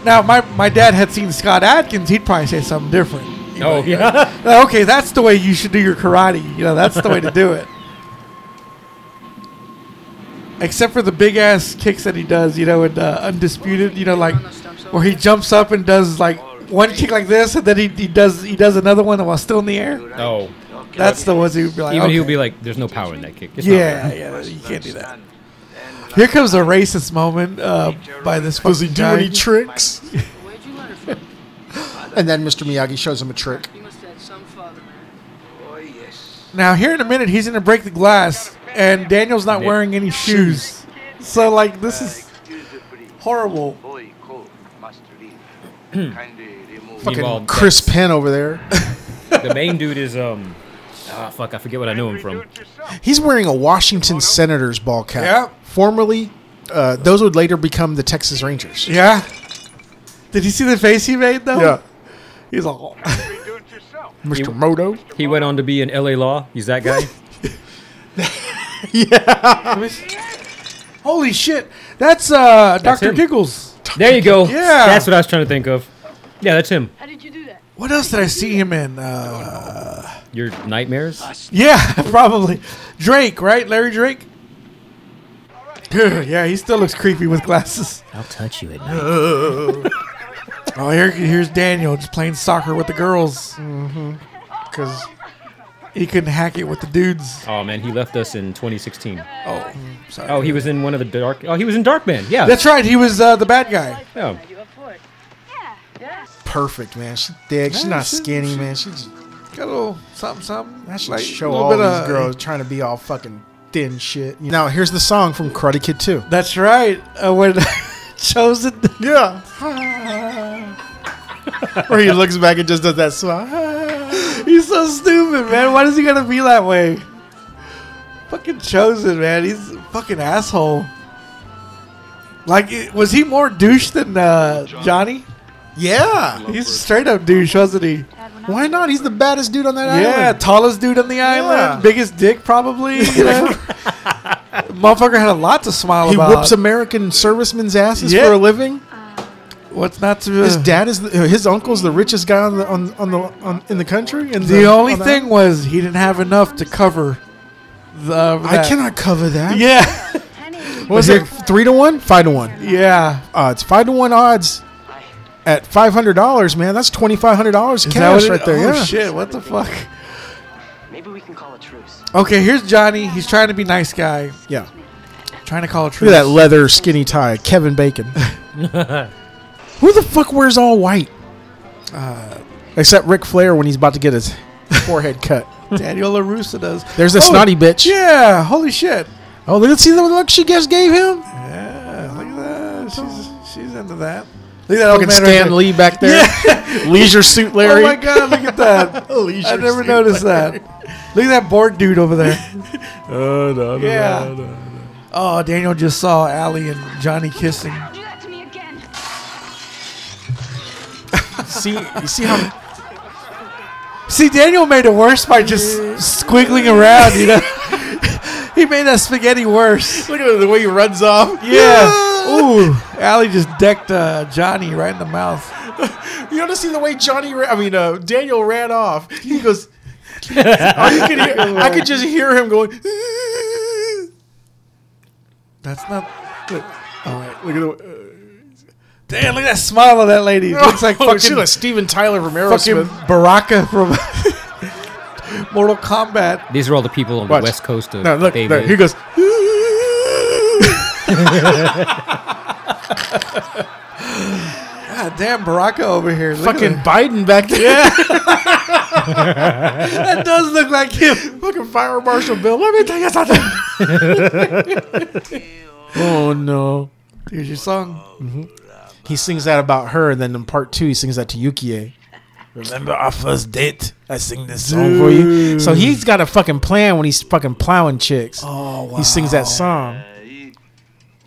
Speaker 2: now my my dad had seen Scott Adkins. He'd probably say something different. You know,
Speaker 3: Oh yeah.
Speaker 2: *laughs* like, okay, that's the way you should do your karate. You know, that's the way to do
Speaker 3: *laughs*
Speaker 2: it. Except for the big ass kicks that he does, you know, in uh, Undisputed, you know, like where he jumps up and does like one kick like this, and then he, he does he does another one while still in the air.
Speaker 3: Oh.
Speaker 2: That's the ones he would be like.
Speaker 3: Even he'll
Speaker 2: okay.
Speaker 3: be like, "There's no power in that kick." It's not
Speaker 2: yeah, yeah,
Speaker 3: there."
Speaker 2: you can't do that. Here comes a racist moment uh, by this.
Speaker 4: Does he
Speaker 2: fucking
Speaker 4: do
Speaker 2: guy.
Speaker 4: any tricks?
Speaker 8: Where'd you learn it from?
Speaker 4: And then Mr. Miyagi shows him a trick.
Speaker 8: You must have had some father, man.
Speaker 7: Oh, yes.
Speaker 2: Now here in a minute he's gonna break the glass, and Daniel's not
Speaker 3: Nick.
Speaker 2: wearing any shoes. So like this is
Speaker 7: Excuse the pretty
Speaker 2: horrible.
Speaker 7: boy called Master
Speaker 4: Hmm.
Speaker 7: Lee. Kindly remove
Speaker 4: Fucking
Speaker 3: Meanwhile,
Speaker 4: Chris
Speaker 3: that's-
Speaker 4: Penn over there.
Speaker 3: the main dude is um. Ah, fuck! I forget what I know him from.
Speaker 4: *laughs* He's wearing a Washington Senators ball cap.
Speaker 2: Yep.
Speaker 4: Formerly, uh, those would later become the Texas Rangers.
Speaker 2: Yeah. Did you see the face he made though? He's like, "Oh."
Speaker 4: Mr. Moto.
Speaker 3: He went on to be in L.A. Law. He's that guy.
Speaker 2: oh. *laughs* holy shit, that's uh,
Speaker 3: That's
Speaker 2: Doctor
Speaker 3: him.
Speaker 2: Giggles.
Speaker 3: there you go.
Speaker 2: Yeah.
Speaker 3: That's what I was trying to think of. Yeah, that's him.
Speaker 8: How did you do that?
Speaker 2: What else did I see him in? Uh,
Speaker 3: Your nightmares.
Speaker 2: *laughs* yeah, probably Drake, *laughs* right? Larry Drake. yeah, he still looks creepy with glasses.
Speaker 3: I'll touch you at
Speaker 2: *laughs*
Speaker 3: night.
Speaker 2: oh, here, here's Daniel just playing soccer with the girls.
Speaker 4: Because
Speaker 2: he couldn't hack it with the dudes.
Speaker 3: Oh man, he left us in 2016.
Speaker 2: Oh, sorry.
Speaker 3: Oh, he was in one of the dark. Oh, he was in Darkman. Yeah.
Speaker 2: That's right. He was uh, the bad guy.
Speaker 3: Yeah.
Speaker 4: perfect, man. She's thick. She's
Speaker 2: Man,
Speaker 4: not
Speaker 2: she-
Speaker 4: skinny,
Speaker 2: she-
Speaker 4: man. She's
Speaker 2: Got a little something, something.
Speaker 4: that should
Speaker 2: Like,
Speaker 4: show
Speaker 2: little
Speaker 4: all
Speaker 2: bit
Speaker 4: these
Speaker 2: of-
Speaker 4: girls trying to be all fucking thin shit. Now here's the song from Karate Kid 2.
Speaker 2: That's right. Uh, when *laughs* chosen.
Speaker 4: Yeah. Where he looks back and just does that smile.
Speaker 2: He's so stupid, man. Why does he gotta be that way? Fucking chosen, man. He's a fucking asshole. Like, it- was he more douche than uh, Johnny?
Speaker 4: Yeah.
Speaker 2: He's straight up douche, wasn't he?
Speaker 4: Why not? He's the baddest dude on that
Speaker 2: Yeah,
Speaker 4: island.
Speaker 2: tallest dude on the island,
Speaker 4: Yeah.
Speaker 2: biggest dick probably.
Speaker 4: *laughs*
Speaker 2: you know? Motherfucker had a lot to smile
Speaker 4: He
Speaker 2: about.
Speaker 4: whips American servicemen's asses
Speaker 2: Yeah.
Speaker 4: for a living.
Speaker 2: What's not to
Speaker 4: His dad is the, his uncle's the richest guy on the on, on the on, in the country. And
Speaker 2: The only
Speaker 4: on the
Speaker 2: thing was he didn't have enough to cover the.
Speaker 4: island. I
Speaker 2: that.
Speaker 4: cannot cover that. *laughs*
Speaker 2: Yeah,
Speaker 4: Was it three to one, five to one?
Speaker 2: yeah.
Speaker 4: odds. Five to one odds at five hundred dollars, man. That's twenty five hundred dollars
Speaker 2: Is that what
Speaker 4: cash
Speaker 2: it-
Speaker 4: right there.
Speaker 2: Oh
Speaker 4: yeah.
Speaker 2: shit! What the fuck?
Speaker 7: Maybe we can call a truce.
Speaker 2: Okay, here's Johnny. He's trying to be nice guy,
Speaker 4: Yeah.
Speaker 2: trying to call a
Speaker 4: Look
Speaker 2: truce.
Speaker 4: at that leather skinny tie, Kevin *laughs* Bacon. Who the fuck wears all white? Uh, Except Ric Flair when he's about to get his forehead *laughs* cut.
Speaker 2: Daniel Larusa does.
Speaker 4: There's a
Speaker 2: Oh,
Speaker 4: snotty bitch.
Speaker 2: Yeah. Holy shit.
Speaker 4: Oh, let's see the look she just gave him.
Speaker 2: Yeah. Look at that. She's she's into that. Look at that old
Speaker 4: Fucking
Speaker 2: man right
Speaker 4: Stan
Speaker 2: there.
Speaker 4: Lee back there. Leisure suit Larry.
Speaker 2: Oh my god! Look at
Speaker 4: *laughs*
Speaker 2: that.
Speaker 4: Oh,
Speaker 2: I never noticed that. Look at that bored dude over there.
Speaker 4: *laughs* Oh, no,
Speaker 2: Yeah. Oh, Daniel just saw Allie and Johnny kissing.
Speaker 5: Don't do that to me again.
Speaker 4: See, you see how
Speaker 2: See, Daniel made it worse by just squiggling around, you know? *laughs* he made that spaghetti
Speaker 4: *laughs*
Speaker 2: worse.
Speaker 4: look at the way he runs off.
Speaker 2: Yeah. Ooh. Allie just decked uh, Johnny right in the mouth.
Speaker 4: You want to see the way Johnny, ra- I mean, uh, Daniel ran off. He goes, all you could hear, I could just hear him going, *laughs*
Speaker 2: That's not.
Speaker 4: all right, look at the, uh,
Speaker 2: Damn, look at that smile of that lady. It looks like
Speaker 4: oh, she
Speaker 2: fucking,
Speaker 4: looks Steven Tyler from
Speaker 2: fucking
Speaker 4: Aerosmith.
Speaker 2: Baraka from *laughs* Mortal Kombat.
Speaker 3: These are all the people on
Speaker 4: Watch.
Speaker 3: the west coast of
Speaker 4: No, look,
Speaker 3: David.
Speaker 4: look, he goes,
Speaker 2: God damn, Baraka over here. Look at
Speaker 4: *laughs* fucking
Speaker 2: her.
Speaker 4: Biden back there. *laughs*
Speaker 2: That does look like him.
Speaker 4: fucking Fire Marshal Bill, let me tell you something. *laughs* oh, no.
Speaker 2: Here's your song.
Speaker 4: He sings that about her, and then in part two, he sings that to Yukie. Remember our first date? I sing this song for you. So he's got a fucking plan when he's fucking plowing chicks.
Speaker 2: Oh, wow.
Speaker 4: He sings that
Speaker 3: Uh,
Speaker 4: song.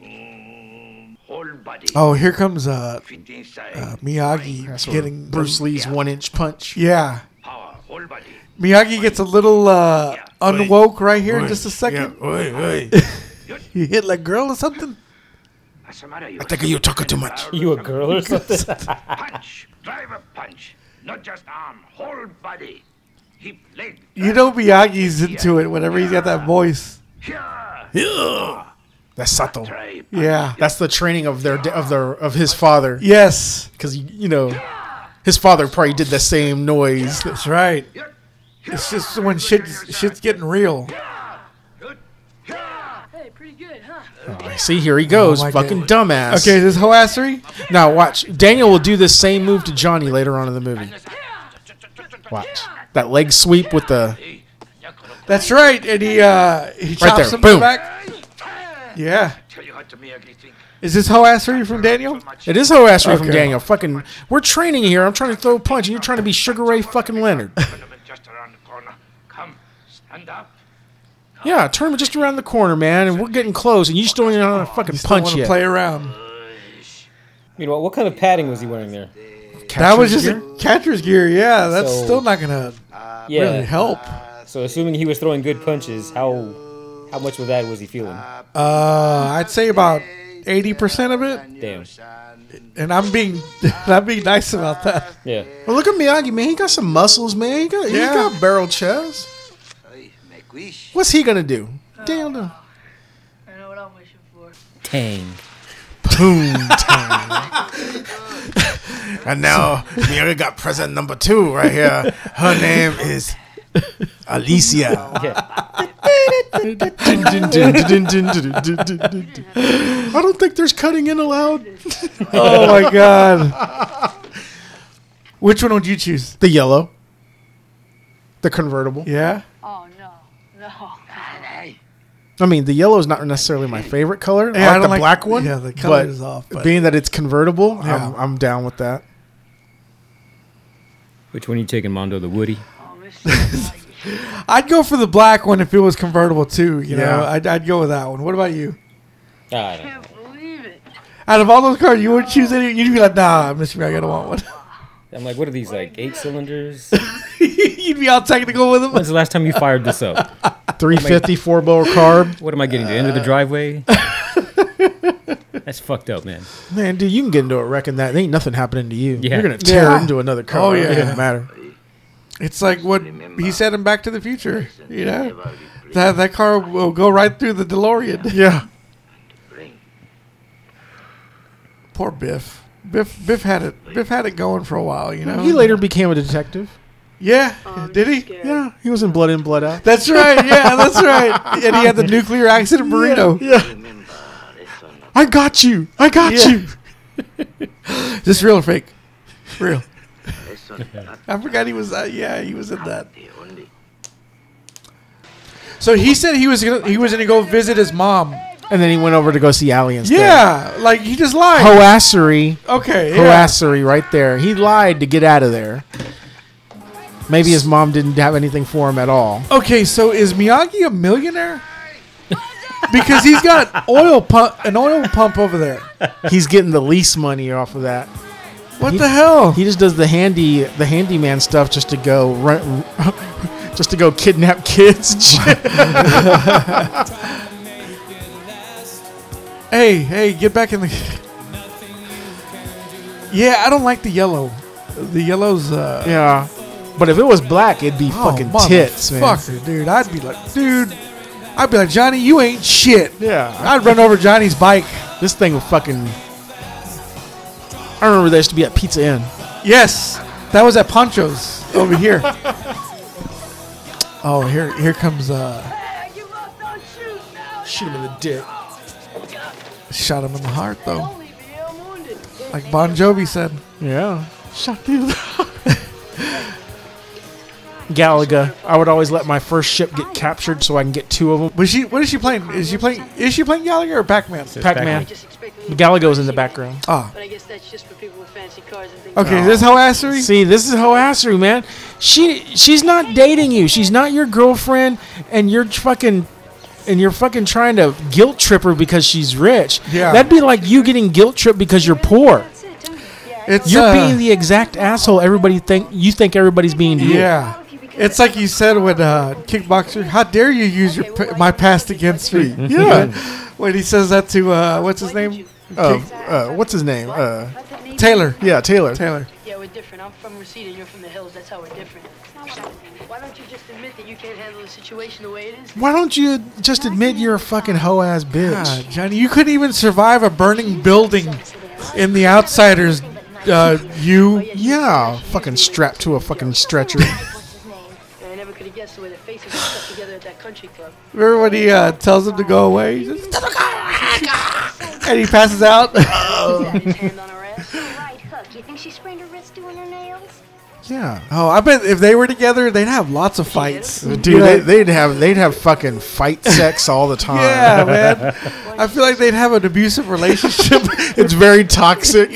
Speaker 7: Mm, Whole body
Speaker 2: Oh, here comes uh,
Speaker 7: fit inside.
Speaker 2: uh, Miyagi getting
Speaker 4: Bruce Lee's one inch punch.
Speaker 2: Yeah.
Speaker 7: Power, whole body.
Speaker 2: Miyagi gets a little uh, unwoke right here in just a second. *laughs* You hit like girl or something?
Speaker 7: What's the matter? You
Speaker 4: you're talking too much.
Speaker 3: you a girl or something?
Speaker 7: *laughs* punch, drive a punch. Not just arm, whole body. Hip, leg.
Speaker 2: You know Miyagi's into it whenever he's got that voice.
Speaker 7: Yeah.
Speaker 4: That's Sato.
Speaker 7: Drive.
Speaker 2: Yeah.
Speaker 4: That's the training of their of their of his father,
Speaker 2: Yes.
Speaker 4: because you know, his father probably did the same noise.
Speaker 2: That's right. It's just when shit's, shit's getting real.
Speaker 8: Hey, pretty good, huh?
Speaker 4: See, here he goes,
Speaker 2: Oh my
Speaker 4: fucking
Speaker 2: God.
Speaker 4: dumbass.
Speaker 2: Okay, this hoassery?
Speaker 4: now watch. Daniel will do this same move to Johnny later on in the movie. Watch that leg sweep with the
Speaker 2: That's right. And he uh, he chops
Speaker 4: there.
Speaker 2: him in
Speaker 4: Boom.
Speaker 2: the back. Yeah.
Speaker 7: Tell you how to make everything.
Speaker 2: Is this hoassery from Daniel?
Speaker 4: It is hoassery from
Speaker 2: Okay.
Speaker 4: Daniel. Fucking, we're training here. I'm trying to throw a punch, and you're trying to be Sugar Ray
Speaker 2: *laughs*
Speaker 4: fucking Leonard.
Speaker 7: Tournament just around the corner. Come, stand up.
Speaker 4: Yeah, tournament just around the corner, man, and we're getting close, and you just don't even know how to fucking
Speaker 2: I
Speaker 4: punch
Speaker 2: want to
Speaker 4: yet.
Speaker 2: play around.
Speaker 3: Meanwhile, what kind of padding was he wearing there?
Speaker 2: That was just a catcher's gear. Yeah, that's
Speaker 3: So-
Speaker 2: still not going to
Speaker 3: Yeah.
Speaker 2: really help.
Speaker 3: So assuming he was throwing good punches, how how much of that was he feeling?
Speaker 2: Uh, I'd say about 80% of it.
Speaker 3: Damn.
Speaker 2: and I'm being *laughs* I'm being nice about
Speaker 4: *laughs*
Speaker 2: that.
Speaker 3: Yeah.
Speaker 4: Well, look at Miyagi, man. He got some muscles, man. He got,
Speaker 2: Yeah.
Speaker 4: he got a barrel chest.
Speaker 7: Make wish.
Speaker 4: What's he gonna do? Daniel, no.
Speaker 8: I know what I'm wishing for.
Speaker 3: Tang.
Speaker 10: And now Mira got present number two right here. Her name is Alicia. I don't think there's cutting in allowed.
Speaker 2: Oh my god. Which one would you choose?
Speaker 4: The yellow. The convertible.
Speaker 2: Yeah.
Speaker 8: Oh no, no.
Speaker 4: I mean, the yellow is not necessarily my favorite color.
Speaker 2: Yeah,
Speaker 4: I
Speaker 2: I
Speaker 4: like
Speaker 2: don't
Speaker 4: the
Speaker 2: like-
Speaker 4: black one.
Speaker 2: yeah, the color
Speaker 4: but
Speaker 2: is off, but-
Speaker 4: being that it's convertible, I'm,
Speaker 2: Yeah.
Speaker 4: I'm down with that.
Speaker 3: Which one are you taking, Mondo? The Woody?
Speaker 2: I'd go for the black one if it was convertible too. You know,
Speaker 4: Yeah.
Speaker 2: I'd, I'd go with that one. What about you?
Speaker 3: I don't know.
Speaker 8: can't believe it.
Speaker 2: Out of all those cars, you would choose any? You'd be like, nah, Mr. Miyagi, I don't want one. *laughs*
Speaker 3: I'm like, what are these, like eight cylinders?
Speaker 2: you'd be all technical with them.
Speaker 3: *laughs* When's the last time you fired this up?
Speaker 4: 350 four blower carb.
Speaker 3: What am I getting to? End of the *laughs* driveway? That's fucked up, man.
Speaker 4: Man, dude, you can get into a wreck in that. There ain't nothing happening to you.
Speaker 3: Yeah.
Speaker 4: You're going to tear
Speaker 2: Yeah.
Speaker 4: into another car.
Speaker 2: Oh,
Speaker 4: It
Speaker 2: yeah.
Speaker 4: doesn't matter.
Speaker 2: It's like what he said in Back to the Future. You know, that that car will go right through the DeLorean.
Speaker 4: Yeah.
Speaker 2: Poor Biff. Biff Biff had it. Biff had it going for a while. You know.
Speaker 4: He later became a detective.
Speaker 2: Yeah. *laughs* Did he? Yeah.
Speaker 4: Yeah. He was in Blood In, Blood Out.
Speaker 2: That's right. Yeah, that's right. And he had the nuclear accident burrito.
Speaker 4: Yeah. I got you. I got
Speaker 2: Yeah.
Speaker 4: you.
Speaker 2: Is this real or fake? Real. I forgot he was. Uh, yeah, he was in that. So he said he was gonna, he was gonna go visit his mom.
Speaker 4: And then he went over to go see Allie instead.
Speaker 2: Yeah, like he just lied.
Speaker 4: Hoassery.
Speaker 2: okay. Yeah.
Speaker 4: Hoassery right there. He lied to get out of there. Maybe his mom didn't have anything for him at *laughs* all.
Speaker 2: Okay. So is Miyagi a millionaire? because he's got oil pump, an oil pump over there.
Speaker 4: He's getting the least money off of that.
Speaker 2: What the hell?
Speaker 4: He just does the handy the handyman stuff just to go run, *laughs* just to go kidnap kids. and shit.
Speaker 2: Hey, hey, get back in the. Yeah, I don't like the yellow. The yellow's uh,
Speaker 4: yeah. But if it was black, it'd be
Speaker 2: oh,
Speaker 4: fucking tits, man.
Speaker 2: motherfucker, dude. I'd be like, dude, I'd be like, Johnny, you ain't shit.
Speaker 4: Yeah.
Speaker 2: I'd run over Johnny's bike.
Speaker 4: This thing would fucking I remember there used to be at Pizza Inn.
Speaker 2: Yes, that was at Poncho's over here. oh, here, here comes. uh
Speaker 8: Hey, you lost those shoes now.
Speaker 4: Shoot him in the dick.
Speaker 2: Shot him in the heart though,
Speaker 8: Don't leave me. I'm wounded.
Speaker 2: like Bon Jovi said.
Speaker 4: Yeah. Shot through the *laughs* Galaga. I would always let my first ship get captured so I can get two of them.
Speaker 2: Was she? What is she playing? Is she playing? Is she playing Gallagher or Pac-Man?
Speaker 4: Pac-Man.
Speaker 8: I just expected a little
Speaker 4: Galaga was in the
Speaker 8: crazy,
Speaker 4: background.
Speaker 2: Ah,
Speaker 8: But I guess that's just for people with fancy cars and things.
Speaker 2: okay. This whole assery.
Speaker 4: See, this is hoassery, man. She she's not dating you. She's not your girlfriend, and you're fucking and you're fucking trying to guilt trip her because she's rich.
Speaker 2: Yeah.
Speaker 4: That'd be like you getting guilt tripped because you're poor.
Speaker 5: That's it, eh, don't you?
Speaker 2: It's
Speaker 4: You're
Speaker 2: uh,
Speaker 4: being the exact asshole everybody think you think everybody's being to you.
Speaker 2: Yeah. It's like you said when uh, Kickboxer, how dare you use your p- my past against me? *laughs* Yeah. when he says that to, uh, what's his name?
Speaker 4: Uh, uh, what's his name? Uh,
Speaker 2: Taylor.
Speaker 4: yeah, Taylor.
Speaker 2: Taylor.
Speaker 8: Yeah, we're different. I'm from Reseda. You're from the hills. That's how we're different. Why don't you just admit that you can't handle the situation the way it is?
Speaker 4: Why don't you just admit you're a fucking hoe ass bitch?
Speaker 2: God, Ah, Johnny, you couldn't even survive a burning building in The Outsiders. Uh, you.
Speaker 4: Yeah, fucking strapped to a fucking stretcher.
Speaker 2: *laughs*
Speaker 8: I never could have guessed the way their faces were stuck together at that country club.
Speaker 2: Remember when he uh, tells him to go away? He says, "Tell him to go away." and he passes out. Oh.
Speaker 8: His hand on her ass.
Speaker 5: Right hook. You think she sprained her wrist doing her nails?
Speaker 4: yeah.
Speaker 2: *laughs* oh, I bet if they were together, they'd have lots of fights.
Speaker 4: Dude, they, they'd have they'd have
Speaker 2: *laughs*
Speaker 4: fucking fight sex all the time.
Speaker 2: Yeah, man. *laughs* I feel like they'd have an abusive *laughs* relationship.
Speaker 4: *laughs* It's very toxic.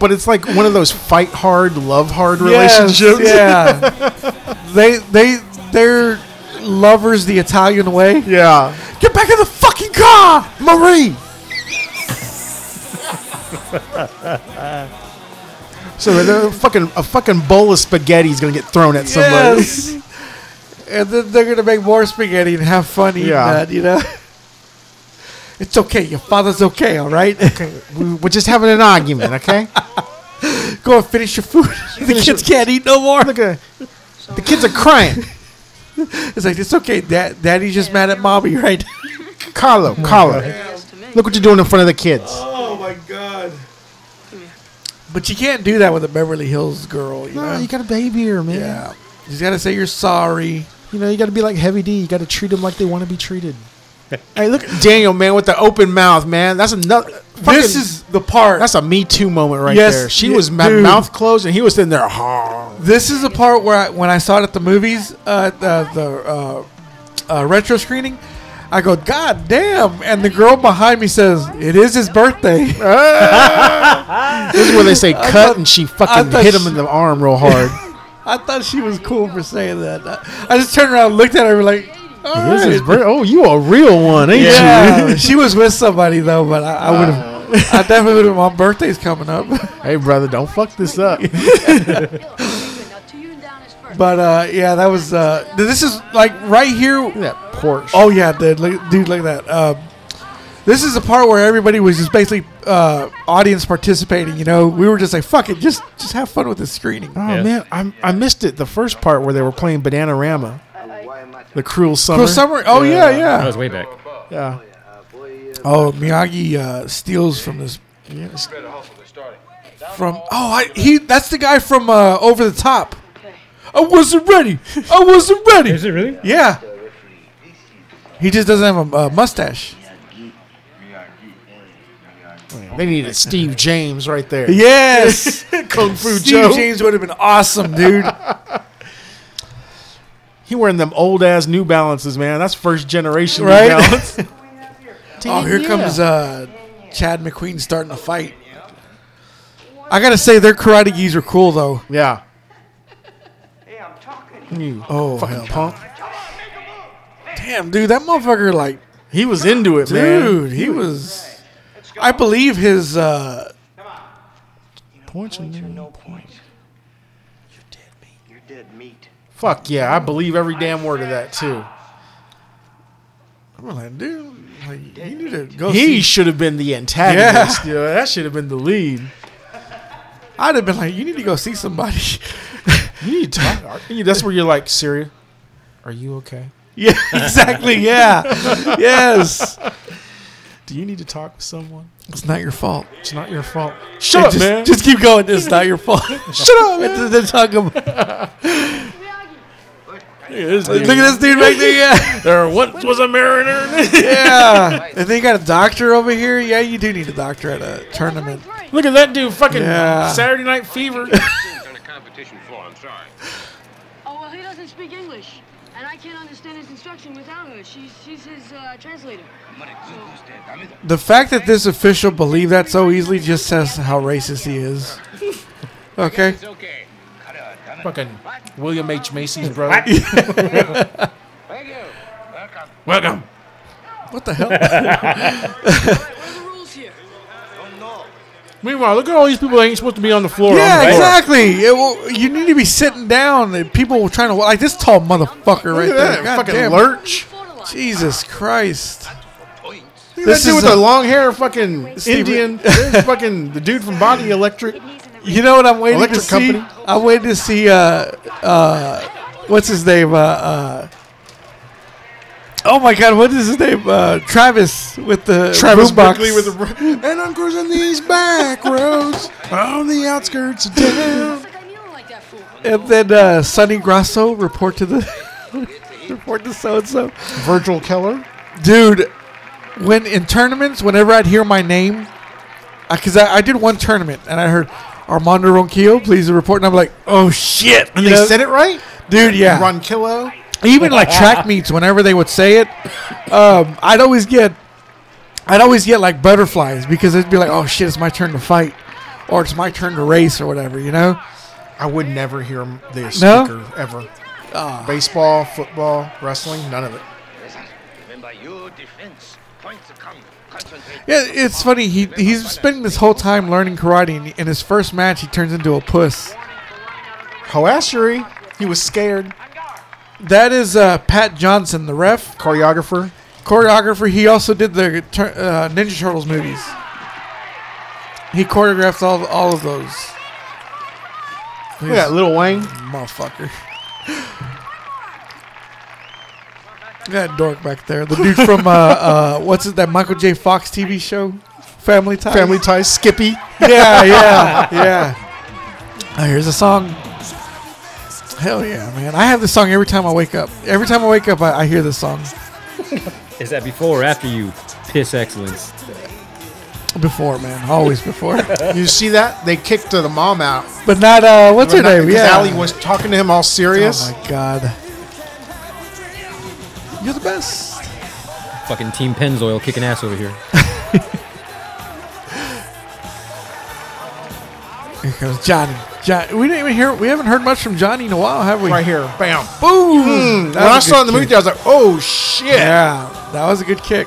Speaker 4: But it's like one of those fight hard, love hard relationships.
Speaker 2: Yes, *laughs* yeah. they they they're lovers the Italian way.
Speaker 4: *laughs* Yeah.
Speaker 2: Get back in the fucking car, Marie.
Speaker 4: So they're fucking a fucking bowl of spaghetti is gonna get thrown at somebody.
Speaker 2: Yes. and then they're gonna make more spaghetti and have fun eating
Speaker 4: Yeah.
Speaker 2: that. You know. *laughs* It's okay. Your father's okay. All right.
Speaker 4: We- We're just having an argument, okay?
Speaker 2: *laughs* Go and finish your food. *laughs* the
Speaker 4: Finish
Speaker 2: kids
Speaker 4: it.
Speaker 2: can't eat no more.
Speaker 4: Look at the kids are crying.
Speaker 2: It's like it's okay. Dad, Daddy's just mad at mommy right *laughs* now.
Speaker 4: Carlo, Carlo.
Speaker 8: Yes, to me.
Speaker 4: Look what you're doing in front of the kids.
Speaker 2: Oh my god. But you can't do that with a Beverly Hills girl. You
Speaker 4: No,
Speaker 2: know?
Speaker 4: you got a baby here, man.
Speaker 2: yeah. You got to say you're sorry.
Speaker 4: You know, you got to be like Heavy D. You got to treat them like they want to be treated. *laughs* hey, look, at Daniel, man, with the open mouth, man. That's another. fucking-
Speaker 2: this is the part.
Speaker 4: that's a Me Too moment right
Speaker 2: Yes,
Speaker 4: there. She
Speaker 2: yeah,
Speaker 4: was ma-
Speaker 2: dude.
Speaker 4: mouth closed, and he was sitting there. "Huh."
Speaker 2: This is the part where I, when I saw it at the movies, uh, the, the uh, uh, retro screening, I go, God damn! And the girl behind me says, "It is his birthday." *laughs*
Speaker 4: This is where *laughs* they say cut,
Speaker 2: thought-
Speaker 4: and she
Speaker 2: I
Speaker 4: fucking
Speaker 2: thought
Speaker 4: hit him
Speaker 2: she-
Speaker 4: in the arm real *laughs* hard.
Speaker 2: I thought she was cool for saying that. I- I just turned around, and looked at her, like, "All
Speaker 4: this is
Speaker 2: right."
Speaker 4: br- oh, you a real one, ain't
Speaker 2: yeah.
Speaker 4: you?
Speaker 2: she was with somebody though, but I, I would have. I definitely would have. My birthday's coming up, *laughs*
Speaker 4: hey, brother, don't fuck this *laughs* up.
Speaker 2: but uh, yeah, that was. Uh, th- this is like right here.
Speaker 4: that Porsche.
Speaker 2: Oh yeah, dude, look, dude, look at that. Um, this is the part where everybody was just basically uh, audience participating. You know, we were just like, "Fuck it, just just have fun with the screening."
Speaker 4: Oh
Speaker 3: Yeah.
Speaker 4: man, I I missed it. The first part where they were playing Bananarama, the cruel summer.
Speaker 2: Cool summer. Oh yeah,
Speaker 3: That
Speaker 2: yeah.
Speaker 3: was way back.
Speaker 4: Yeah.
Speaker 2: Oh, Miyagi uh, steals from this
Speaker 4: Yes.
Speaker 2: from. Oh, I, he. That's the guy from uh, Over the Top. I wasn't ready. I wasn't
Speaker 3: Is it
Speaker 2: ready.
Speaker 3: really?
Speaker 2: Yeah. He just doesn't have a uh, mustache.
Speaker 4: They needed Steve James right
Speaker 3: *laughs*
Speaker 4: there.
Speaker 2: Yes.
Speaker 4: *laughs* Kung Fu
Speaker 2: Steve
Speaker 4: Joe.
Speaker 2: James would have been awesome, dude.
Speaker 4: He wearing them old ass New Balances, man. That's first generation
Speaker 2: Right?
Speaker 4: New
Speaker 2: *laughs*
Speaker 4: Balance. *laughs*
Speaker 2: Oh, here comes uh, Chad McQueen starting to fight. I gotta say, their karate geese are cool though.
Speaker 4: yeah. You
Speaker 2: Oh,
Speaker 4: fucking
Speaker 2: hell.
Speaker 4: punk.
Speaker 2: Damn, dude, that motherfucker, like,
Speaker 4: He was into it, man.
Speaker 2: dude, he was. I believe his. Uh,
Speaker 4: Fuck yeah, I believe every damn word of that too.
Speaker 2: I'm like, dude, like, you need to go.
Speaker 4: He
Speaker 2: see.
Speaker 4: should have been the antagonist. Oh, Yeah. that should have been the lead.
Speaker 2: I'd have been like, you need to go see somebody. *laughs*
Speaker 4: You need to talk. *laughs* are- you- That's where you're like, Siri, are you okay?
Speaker 2: yeah, *laughs* exactly. Yeah, yes.
Speaker 4: Do you need to talk with someone?
Speaker 2: It's not your fault.
Speaker 4: It's not your fault.
Speaker 2: Hey,
Speaker 4: Shut up,
Speaker 2: just,
Speaker 4: man.
Speaker 2: just keep going. It's not your fault. Shut *laughs* up. They're talking about- Look at this dude right there. Yeah.
Speaker 4: There once was a mariner.
Speaker 2: Yeah. And then you got a doctor over here. Yeah, you do need a doctor at a tournament.
Speaker 4: Look at that dude, fucking
Speaker 2: Yeah.
Speaker 4: Saturday Night Fever.
Speaker 9: on a competition floor, I'm sorry.
Speaker 8: Oh, well, he doesn't speak English. And I can't understand his instruction without her. She's, she's his uh, translator.
Speaker 2: The fact that this official believed that so easily just says how racist he is. Okay.
Speaker 9: It's okay.
Speaker 4: fucking William H Macy's brother.
Speaker 9: Thank you. Welcome.
Speaker 4: Welcome.
Speaker 2: What the hell?
Speaker 8: What are the rules here?
Speaker 4: Meanwhile, look at all these people that ain't supposed to be on the floor. on the
Speaker 2: Yeah,
Speaker 4: floor.
Speaker 2: exactly. It will, you need to be sitting down. And people were trying to like this tall motherfucker right
Speaker 4: Look
Speaker 2: there.
Speaker 4: at that
Speaker 2: God
Speaker 4: fucking
Speaker 2: damn.
Speaker 4: lurch.
Speaker 2: Jesus Christ.
Speaker 4: Look at
Speaker 2: This
Speaker 4: that dude
Speaker 2: is
Speaker 4: with the
Speaker 2: a-
Speaker 4: long hair, fucking
Speaker 2: Steve-
Speaker 4: *laughs* Indian. There's fucking the dude from Body Electric.
Speaker 2: You know what I'm waiting
Speaker 4: Electric
Speaker 2: to see?
Speaker 4: company.
Speaker 2: I'm waiting to see uh uh what's his name? Uh uh Oh my god, what is his name? Uh Travis with the boombox.
Speaker 4: Brickley with the and I'm cruising these back roads on the outskirts of town.
Speaker 8: Like, I knew him like that fool.
Speaker 2: *laughs* and then uh Sonny Grasso report to the *laughs* report to so and so.
Speaker 4: Virgil Keller.
Speaker 2: Dude, when in tournaments, whenever I'd hear my name, because I, I, did one tournament and I heard Armando Ronquillo, please report, and I'm like, oh shit,
Speaker 4: And
Speaker 2: you
Speaker 4: they
Speaker 2: know?
Speaker 4: said it right.
Speaker 2: dude, yeah,
Speaker 4: Ronquillo.
Speaker 2: even like track meets whenever they would say it um, i'd always get i'd always get like butterflies because it'd be like oh shit it's my turn to fight or it's my turn to race or whatever you know
Speaker 4: I would never hear him- the
Speaker 2: No?
Speaker 4: speaker ever. Baseball, football, wrestling, none of it.
Speaker 7: Listen, remember your defense. Points to come. Concentrate.
Speaker 2: yeah it's funny he he's spending this whole time learning karate and in his first match he turns into a puss
Speaker 4: Hoashery. He was scared.
Speaker 2: that is uh, pat johnson the ref
Speaker 4: Choreographer.
Speaker 2: choreographer he also did the tur- uh, ninja turtles movies he choreographed all, all of those
Speaker 4: Look at that, Lil Wayne.
Speaker 2: motherfucker That dork back there, the dude from uh, uh, what's it? That Michael J. Fox TV show, Family Ties.
Speaker 4: Family Ties, Skippy.
Speaker 2: *laughs*
Speaker 4: *laughs*
Speaker 2: Yeah, yeah, yeah. Now here's a song. Hell yeah, man! I have this song every time I wake up. Every time I wake up, I, I hear this song
Speaker 3: Is that before or after you piss excellence?
Speaker 2: before, man. Always
Speaker 4: *laughs*
Speaker 2: before.
Speaker 4: You see that? They kicked the mom out.
Speaker 2: But not uh, what's her
Speaker 4: Not-
Speaker 2: name?
Speaker 4: because
Speaker 2: Yeah,
Speaker 4: Allie was talking to him all serious.
Speaker 2: Oh my god. You're the best.
Speaker 3: Fucking Team Pennzoil kicking ass over here.
Speaker 2: Here comes *laughs* Johnny. John, we didn't even hear. We haven't heard much from Johnny in a while, have we?
Speaker 4: right here. Bam.
Speaker 2: Boom.
Speaker 4: When
Speaker 2: That was
Speaker 4: I
Speaker 2: a
Speaker 4: saw it
Speaker 2: good
Speaker 4: in the movie,
Speaker 2: kick.
Speaker 4: theater, I was like, oh shit.
Speaker 2: yeah, that was a good kick.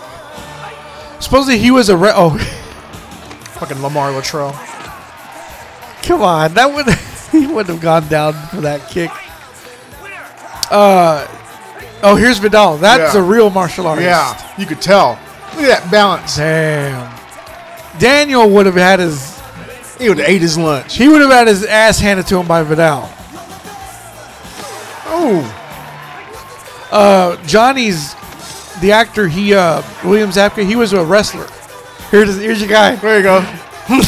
Speaker 2: Supposedly he was a re- oh, *laughs*
Speaker 4: Fucking Lamar Latrell.
Speaker 2: come on, that would *laughs* he wouldn't have gone down for that kick. Uh, oh, here's Vidal. That's
Speaker 4: Yeah.
Speaker 2: a real martial artist.
Speaker 4: Yeah, you could tell. Look at that balance.
Speaker 2: Damn. Daniel would have had his
Speaker 4: He would have ate his lunch.
Speaker 2: he would have had his ass handed to him by Vidal.
Speaker 4: Oh,
Speaker 2: Oh. Uh, Johnny's the actor. He uh, William Zabka. He was a wrestler. Here's here's your guy.
Speaker 4: there you go.
Speaker 2: Do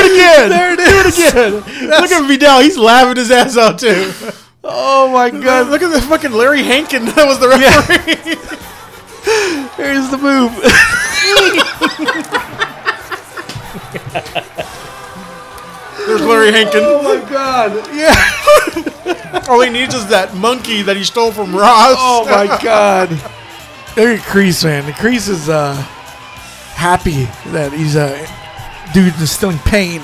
Speaker 2: it again. there it is.
Speaker 4: Look at Vidal. He's laughing his ass out too.
Speaker 2: Oh my god.
Speaker 4: Look at the *laughs* fucking Larry Hankin. *laughs* That was the referee.
Speaker 2: Here's the move.
Speaker 4: There's Larry Hankin.
Speaker 2: Oh my god. Yeah.
Speaker 4: All he needs is that monkey that he stole from Ross.
Speaker 2: Oh my god. Look at Crease, man. The Crease is uh happy that he's a uh, dude instilling pain.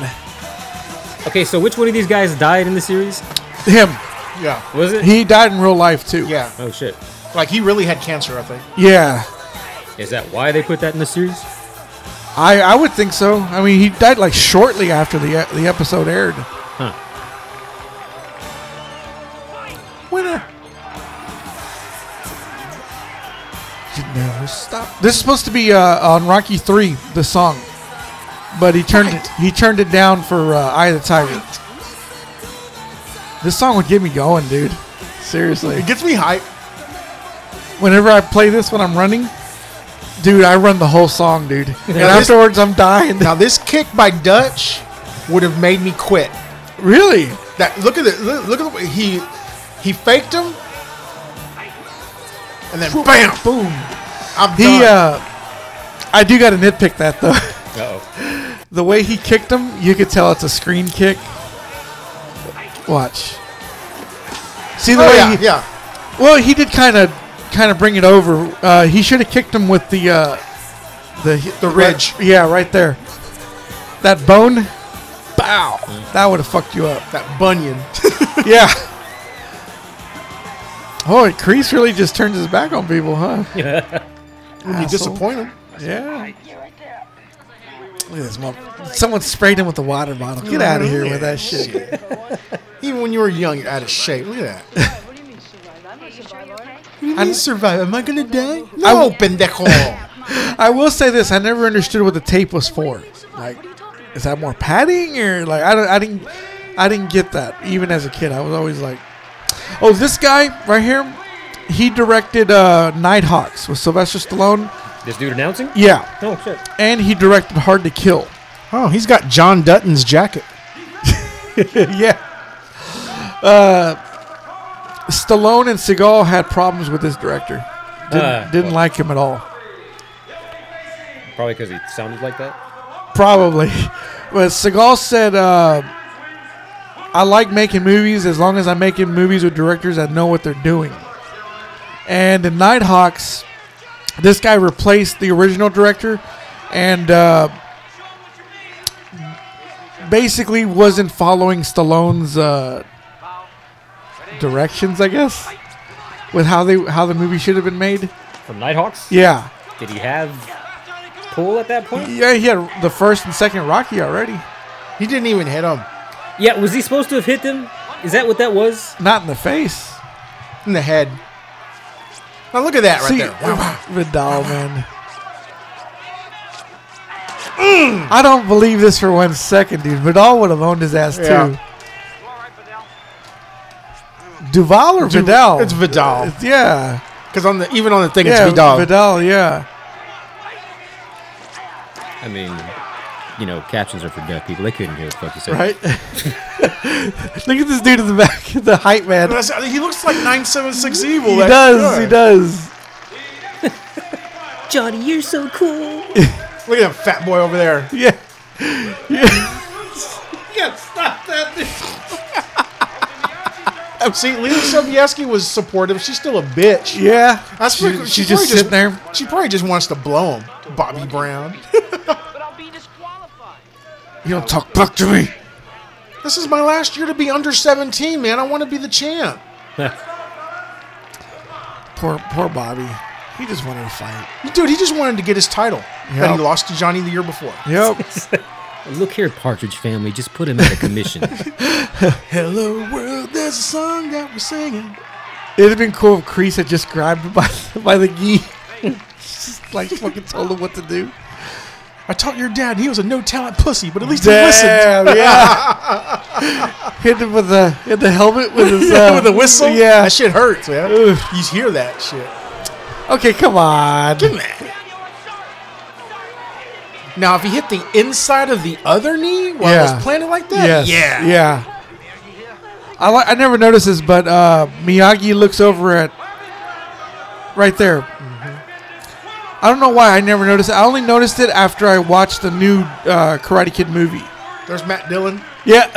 Speaker 3: Okay, so which one of these guys died in the series?
Speaker 2: Him.
Speaker 4: *laughs* Yeah,
Speaker 3: Was it?
Speaker 2: He died in real life too.
Speaker 4: yeah.
Speaker 3: Oh shit.
Speaker 4: Like he really had cancer, I think.
Speaker 2: Yeah.
Speaker 3: Is that why they put that in the series?
Speaker 2: I I would think so. I mean, he died like shortly after the e- the episode aired.
Speaker 3: Huh.
Speaker 2: Winner. You never stop. This is supposed to be uh, on Rocky Three, the song, but he turned it, he turned it down for uh, Eye of the Tiger. This song would get me going, dude. Seriously,
Speaker 4: It gets me hype.
Speaker 2: whenever I play this when I'm running, dude, I run the whole song, dude. And
Speaker 4: Now this-
Speaker 2: afterwards, I'm dying.
Speaker 4: Now this kick by Dutch would have made me quit.
Speaker 2: *laughs* Really?
Speaker 4: That look at it. Look, look at the way he he faked him, and then bam,
Speaker 2: Boom.
Speaker 4: I'm
Speaker 2: He,
Speaker 4: done.
Speaker 2: uh, I do got to nitpick that though.
Speaker 3: Uh oh.
Speaker 2: *laughs* The way he kicked him, you could tell it's a screen kick. Watch. See the
Speaker 4: oh
Speaker 2: way?
Speaker 4: yeah,
Speaker 2: he,
Speaker 4: yeah.
Speaker 2: Well, he did kind of, kind of bring it over. Uh, he should have kicked him with the, uh, the
Speaker 4: The ridge.
Speaker 2: right- yeah, right there. That bone. Bow.
Speaker 4: Mm.
Speaker 2: That would have fucked you up.
Speaker 4: That *laughs* bunion.
Speaker 2: yeah. Oh, and Crease really just turns his back on people, huh?
Speaker 4: you disappoint him.
Speaker 2: Yeah. Look at this mo- Someone sprayed him with a water bottle. Get out of here with that shit.
Speaker 4: Even when you were young, you're out of shape. Look at that.
Speaker 8: What do you mean survive? I'm a survivor.
Speaker 4: I didn't survive. Am I gonna die? No, pendejo.
Speaker 2: I will say this: I never understood what the tape was for. Like, is that more padding or like I don't? I didn't. I didn't get that even as a kid. I was always like, "Oh, this guy right here, he directed uh, Nighthawks with Sylvester Stallone.
Speaker 3: This dude announcing?
Speaker 2: Yeah,
Speaker 3: Oh shit.
Speaker 2: and he directed Hard to Kill.
Speaker 4: oh, he's got John Dutton's jacket.
Speaker 2: *laughs* yeah. Uh, Stallone and Seagal had problems with this director. Didn't,
Speaker 3: Uh,
Speaker 2: didn't
Speaker 3: well.
Speaker 2: like him at all.
Speaker 3: Probably because he sounded like that.
Speaker 2: Probably. *laughs* But Seagal said, uh, I like making movies as long as I'm making movies with directors that know what they're doing. And in Nighthawks, this guy replaced the original director and uh, basically wasn't following Stallone's uh, directions, I guess, with how they how the movie should have been made.
Speaker 3: From Nighthawks?
Speaker 2: Yeah.
Speaker 3: Did he have pull at that point?
Speaker 2: Yeah, he had the first and second Rocky already.
Speaker 4: He didn't even hit him
Speaker 3: Yeah, was he supposed to have hit them? Is that what that was?
Speaker 2: Not in the face.
Speaker 4: in the head. Now look at that right
Speaker 2: See,
Speaker 4: there. Wow.
Speaker 2: *laughs* Vidal,
Speaker 4: *laughs*
Speaker 2: man.
Speaker 4: Mm.
Speaker 2: I don't believe this for one second, dude. Vidal would have owned his ass
Speaker 4: Yeah.
Speaker 2: too. Duval or
Speaker 4: Du-
Speaker 2: Vidal?
Speaker 4: It's Vidal.
Speaker 2: yeah.
Speaker 4: Because on the even on the thing,
Speaker 2: yeah,
Speaker 4: it's Vidal.
Speaker 2: Vidal, yeah.
Speaker 3: I mean, you know, captions are for deaf people. They couldn't hear what the fuck you said.
Speaker 2: Right? Look at this dude in the back, *laughs* the hype man.
Speaker 4: That's- uh, He looks like nine seven six evil.
Speaker 2: He
Speaker 4: that
Speaker 2: does,
Speaker 4: guy.
Speaker 2: he does.
Speaker 3: Johnny, you're so cool.
Speaker 4: Look at that fat boy over there.
Speaker 2: Yeah. yeah.
Speaker 4: Yeah,
Speaker 2: *laughs*
Speaker 4: stop *laughs* that. I'm seeing Lena Oh, Sobieski was supportive. She's still a bitch.
Speaker 2: Yeah.
Speaker 4: That's
Speaker 2: She-
Speaker 4: pretty,
Speaker 2: she's
Speaker 4: she,
Speaker 2: just
Speaker 4: probably
Speaker 2: sitting there.
Speaker 4: She probably just wants to blow him, Bobby Brown.
Speaker 8: But I'll be disqualified.
Speaker 2: You don't talk back to me.
Speaker 4: This is my last year to be under 17, man. I want to be the champ.
Speaker 2: Poor poor Bobby. He just wanted to fight.
Speaker 4: Dude, he just wanted to get his title that
Speaker 2: Yep.
Speaker 4: he lost to Johnny the year before.
Speaker 2: Yep.
Speaker 3: Look here, Partridge family. Just put him out of commission.
Speaker 2: *laughs*
Speaker 4: Hello world, there's a song that we're singing.
Speaker 2: It'd have been cool if Kreese had just grabbed him by, by the gi. *laughs* just like fucking told him what to do.
Speaker 4: I taught your dad he was a no talent pussy, but at least he listened. *laughs*
Speaker 2: Damn, yeah. hit him with the hit the helmet with his uh,
Speaker 4: With a whistle,
Speaker 2: Yeah.
Speaker 4: that shit hurts, man.
Speaker 2: Ugh.
Speaker 4: You hear that shit.
Speaker 2: Okay, come on.
Speaker 4: Now, if he hit the inside of the other knee while it
Speaker 2: Yeah.
Speaker 4: was planted like that,
Speaker 2: Yes.
Speaker 4: yeah,
Speaker 2: Yeah. I like. I never noticed this, but uh, Miyagi looks over at right there.
Speaker 4: Mm-hmm.
Speaker 2: I don't know why I never noticed. it. I only noticed it after I watched the new uh, Karate Kid movie.
Speaker 4: There's Matt Dillon.
Speaker 2: Yeah.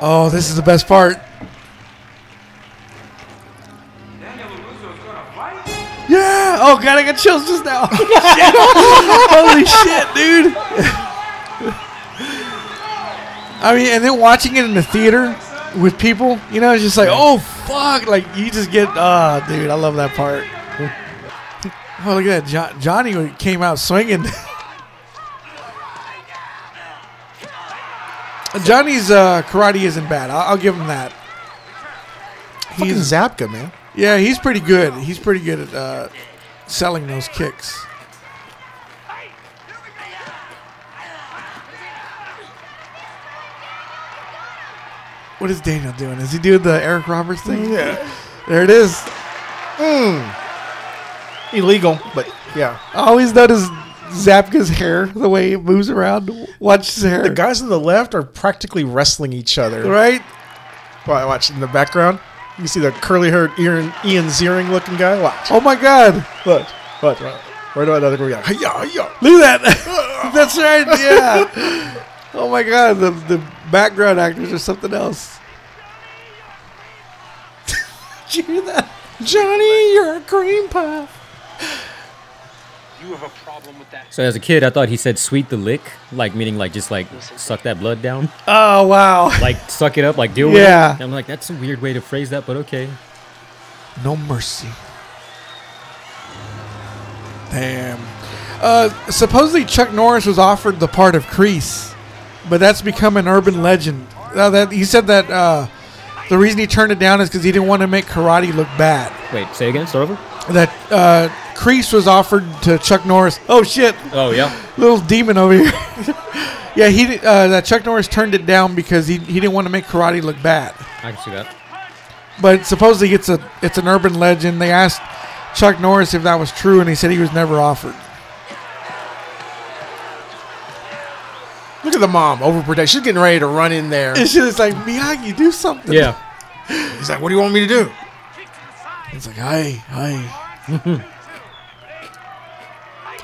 Speaker 2: oh, this is the best part. Yeah. Oh god, I got chills just now. *laughs* Holy shit, dude. I mean, and then watching it in the theater with people, you know, it's just like, oh fuck, like you just get, ah, dude, I love that part. *laughs* Oh look at that, jo- Johnny came out swinging. *laughs* Johnny's uh, karate isn't bad. I'll, I'll give him that.
Speaker 4: Fucking Zapka, man.
Speaker 2: Yeah, he's pretty good. He's pretty good at uh, selling those kicks. What is Daniel doing? Is he doing the Eric Roberts thing?
Speaker 4: Yeah.
Speaker 2: There it is.
Speaker 4: Illegal, but yeah.
Speaker 2: I always notice Zapka's hair, the way it moves around. Watch his hair.
Speaker 4: The guys on the left are practically wrestling each other.
Speaker 2: right?
Speaker 4: Wa- Watch in the background. You see the curly haired Ian, Ian Ziering looking guy. Watch.
Speaker 2: Oh my God.
Speaker 4: Look. Watch. watch. Right about another guy. Hi-ya, hi-ya.
Speaker 2: Look at that. *laughs* That's right. Yeah.
Speaker 4: *laughs*
Speaker 2: Oh my God. The, the background actors are something else. Did you hear that? Johnny, you're a cream puff.
Speaker 11: You have a problem with that.
Speaker 3: so as a kid, I thought he said "sweet the lick," like meaning like just like suck that blood down,
Speaker 2: Oh, wow.
Speaker 3: like suck it up, like deal
Speaker 2: Yeah.
Speaker 3: with it. And I'm like, that's a weird way to phrase that, but okay.
Speaker 2: No mercy. Damn. Uh, supposedly Chuck Norris was offered the part of Crease, but that's become an urban legend. Uh, that he said that uh, the reason he turned it down is because he didn't want to make karate look bad.
Speaker 3: Wait, say again. Start over.
Speaker 2: That uh, Crease was offered to Chuck Norris. Oh shit,
Speaker 3: Oh yeah.
Speaker 2: little demon over here. *laughs* yeah, he di- uh, that Chuck Norris turned it down because he, he didn't want to make karate look bad.
Speaker 3: I can see that.
Speaker 2: But supposedly it's a it's an urban legend. They asked Chuck Norris if that was true, and he said he was never offered. *laughs*
Speaker 4: Look at the mom overprotected. She's getting ready to run
Speaker 2: *laughs*
Speaker 4: in there.
Speaker 2: It's just like Miyagi, do something.
Speaker 3: Yeah.
Speaker 4: He's like, "What do you want me to do?"
Speaker 2: It's like hey, hey. *laughs*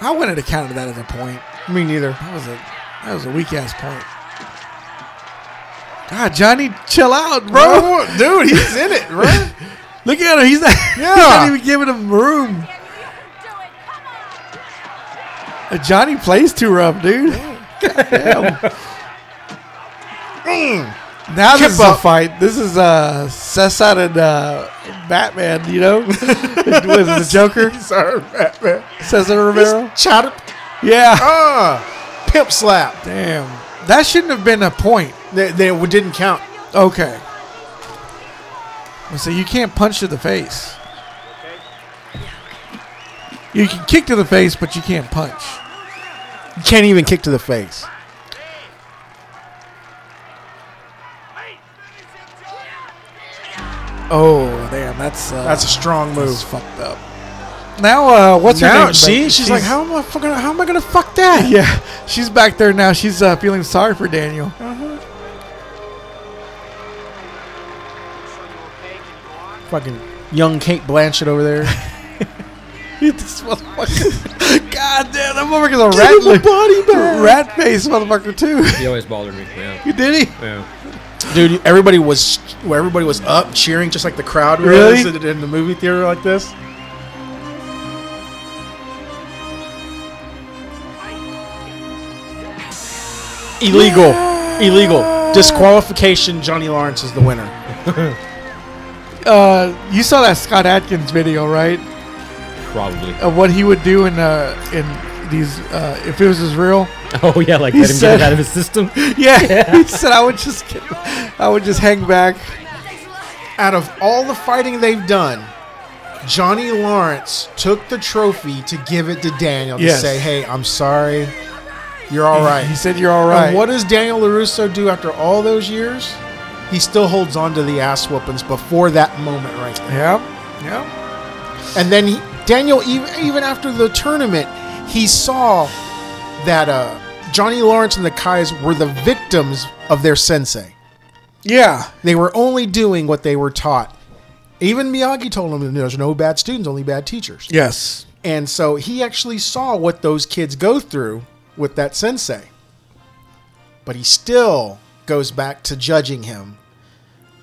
Speaker 2: I wouldn't have counted that as a point.
Speaker 4: Me neither.
Speaker 2: That was a that was a weak ass point. God, Johnny, chill out, bro.
Speaker 4: Bro, dude, he's in it,
Speaker 2: *laughs*
Speaker 4: right?
Speaker 2: Look at him. He's not, *laughs* he's
Speaker 4: Yeah.
Speaker 2: not even giving him room. Uh, Johnny plays too rough, dude. *laughs* Goddamn. Now this is a
Speaker 4: Mm. up.
Speaker 2: fight. This is uh, Cesar and uh, Batman. You know, *laughs* was the
Speaker 4: *laughs*
Speaker 2: Joker?
Speaker 4: Sorry, Batman.
Speaker 2: Cesar Romero.
Speaker 4: Chop.
Speaker 2: Yeah.
Speaker 4: Ah, pimp slap.
Speaker 2: Damn, that shouldn't have been a point.
Speaker 4: They, they didn't count.
Speaker 2: Okay. So you can't punch to the face. You can kick to the face, but you can't punch.
Speaker 4: You can't even kick to the face.
Speaker 2: Oh damn, that's uh,
Speaker 4: That's a strong move.
Speaker 2: that's fucked up. Now, uh, what's her
Speaker 4: Now,
Speaker 2: name?
Speaker 4: see, she's, like, how am I fucking? How am I gonna fuck
Speaker 2: *laughs*
Speaker 4: that?
Speaker 2: Yeah, she's back there now. She's uh, feeling sorry for
Speaker 4: *laughs*
Speaker 2: Daniel.
Speaker 4: Fucking young Kate Blanchett over there.
Speaker 2: *laughs* this motherfucker. *laughs* God damn, that motherfucker's a rat. lip- *laughs*
Speaker 4: body
Speaker 2: Rat face motherfucker
Speaker 4: *laughs*
Speaker 2: too. *laughs*
Speaker 3: He always bothered me. Yeah.
Speaker 2: You did he?
Speaker 3: yeah.
Speaker 4: dude. Everybody was, well, everybody was up cheering, just like the crowd
Speaker 2: Really?
Speaker 4: was in in the movie theater like this. Illegal, illegal disqualification. Johnny Lawrence is the winner.
Speaker 2: Uh, you saw that Scott Atkins video, right?
Speaker 3: Probably. *laughs*
Speaker 2: Of what he would do in uh in these uh if it was his
Speaker 4: *laughs*
Speaker 2: real.
Speaker 3: Oh yeah, like
Speaker 2: He
Speaker 3: let him
Speaker 2: said-
Speaker 3: get it out of his system.
Speaker 2: Yeah, *laughs* he said I would just get, I would just hang back.
Speaker 4: Out of all the fighting they've done, Johnny Lawrence took the trophy to give it to Daniel to
Speaker 2: Yes.
Speaker 4: say, "Hey, I'm sorry, you're all right."
Speaker 2: He said you're all
Speaker 4: And
Speaker 2: right.
Speaker 4: what does Daniel LaRusso do after all those years? He still holds on to the ass whoopings before that moment right there.
Speaker 2: Yeah, yeah.
Speaker 4: And then he, Daniel, even, even after the tournament, he saw that uh, Johnny Lawrence and the Kais were the victims of their sensei.
Speaker 2: Yeah.
Speaker 4: They were only doing what they were taught. Even Miyagi told him there's no bad students, only bad teachers.
Speaker 2: Yes.
Speaker 4: And so he actually saw what those kids go through with that sensei. But he still goes back to judging him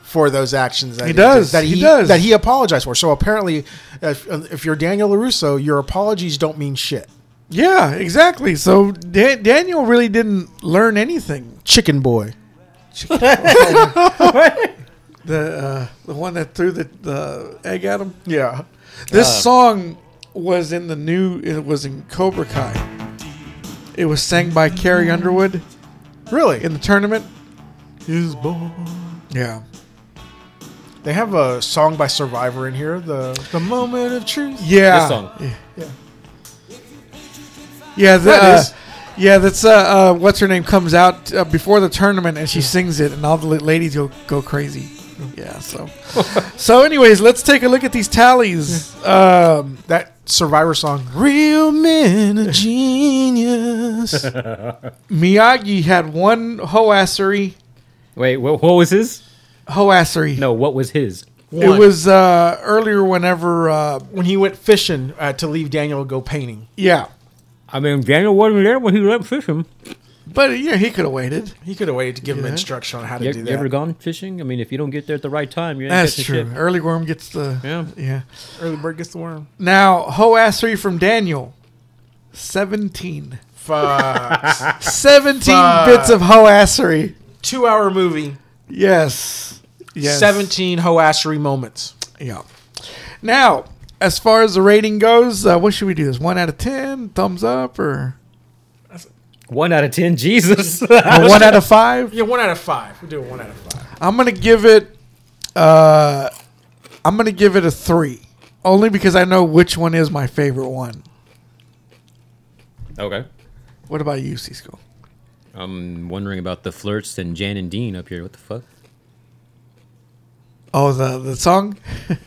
Speaker 4: for those actions that
Speaker 2: He does.
Speaker 4: that
Speaker 2: He does.
Speaker 4: that he apologized for. So apparently, if, if you're Daniel Larusso, your apologies don't mean shit.
Speaker 2: Yeah, exactly. So da- Daniel really didn't learn anything.
Speaker 4: Chicken boy.
Speaker 2: The uh, the one that threw the, the egg at him.
Speaker 4: Yeah.
Speaker 2: This song was in the new. It was in Cobra Kai. It was sang by Carrie Underwood
Speaker 4: Really?
Speaker 2: in the tournament. Is born. Yeah.
Speaker 4: they have a song by Survivor in here. The the moment of truth.
Speaker 2: Yeah.
Speaker 3: This song.
Speaker 2: Yeah. The,
Speaker 4: That
Speaker 2: uh,
Speaker 4: is-
Speaker 2: yeah. That's uh, uh, what's her name comes out uh, before the tournament and she sings it and all the la- ladies go go crazy. Yeah.
Speaker 3: *laughs*
Speaker 2: So. so, anyways, let's take a look at these tallies. Um,
Speaker 4: That Survivor song. Real men of *laughs* genius.
Speaker 2: Miyagi had one hoassery.
Speaker 3: Wait, what, what was his?
Speaker 2: Hoassery.
Speaker 3: No, what was his?
Speaker 2: It was uh, earlier. Whenever. Uh,
Speaker 4: when he went fishing uh, to leave Daniel to go painting.
Speaker 2: yeah.
Speaker 3: I mean, Daniel wasn't there when he went fishing.
Speaker 2: But uh, yeah, he could have waited.
Speaker 4: He could have waited to give him instruction on how to
Speaker 3: You,
Speaker 4: do
Speaker 3: you
Speaker 4: that.
Speaker 3: ever gone fishing? I mean, if you don't get there at the right time, you ain't
Speaker 2: That's
Speaker 3: catching
Speaker 2: true.
Speaker 3: shit.
Speaker 2: Early worm gets the
Speaker 3: Yeah.
Speaker 2: yeah.
Speaker 4: Early bird gets the worm.
Speaker 2: Now hoassery from Daniel. 17.
Speaker 4: Fuck. *laughs*
Speaker 2: 17
Speaker 4: Fuck.
Speaker 2: bits of hoassery.
Speaker 4: Two hour movie.
Speaker 2: Yes. Yes.
Speaker 4: Seventeen hoassery moments.
Speaker 2: Yeah. Now, as far as the rating goes, uh, what should we do? Is 1 out of 10? Thumbs up or
Speaker 3: One out of ten, Jesus.
Speaker 2: or 1 out of 5?
Speaker 4: Yeah, one out of five. We do a one out of five.
Speaker 2: I'm gonna give it. Uh, I'm gonna give it a three, only because I know which one is my favorite one.
Speaker 3: okay.
Speaker 2: What about you, Cisco?
Speaker 3: I'm wondering about the flirts and Jan and Dean up here. What the fuck?
Speaker 2: Oh, the the song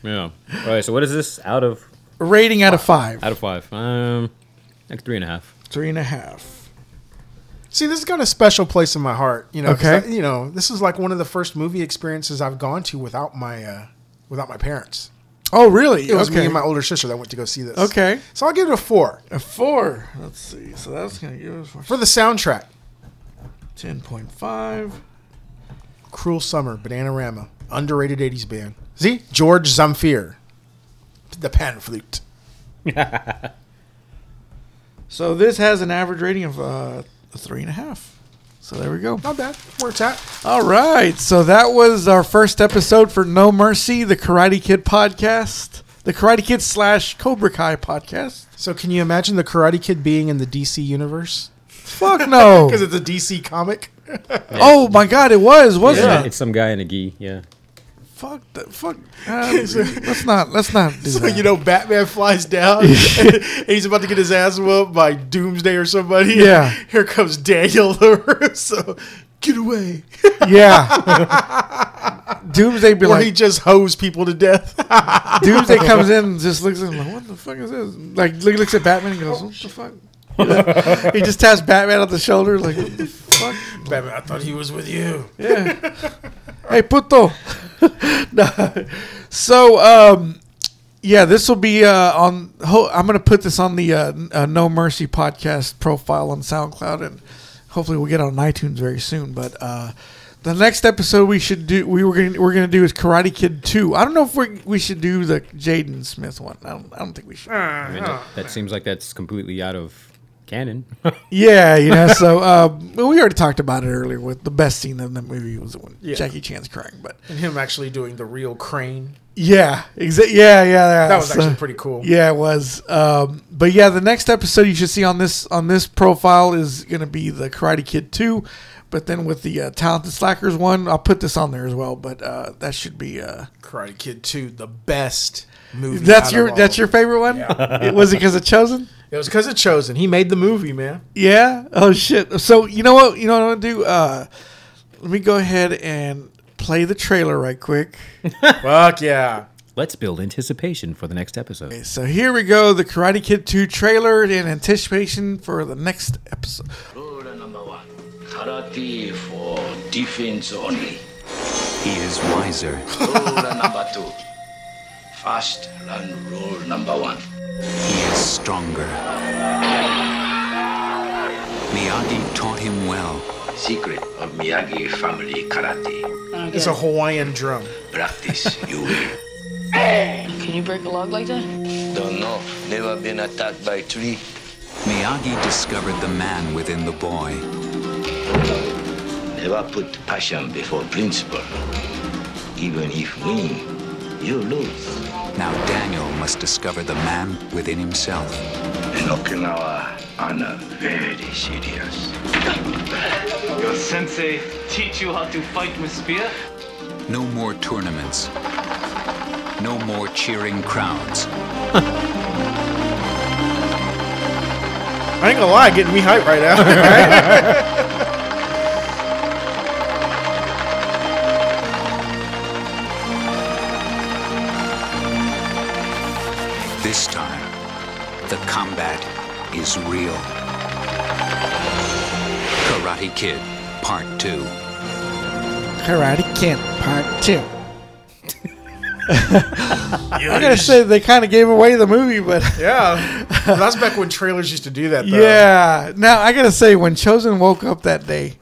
Speaker 3: Yeah. All right. So what is this? Out of
Speaker 2: rating out of five,
Speaker 3: out of five? Um, like three and a half.
Speaker 2: three and a half.
Speaker 4: See, this has got a special place in my heart. You know, 'cause
Speaker 2: Okay.
Speaker 4: I- you know, this is like one of the first movie experiences I've gone to without my uh, without my parents.
Speaker 2: Oh, really?
Speaker 4: It was
Speaker 2: okay,
Speaker 4: me and my older sister that went to go see this.
Speaker 2: okay.
Speaker 4: So I'll give it a four
Speaker 2: A four. Let's see. So that's gonna give us
Speaker 4: for the soundtrack.
Speaker 2: ten point five.
Speaker 4: Cruel Summer, Bananarama, underrated 80s band. See? George Zamfir, the pan flute.
Speaker 2: So this has an average rating of uh, a three and a half. So there we go.
Speaker 4: Not bad. Where it's at.
Speaker 2: All right. So that was our first episode for No Mercy, the Karate Kid podcast, the Karate Kid slash Cobra Kai podcast.
Speaker 4: So can you imagine the Karate Kid being in the DC universe?
Speaker 2: Fuck no.
Speaker 4: *laughs* Because it's a DC comic.
Speaker 2: oh my God, it was, wasn't
Speaker 3: Yeah.
Speaker 2: it?
Speaker 3: It's some guy in a gi. Yeah.
Speaker 2: Fuck, the, fuck. Uh, let's not, let's not do
Speaker 4: So
Speaker 2: that.
Speaker 4: you know Batman
Speaker 2: *laughs*
Speaker 4: flies down and he's about to get his ass whooped by Doomsday or somebody.
Speaker 2: Yeah.
Speaker 4: Here comes Daniel *laughs* LaRusso.
Speaker 10: Get away.
Speaker 2: Yeah. Doomsday be
Speaker 10: Where
Speaker 2: like-
Speaker 10: he just hose people to
Speaker 4: *laughs*
Speaker 10: death.
Speaker 2: Doomsday comes in and just looks at him like, what the fuck is this? Like, he looks at Batman and goes, what the fuck? *laughs* he just taps Batman on the shoulder, like, what the fuck?
Speaker 10: Batman, I thought he was with you.
Speaker 2: Yeah. hey, puto. *laughs* No. So, um, yeah, this will be uh, on. Ho- I'm going to put this on the uh, n- uh, No Mercy podcast profile on SoundCloud, and hopefully we'll get on iTunes very soon. But uh, the next episode we should do, we were going we're going to do is Karate Kid Two. I don't know if we we should do the Jaden Smith one. I don't, I don't think we should.
Speaker 3: I mean, that, that seems like that's completely out of *laughs* canon.
Speaker 2: Yeah, you know. So *laughs* uh, we already talked about it earlier. With the best scene in the movie was when
Speaker 10: Yeah.
Speaker 2: Jackie Chan's crying, but.
Speaker 10: And him actually doing the real crane.
Speaker 2: Yeah, exactly. Yeah, yeah, yeah.
Speaker 10: That was actually pretty cool.
Speaker 2: Yeah, it was. Um, but yeah, the next episode you should see on this on this profile is going to be the Karate Kid Two, but then with the uh, Talented Slackers one, I'll put this on there as well. But uh, that should be. Uh,
Speaker 10: Karate Kid 2, the best movie.
Speaker 2: that's
Speaker 10: out
Speaker 2: your
Speaker 10: of
Speaker 2: that's
Speaker 10: all
Speaker 2: your
Speaker 10: of them.
Speaker 2: favorite one.
Speaker 10: Yeah.
Speaker 2: It *laughs* was it because of Chosen?
Speaker 10: It was because of Chosen. He made the movie, man.
Speaker 2: Yeah. Oh shit. So you know what? You know what I'm gonna do? Uh, let me go ahead and play the trailer right
Speaker 10: *laughs*
Speaker 2: quick.
Speaker 10: Fuck yeah.
Speaker 3: Let's build anticipation for the next episode.
Speaker 2: So here we go, the Karate Kid 2 trailer in anticipation for the next episode.
Speaker 7: Rule number one karate for defense only.
Speaker 12: He is wiser.
Speaker 7: Rule *laughs* number two fast learn rule number one.
Speaker 12: He is stronger. Miyagi taught him well.
Speaker 7: Secret of Miyagi family karate.
Speaker 10: It's a Hawaiian drum.
Speaker 7: Practice, you will.
Speaker 8: Can you break a log like that?
Speaker 7: Don't know. Never been attacked by tree.
Speaker 12: Miyagi discovered the man within the boy.
Speaker 7: Never put passion before principle. Even if win, you lose.
Speaker 12: Now Daniel must discover the man within himself.
Speaker 7: In Okinawa, honor very serious.
Speaker 13: Your sensei teach you how to fight with spear?
Speaker 12: No more tournaments. No more cheering crowds.
Speaker 10: I ain't gonna lie, getting me hyped right now. *laughs*
Speaker 12: This time, the combat is real. Karate Kid, Part 2.
Speaker 2: Karate Kid
Speaker 10: *laughs*
Speaker 2: Part 2. I gotta
Speaker 10: Yes.
Speaker 2: say, they kind of gave away the movie,
Speaker 10: *laughs*
Speaker 2: but.
Speaker 10: yeah. Well, that's back when trailers used to do that, though.
Speaker 2: Yeah. Now, I gotta say, when Chosen woke up that day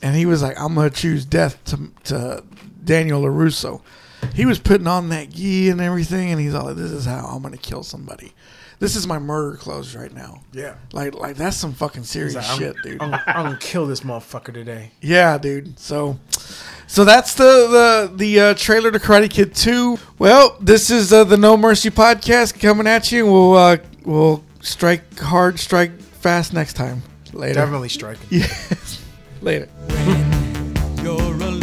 Speaker 2: and he was like, I'm gonna choose death to, to Daniel LaRusso, he was putting on that gi and everything, and he's all like, This is how I'm gonna kill somebody. This is my murder clothes right now.
Speaker 10: Yeah.
Speaker 2: Like, like that's some fucking serious
Speaker 10: He's like, I'm-
Speaker 2: shit, dude.
Speaker 10: I'm, I'm gonna kill this motherfucker today.
Speaker 2: Yeah, dude. So, so that's the the the uh, trailer to Karate Kid Two. Well, this is uh, the No Mercy podcast coming at you. We'll uh, we'll strike hard, strike fast next time. Later.
Speaker 10: Definitely striking.
Speaker 2: Yes. Later.
Speaker 1: You're alone.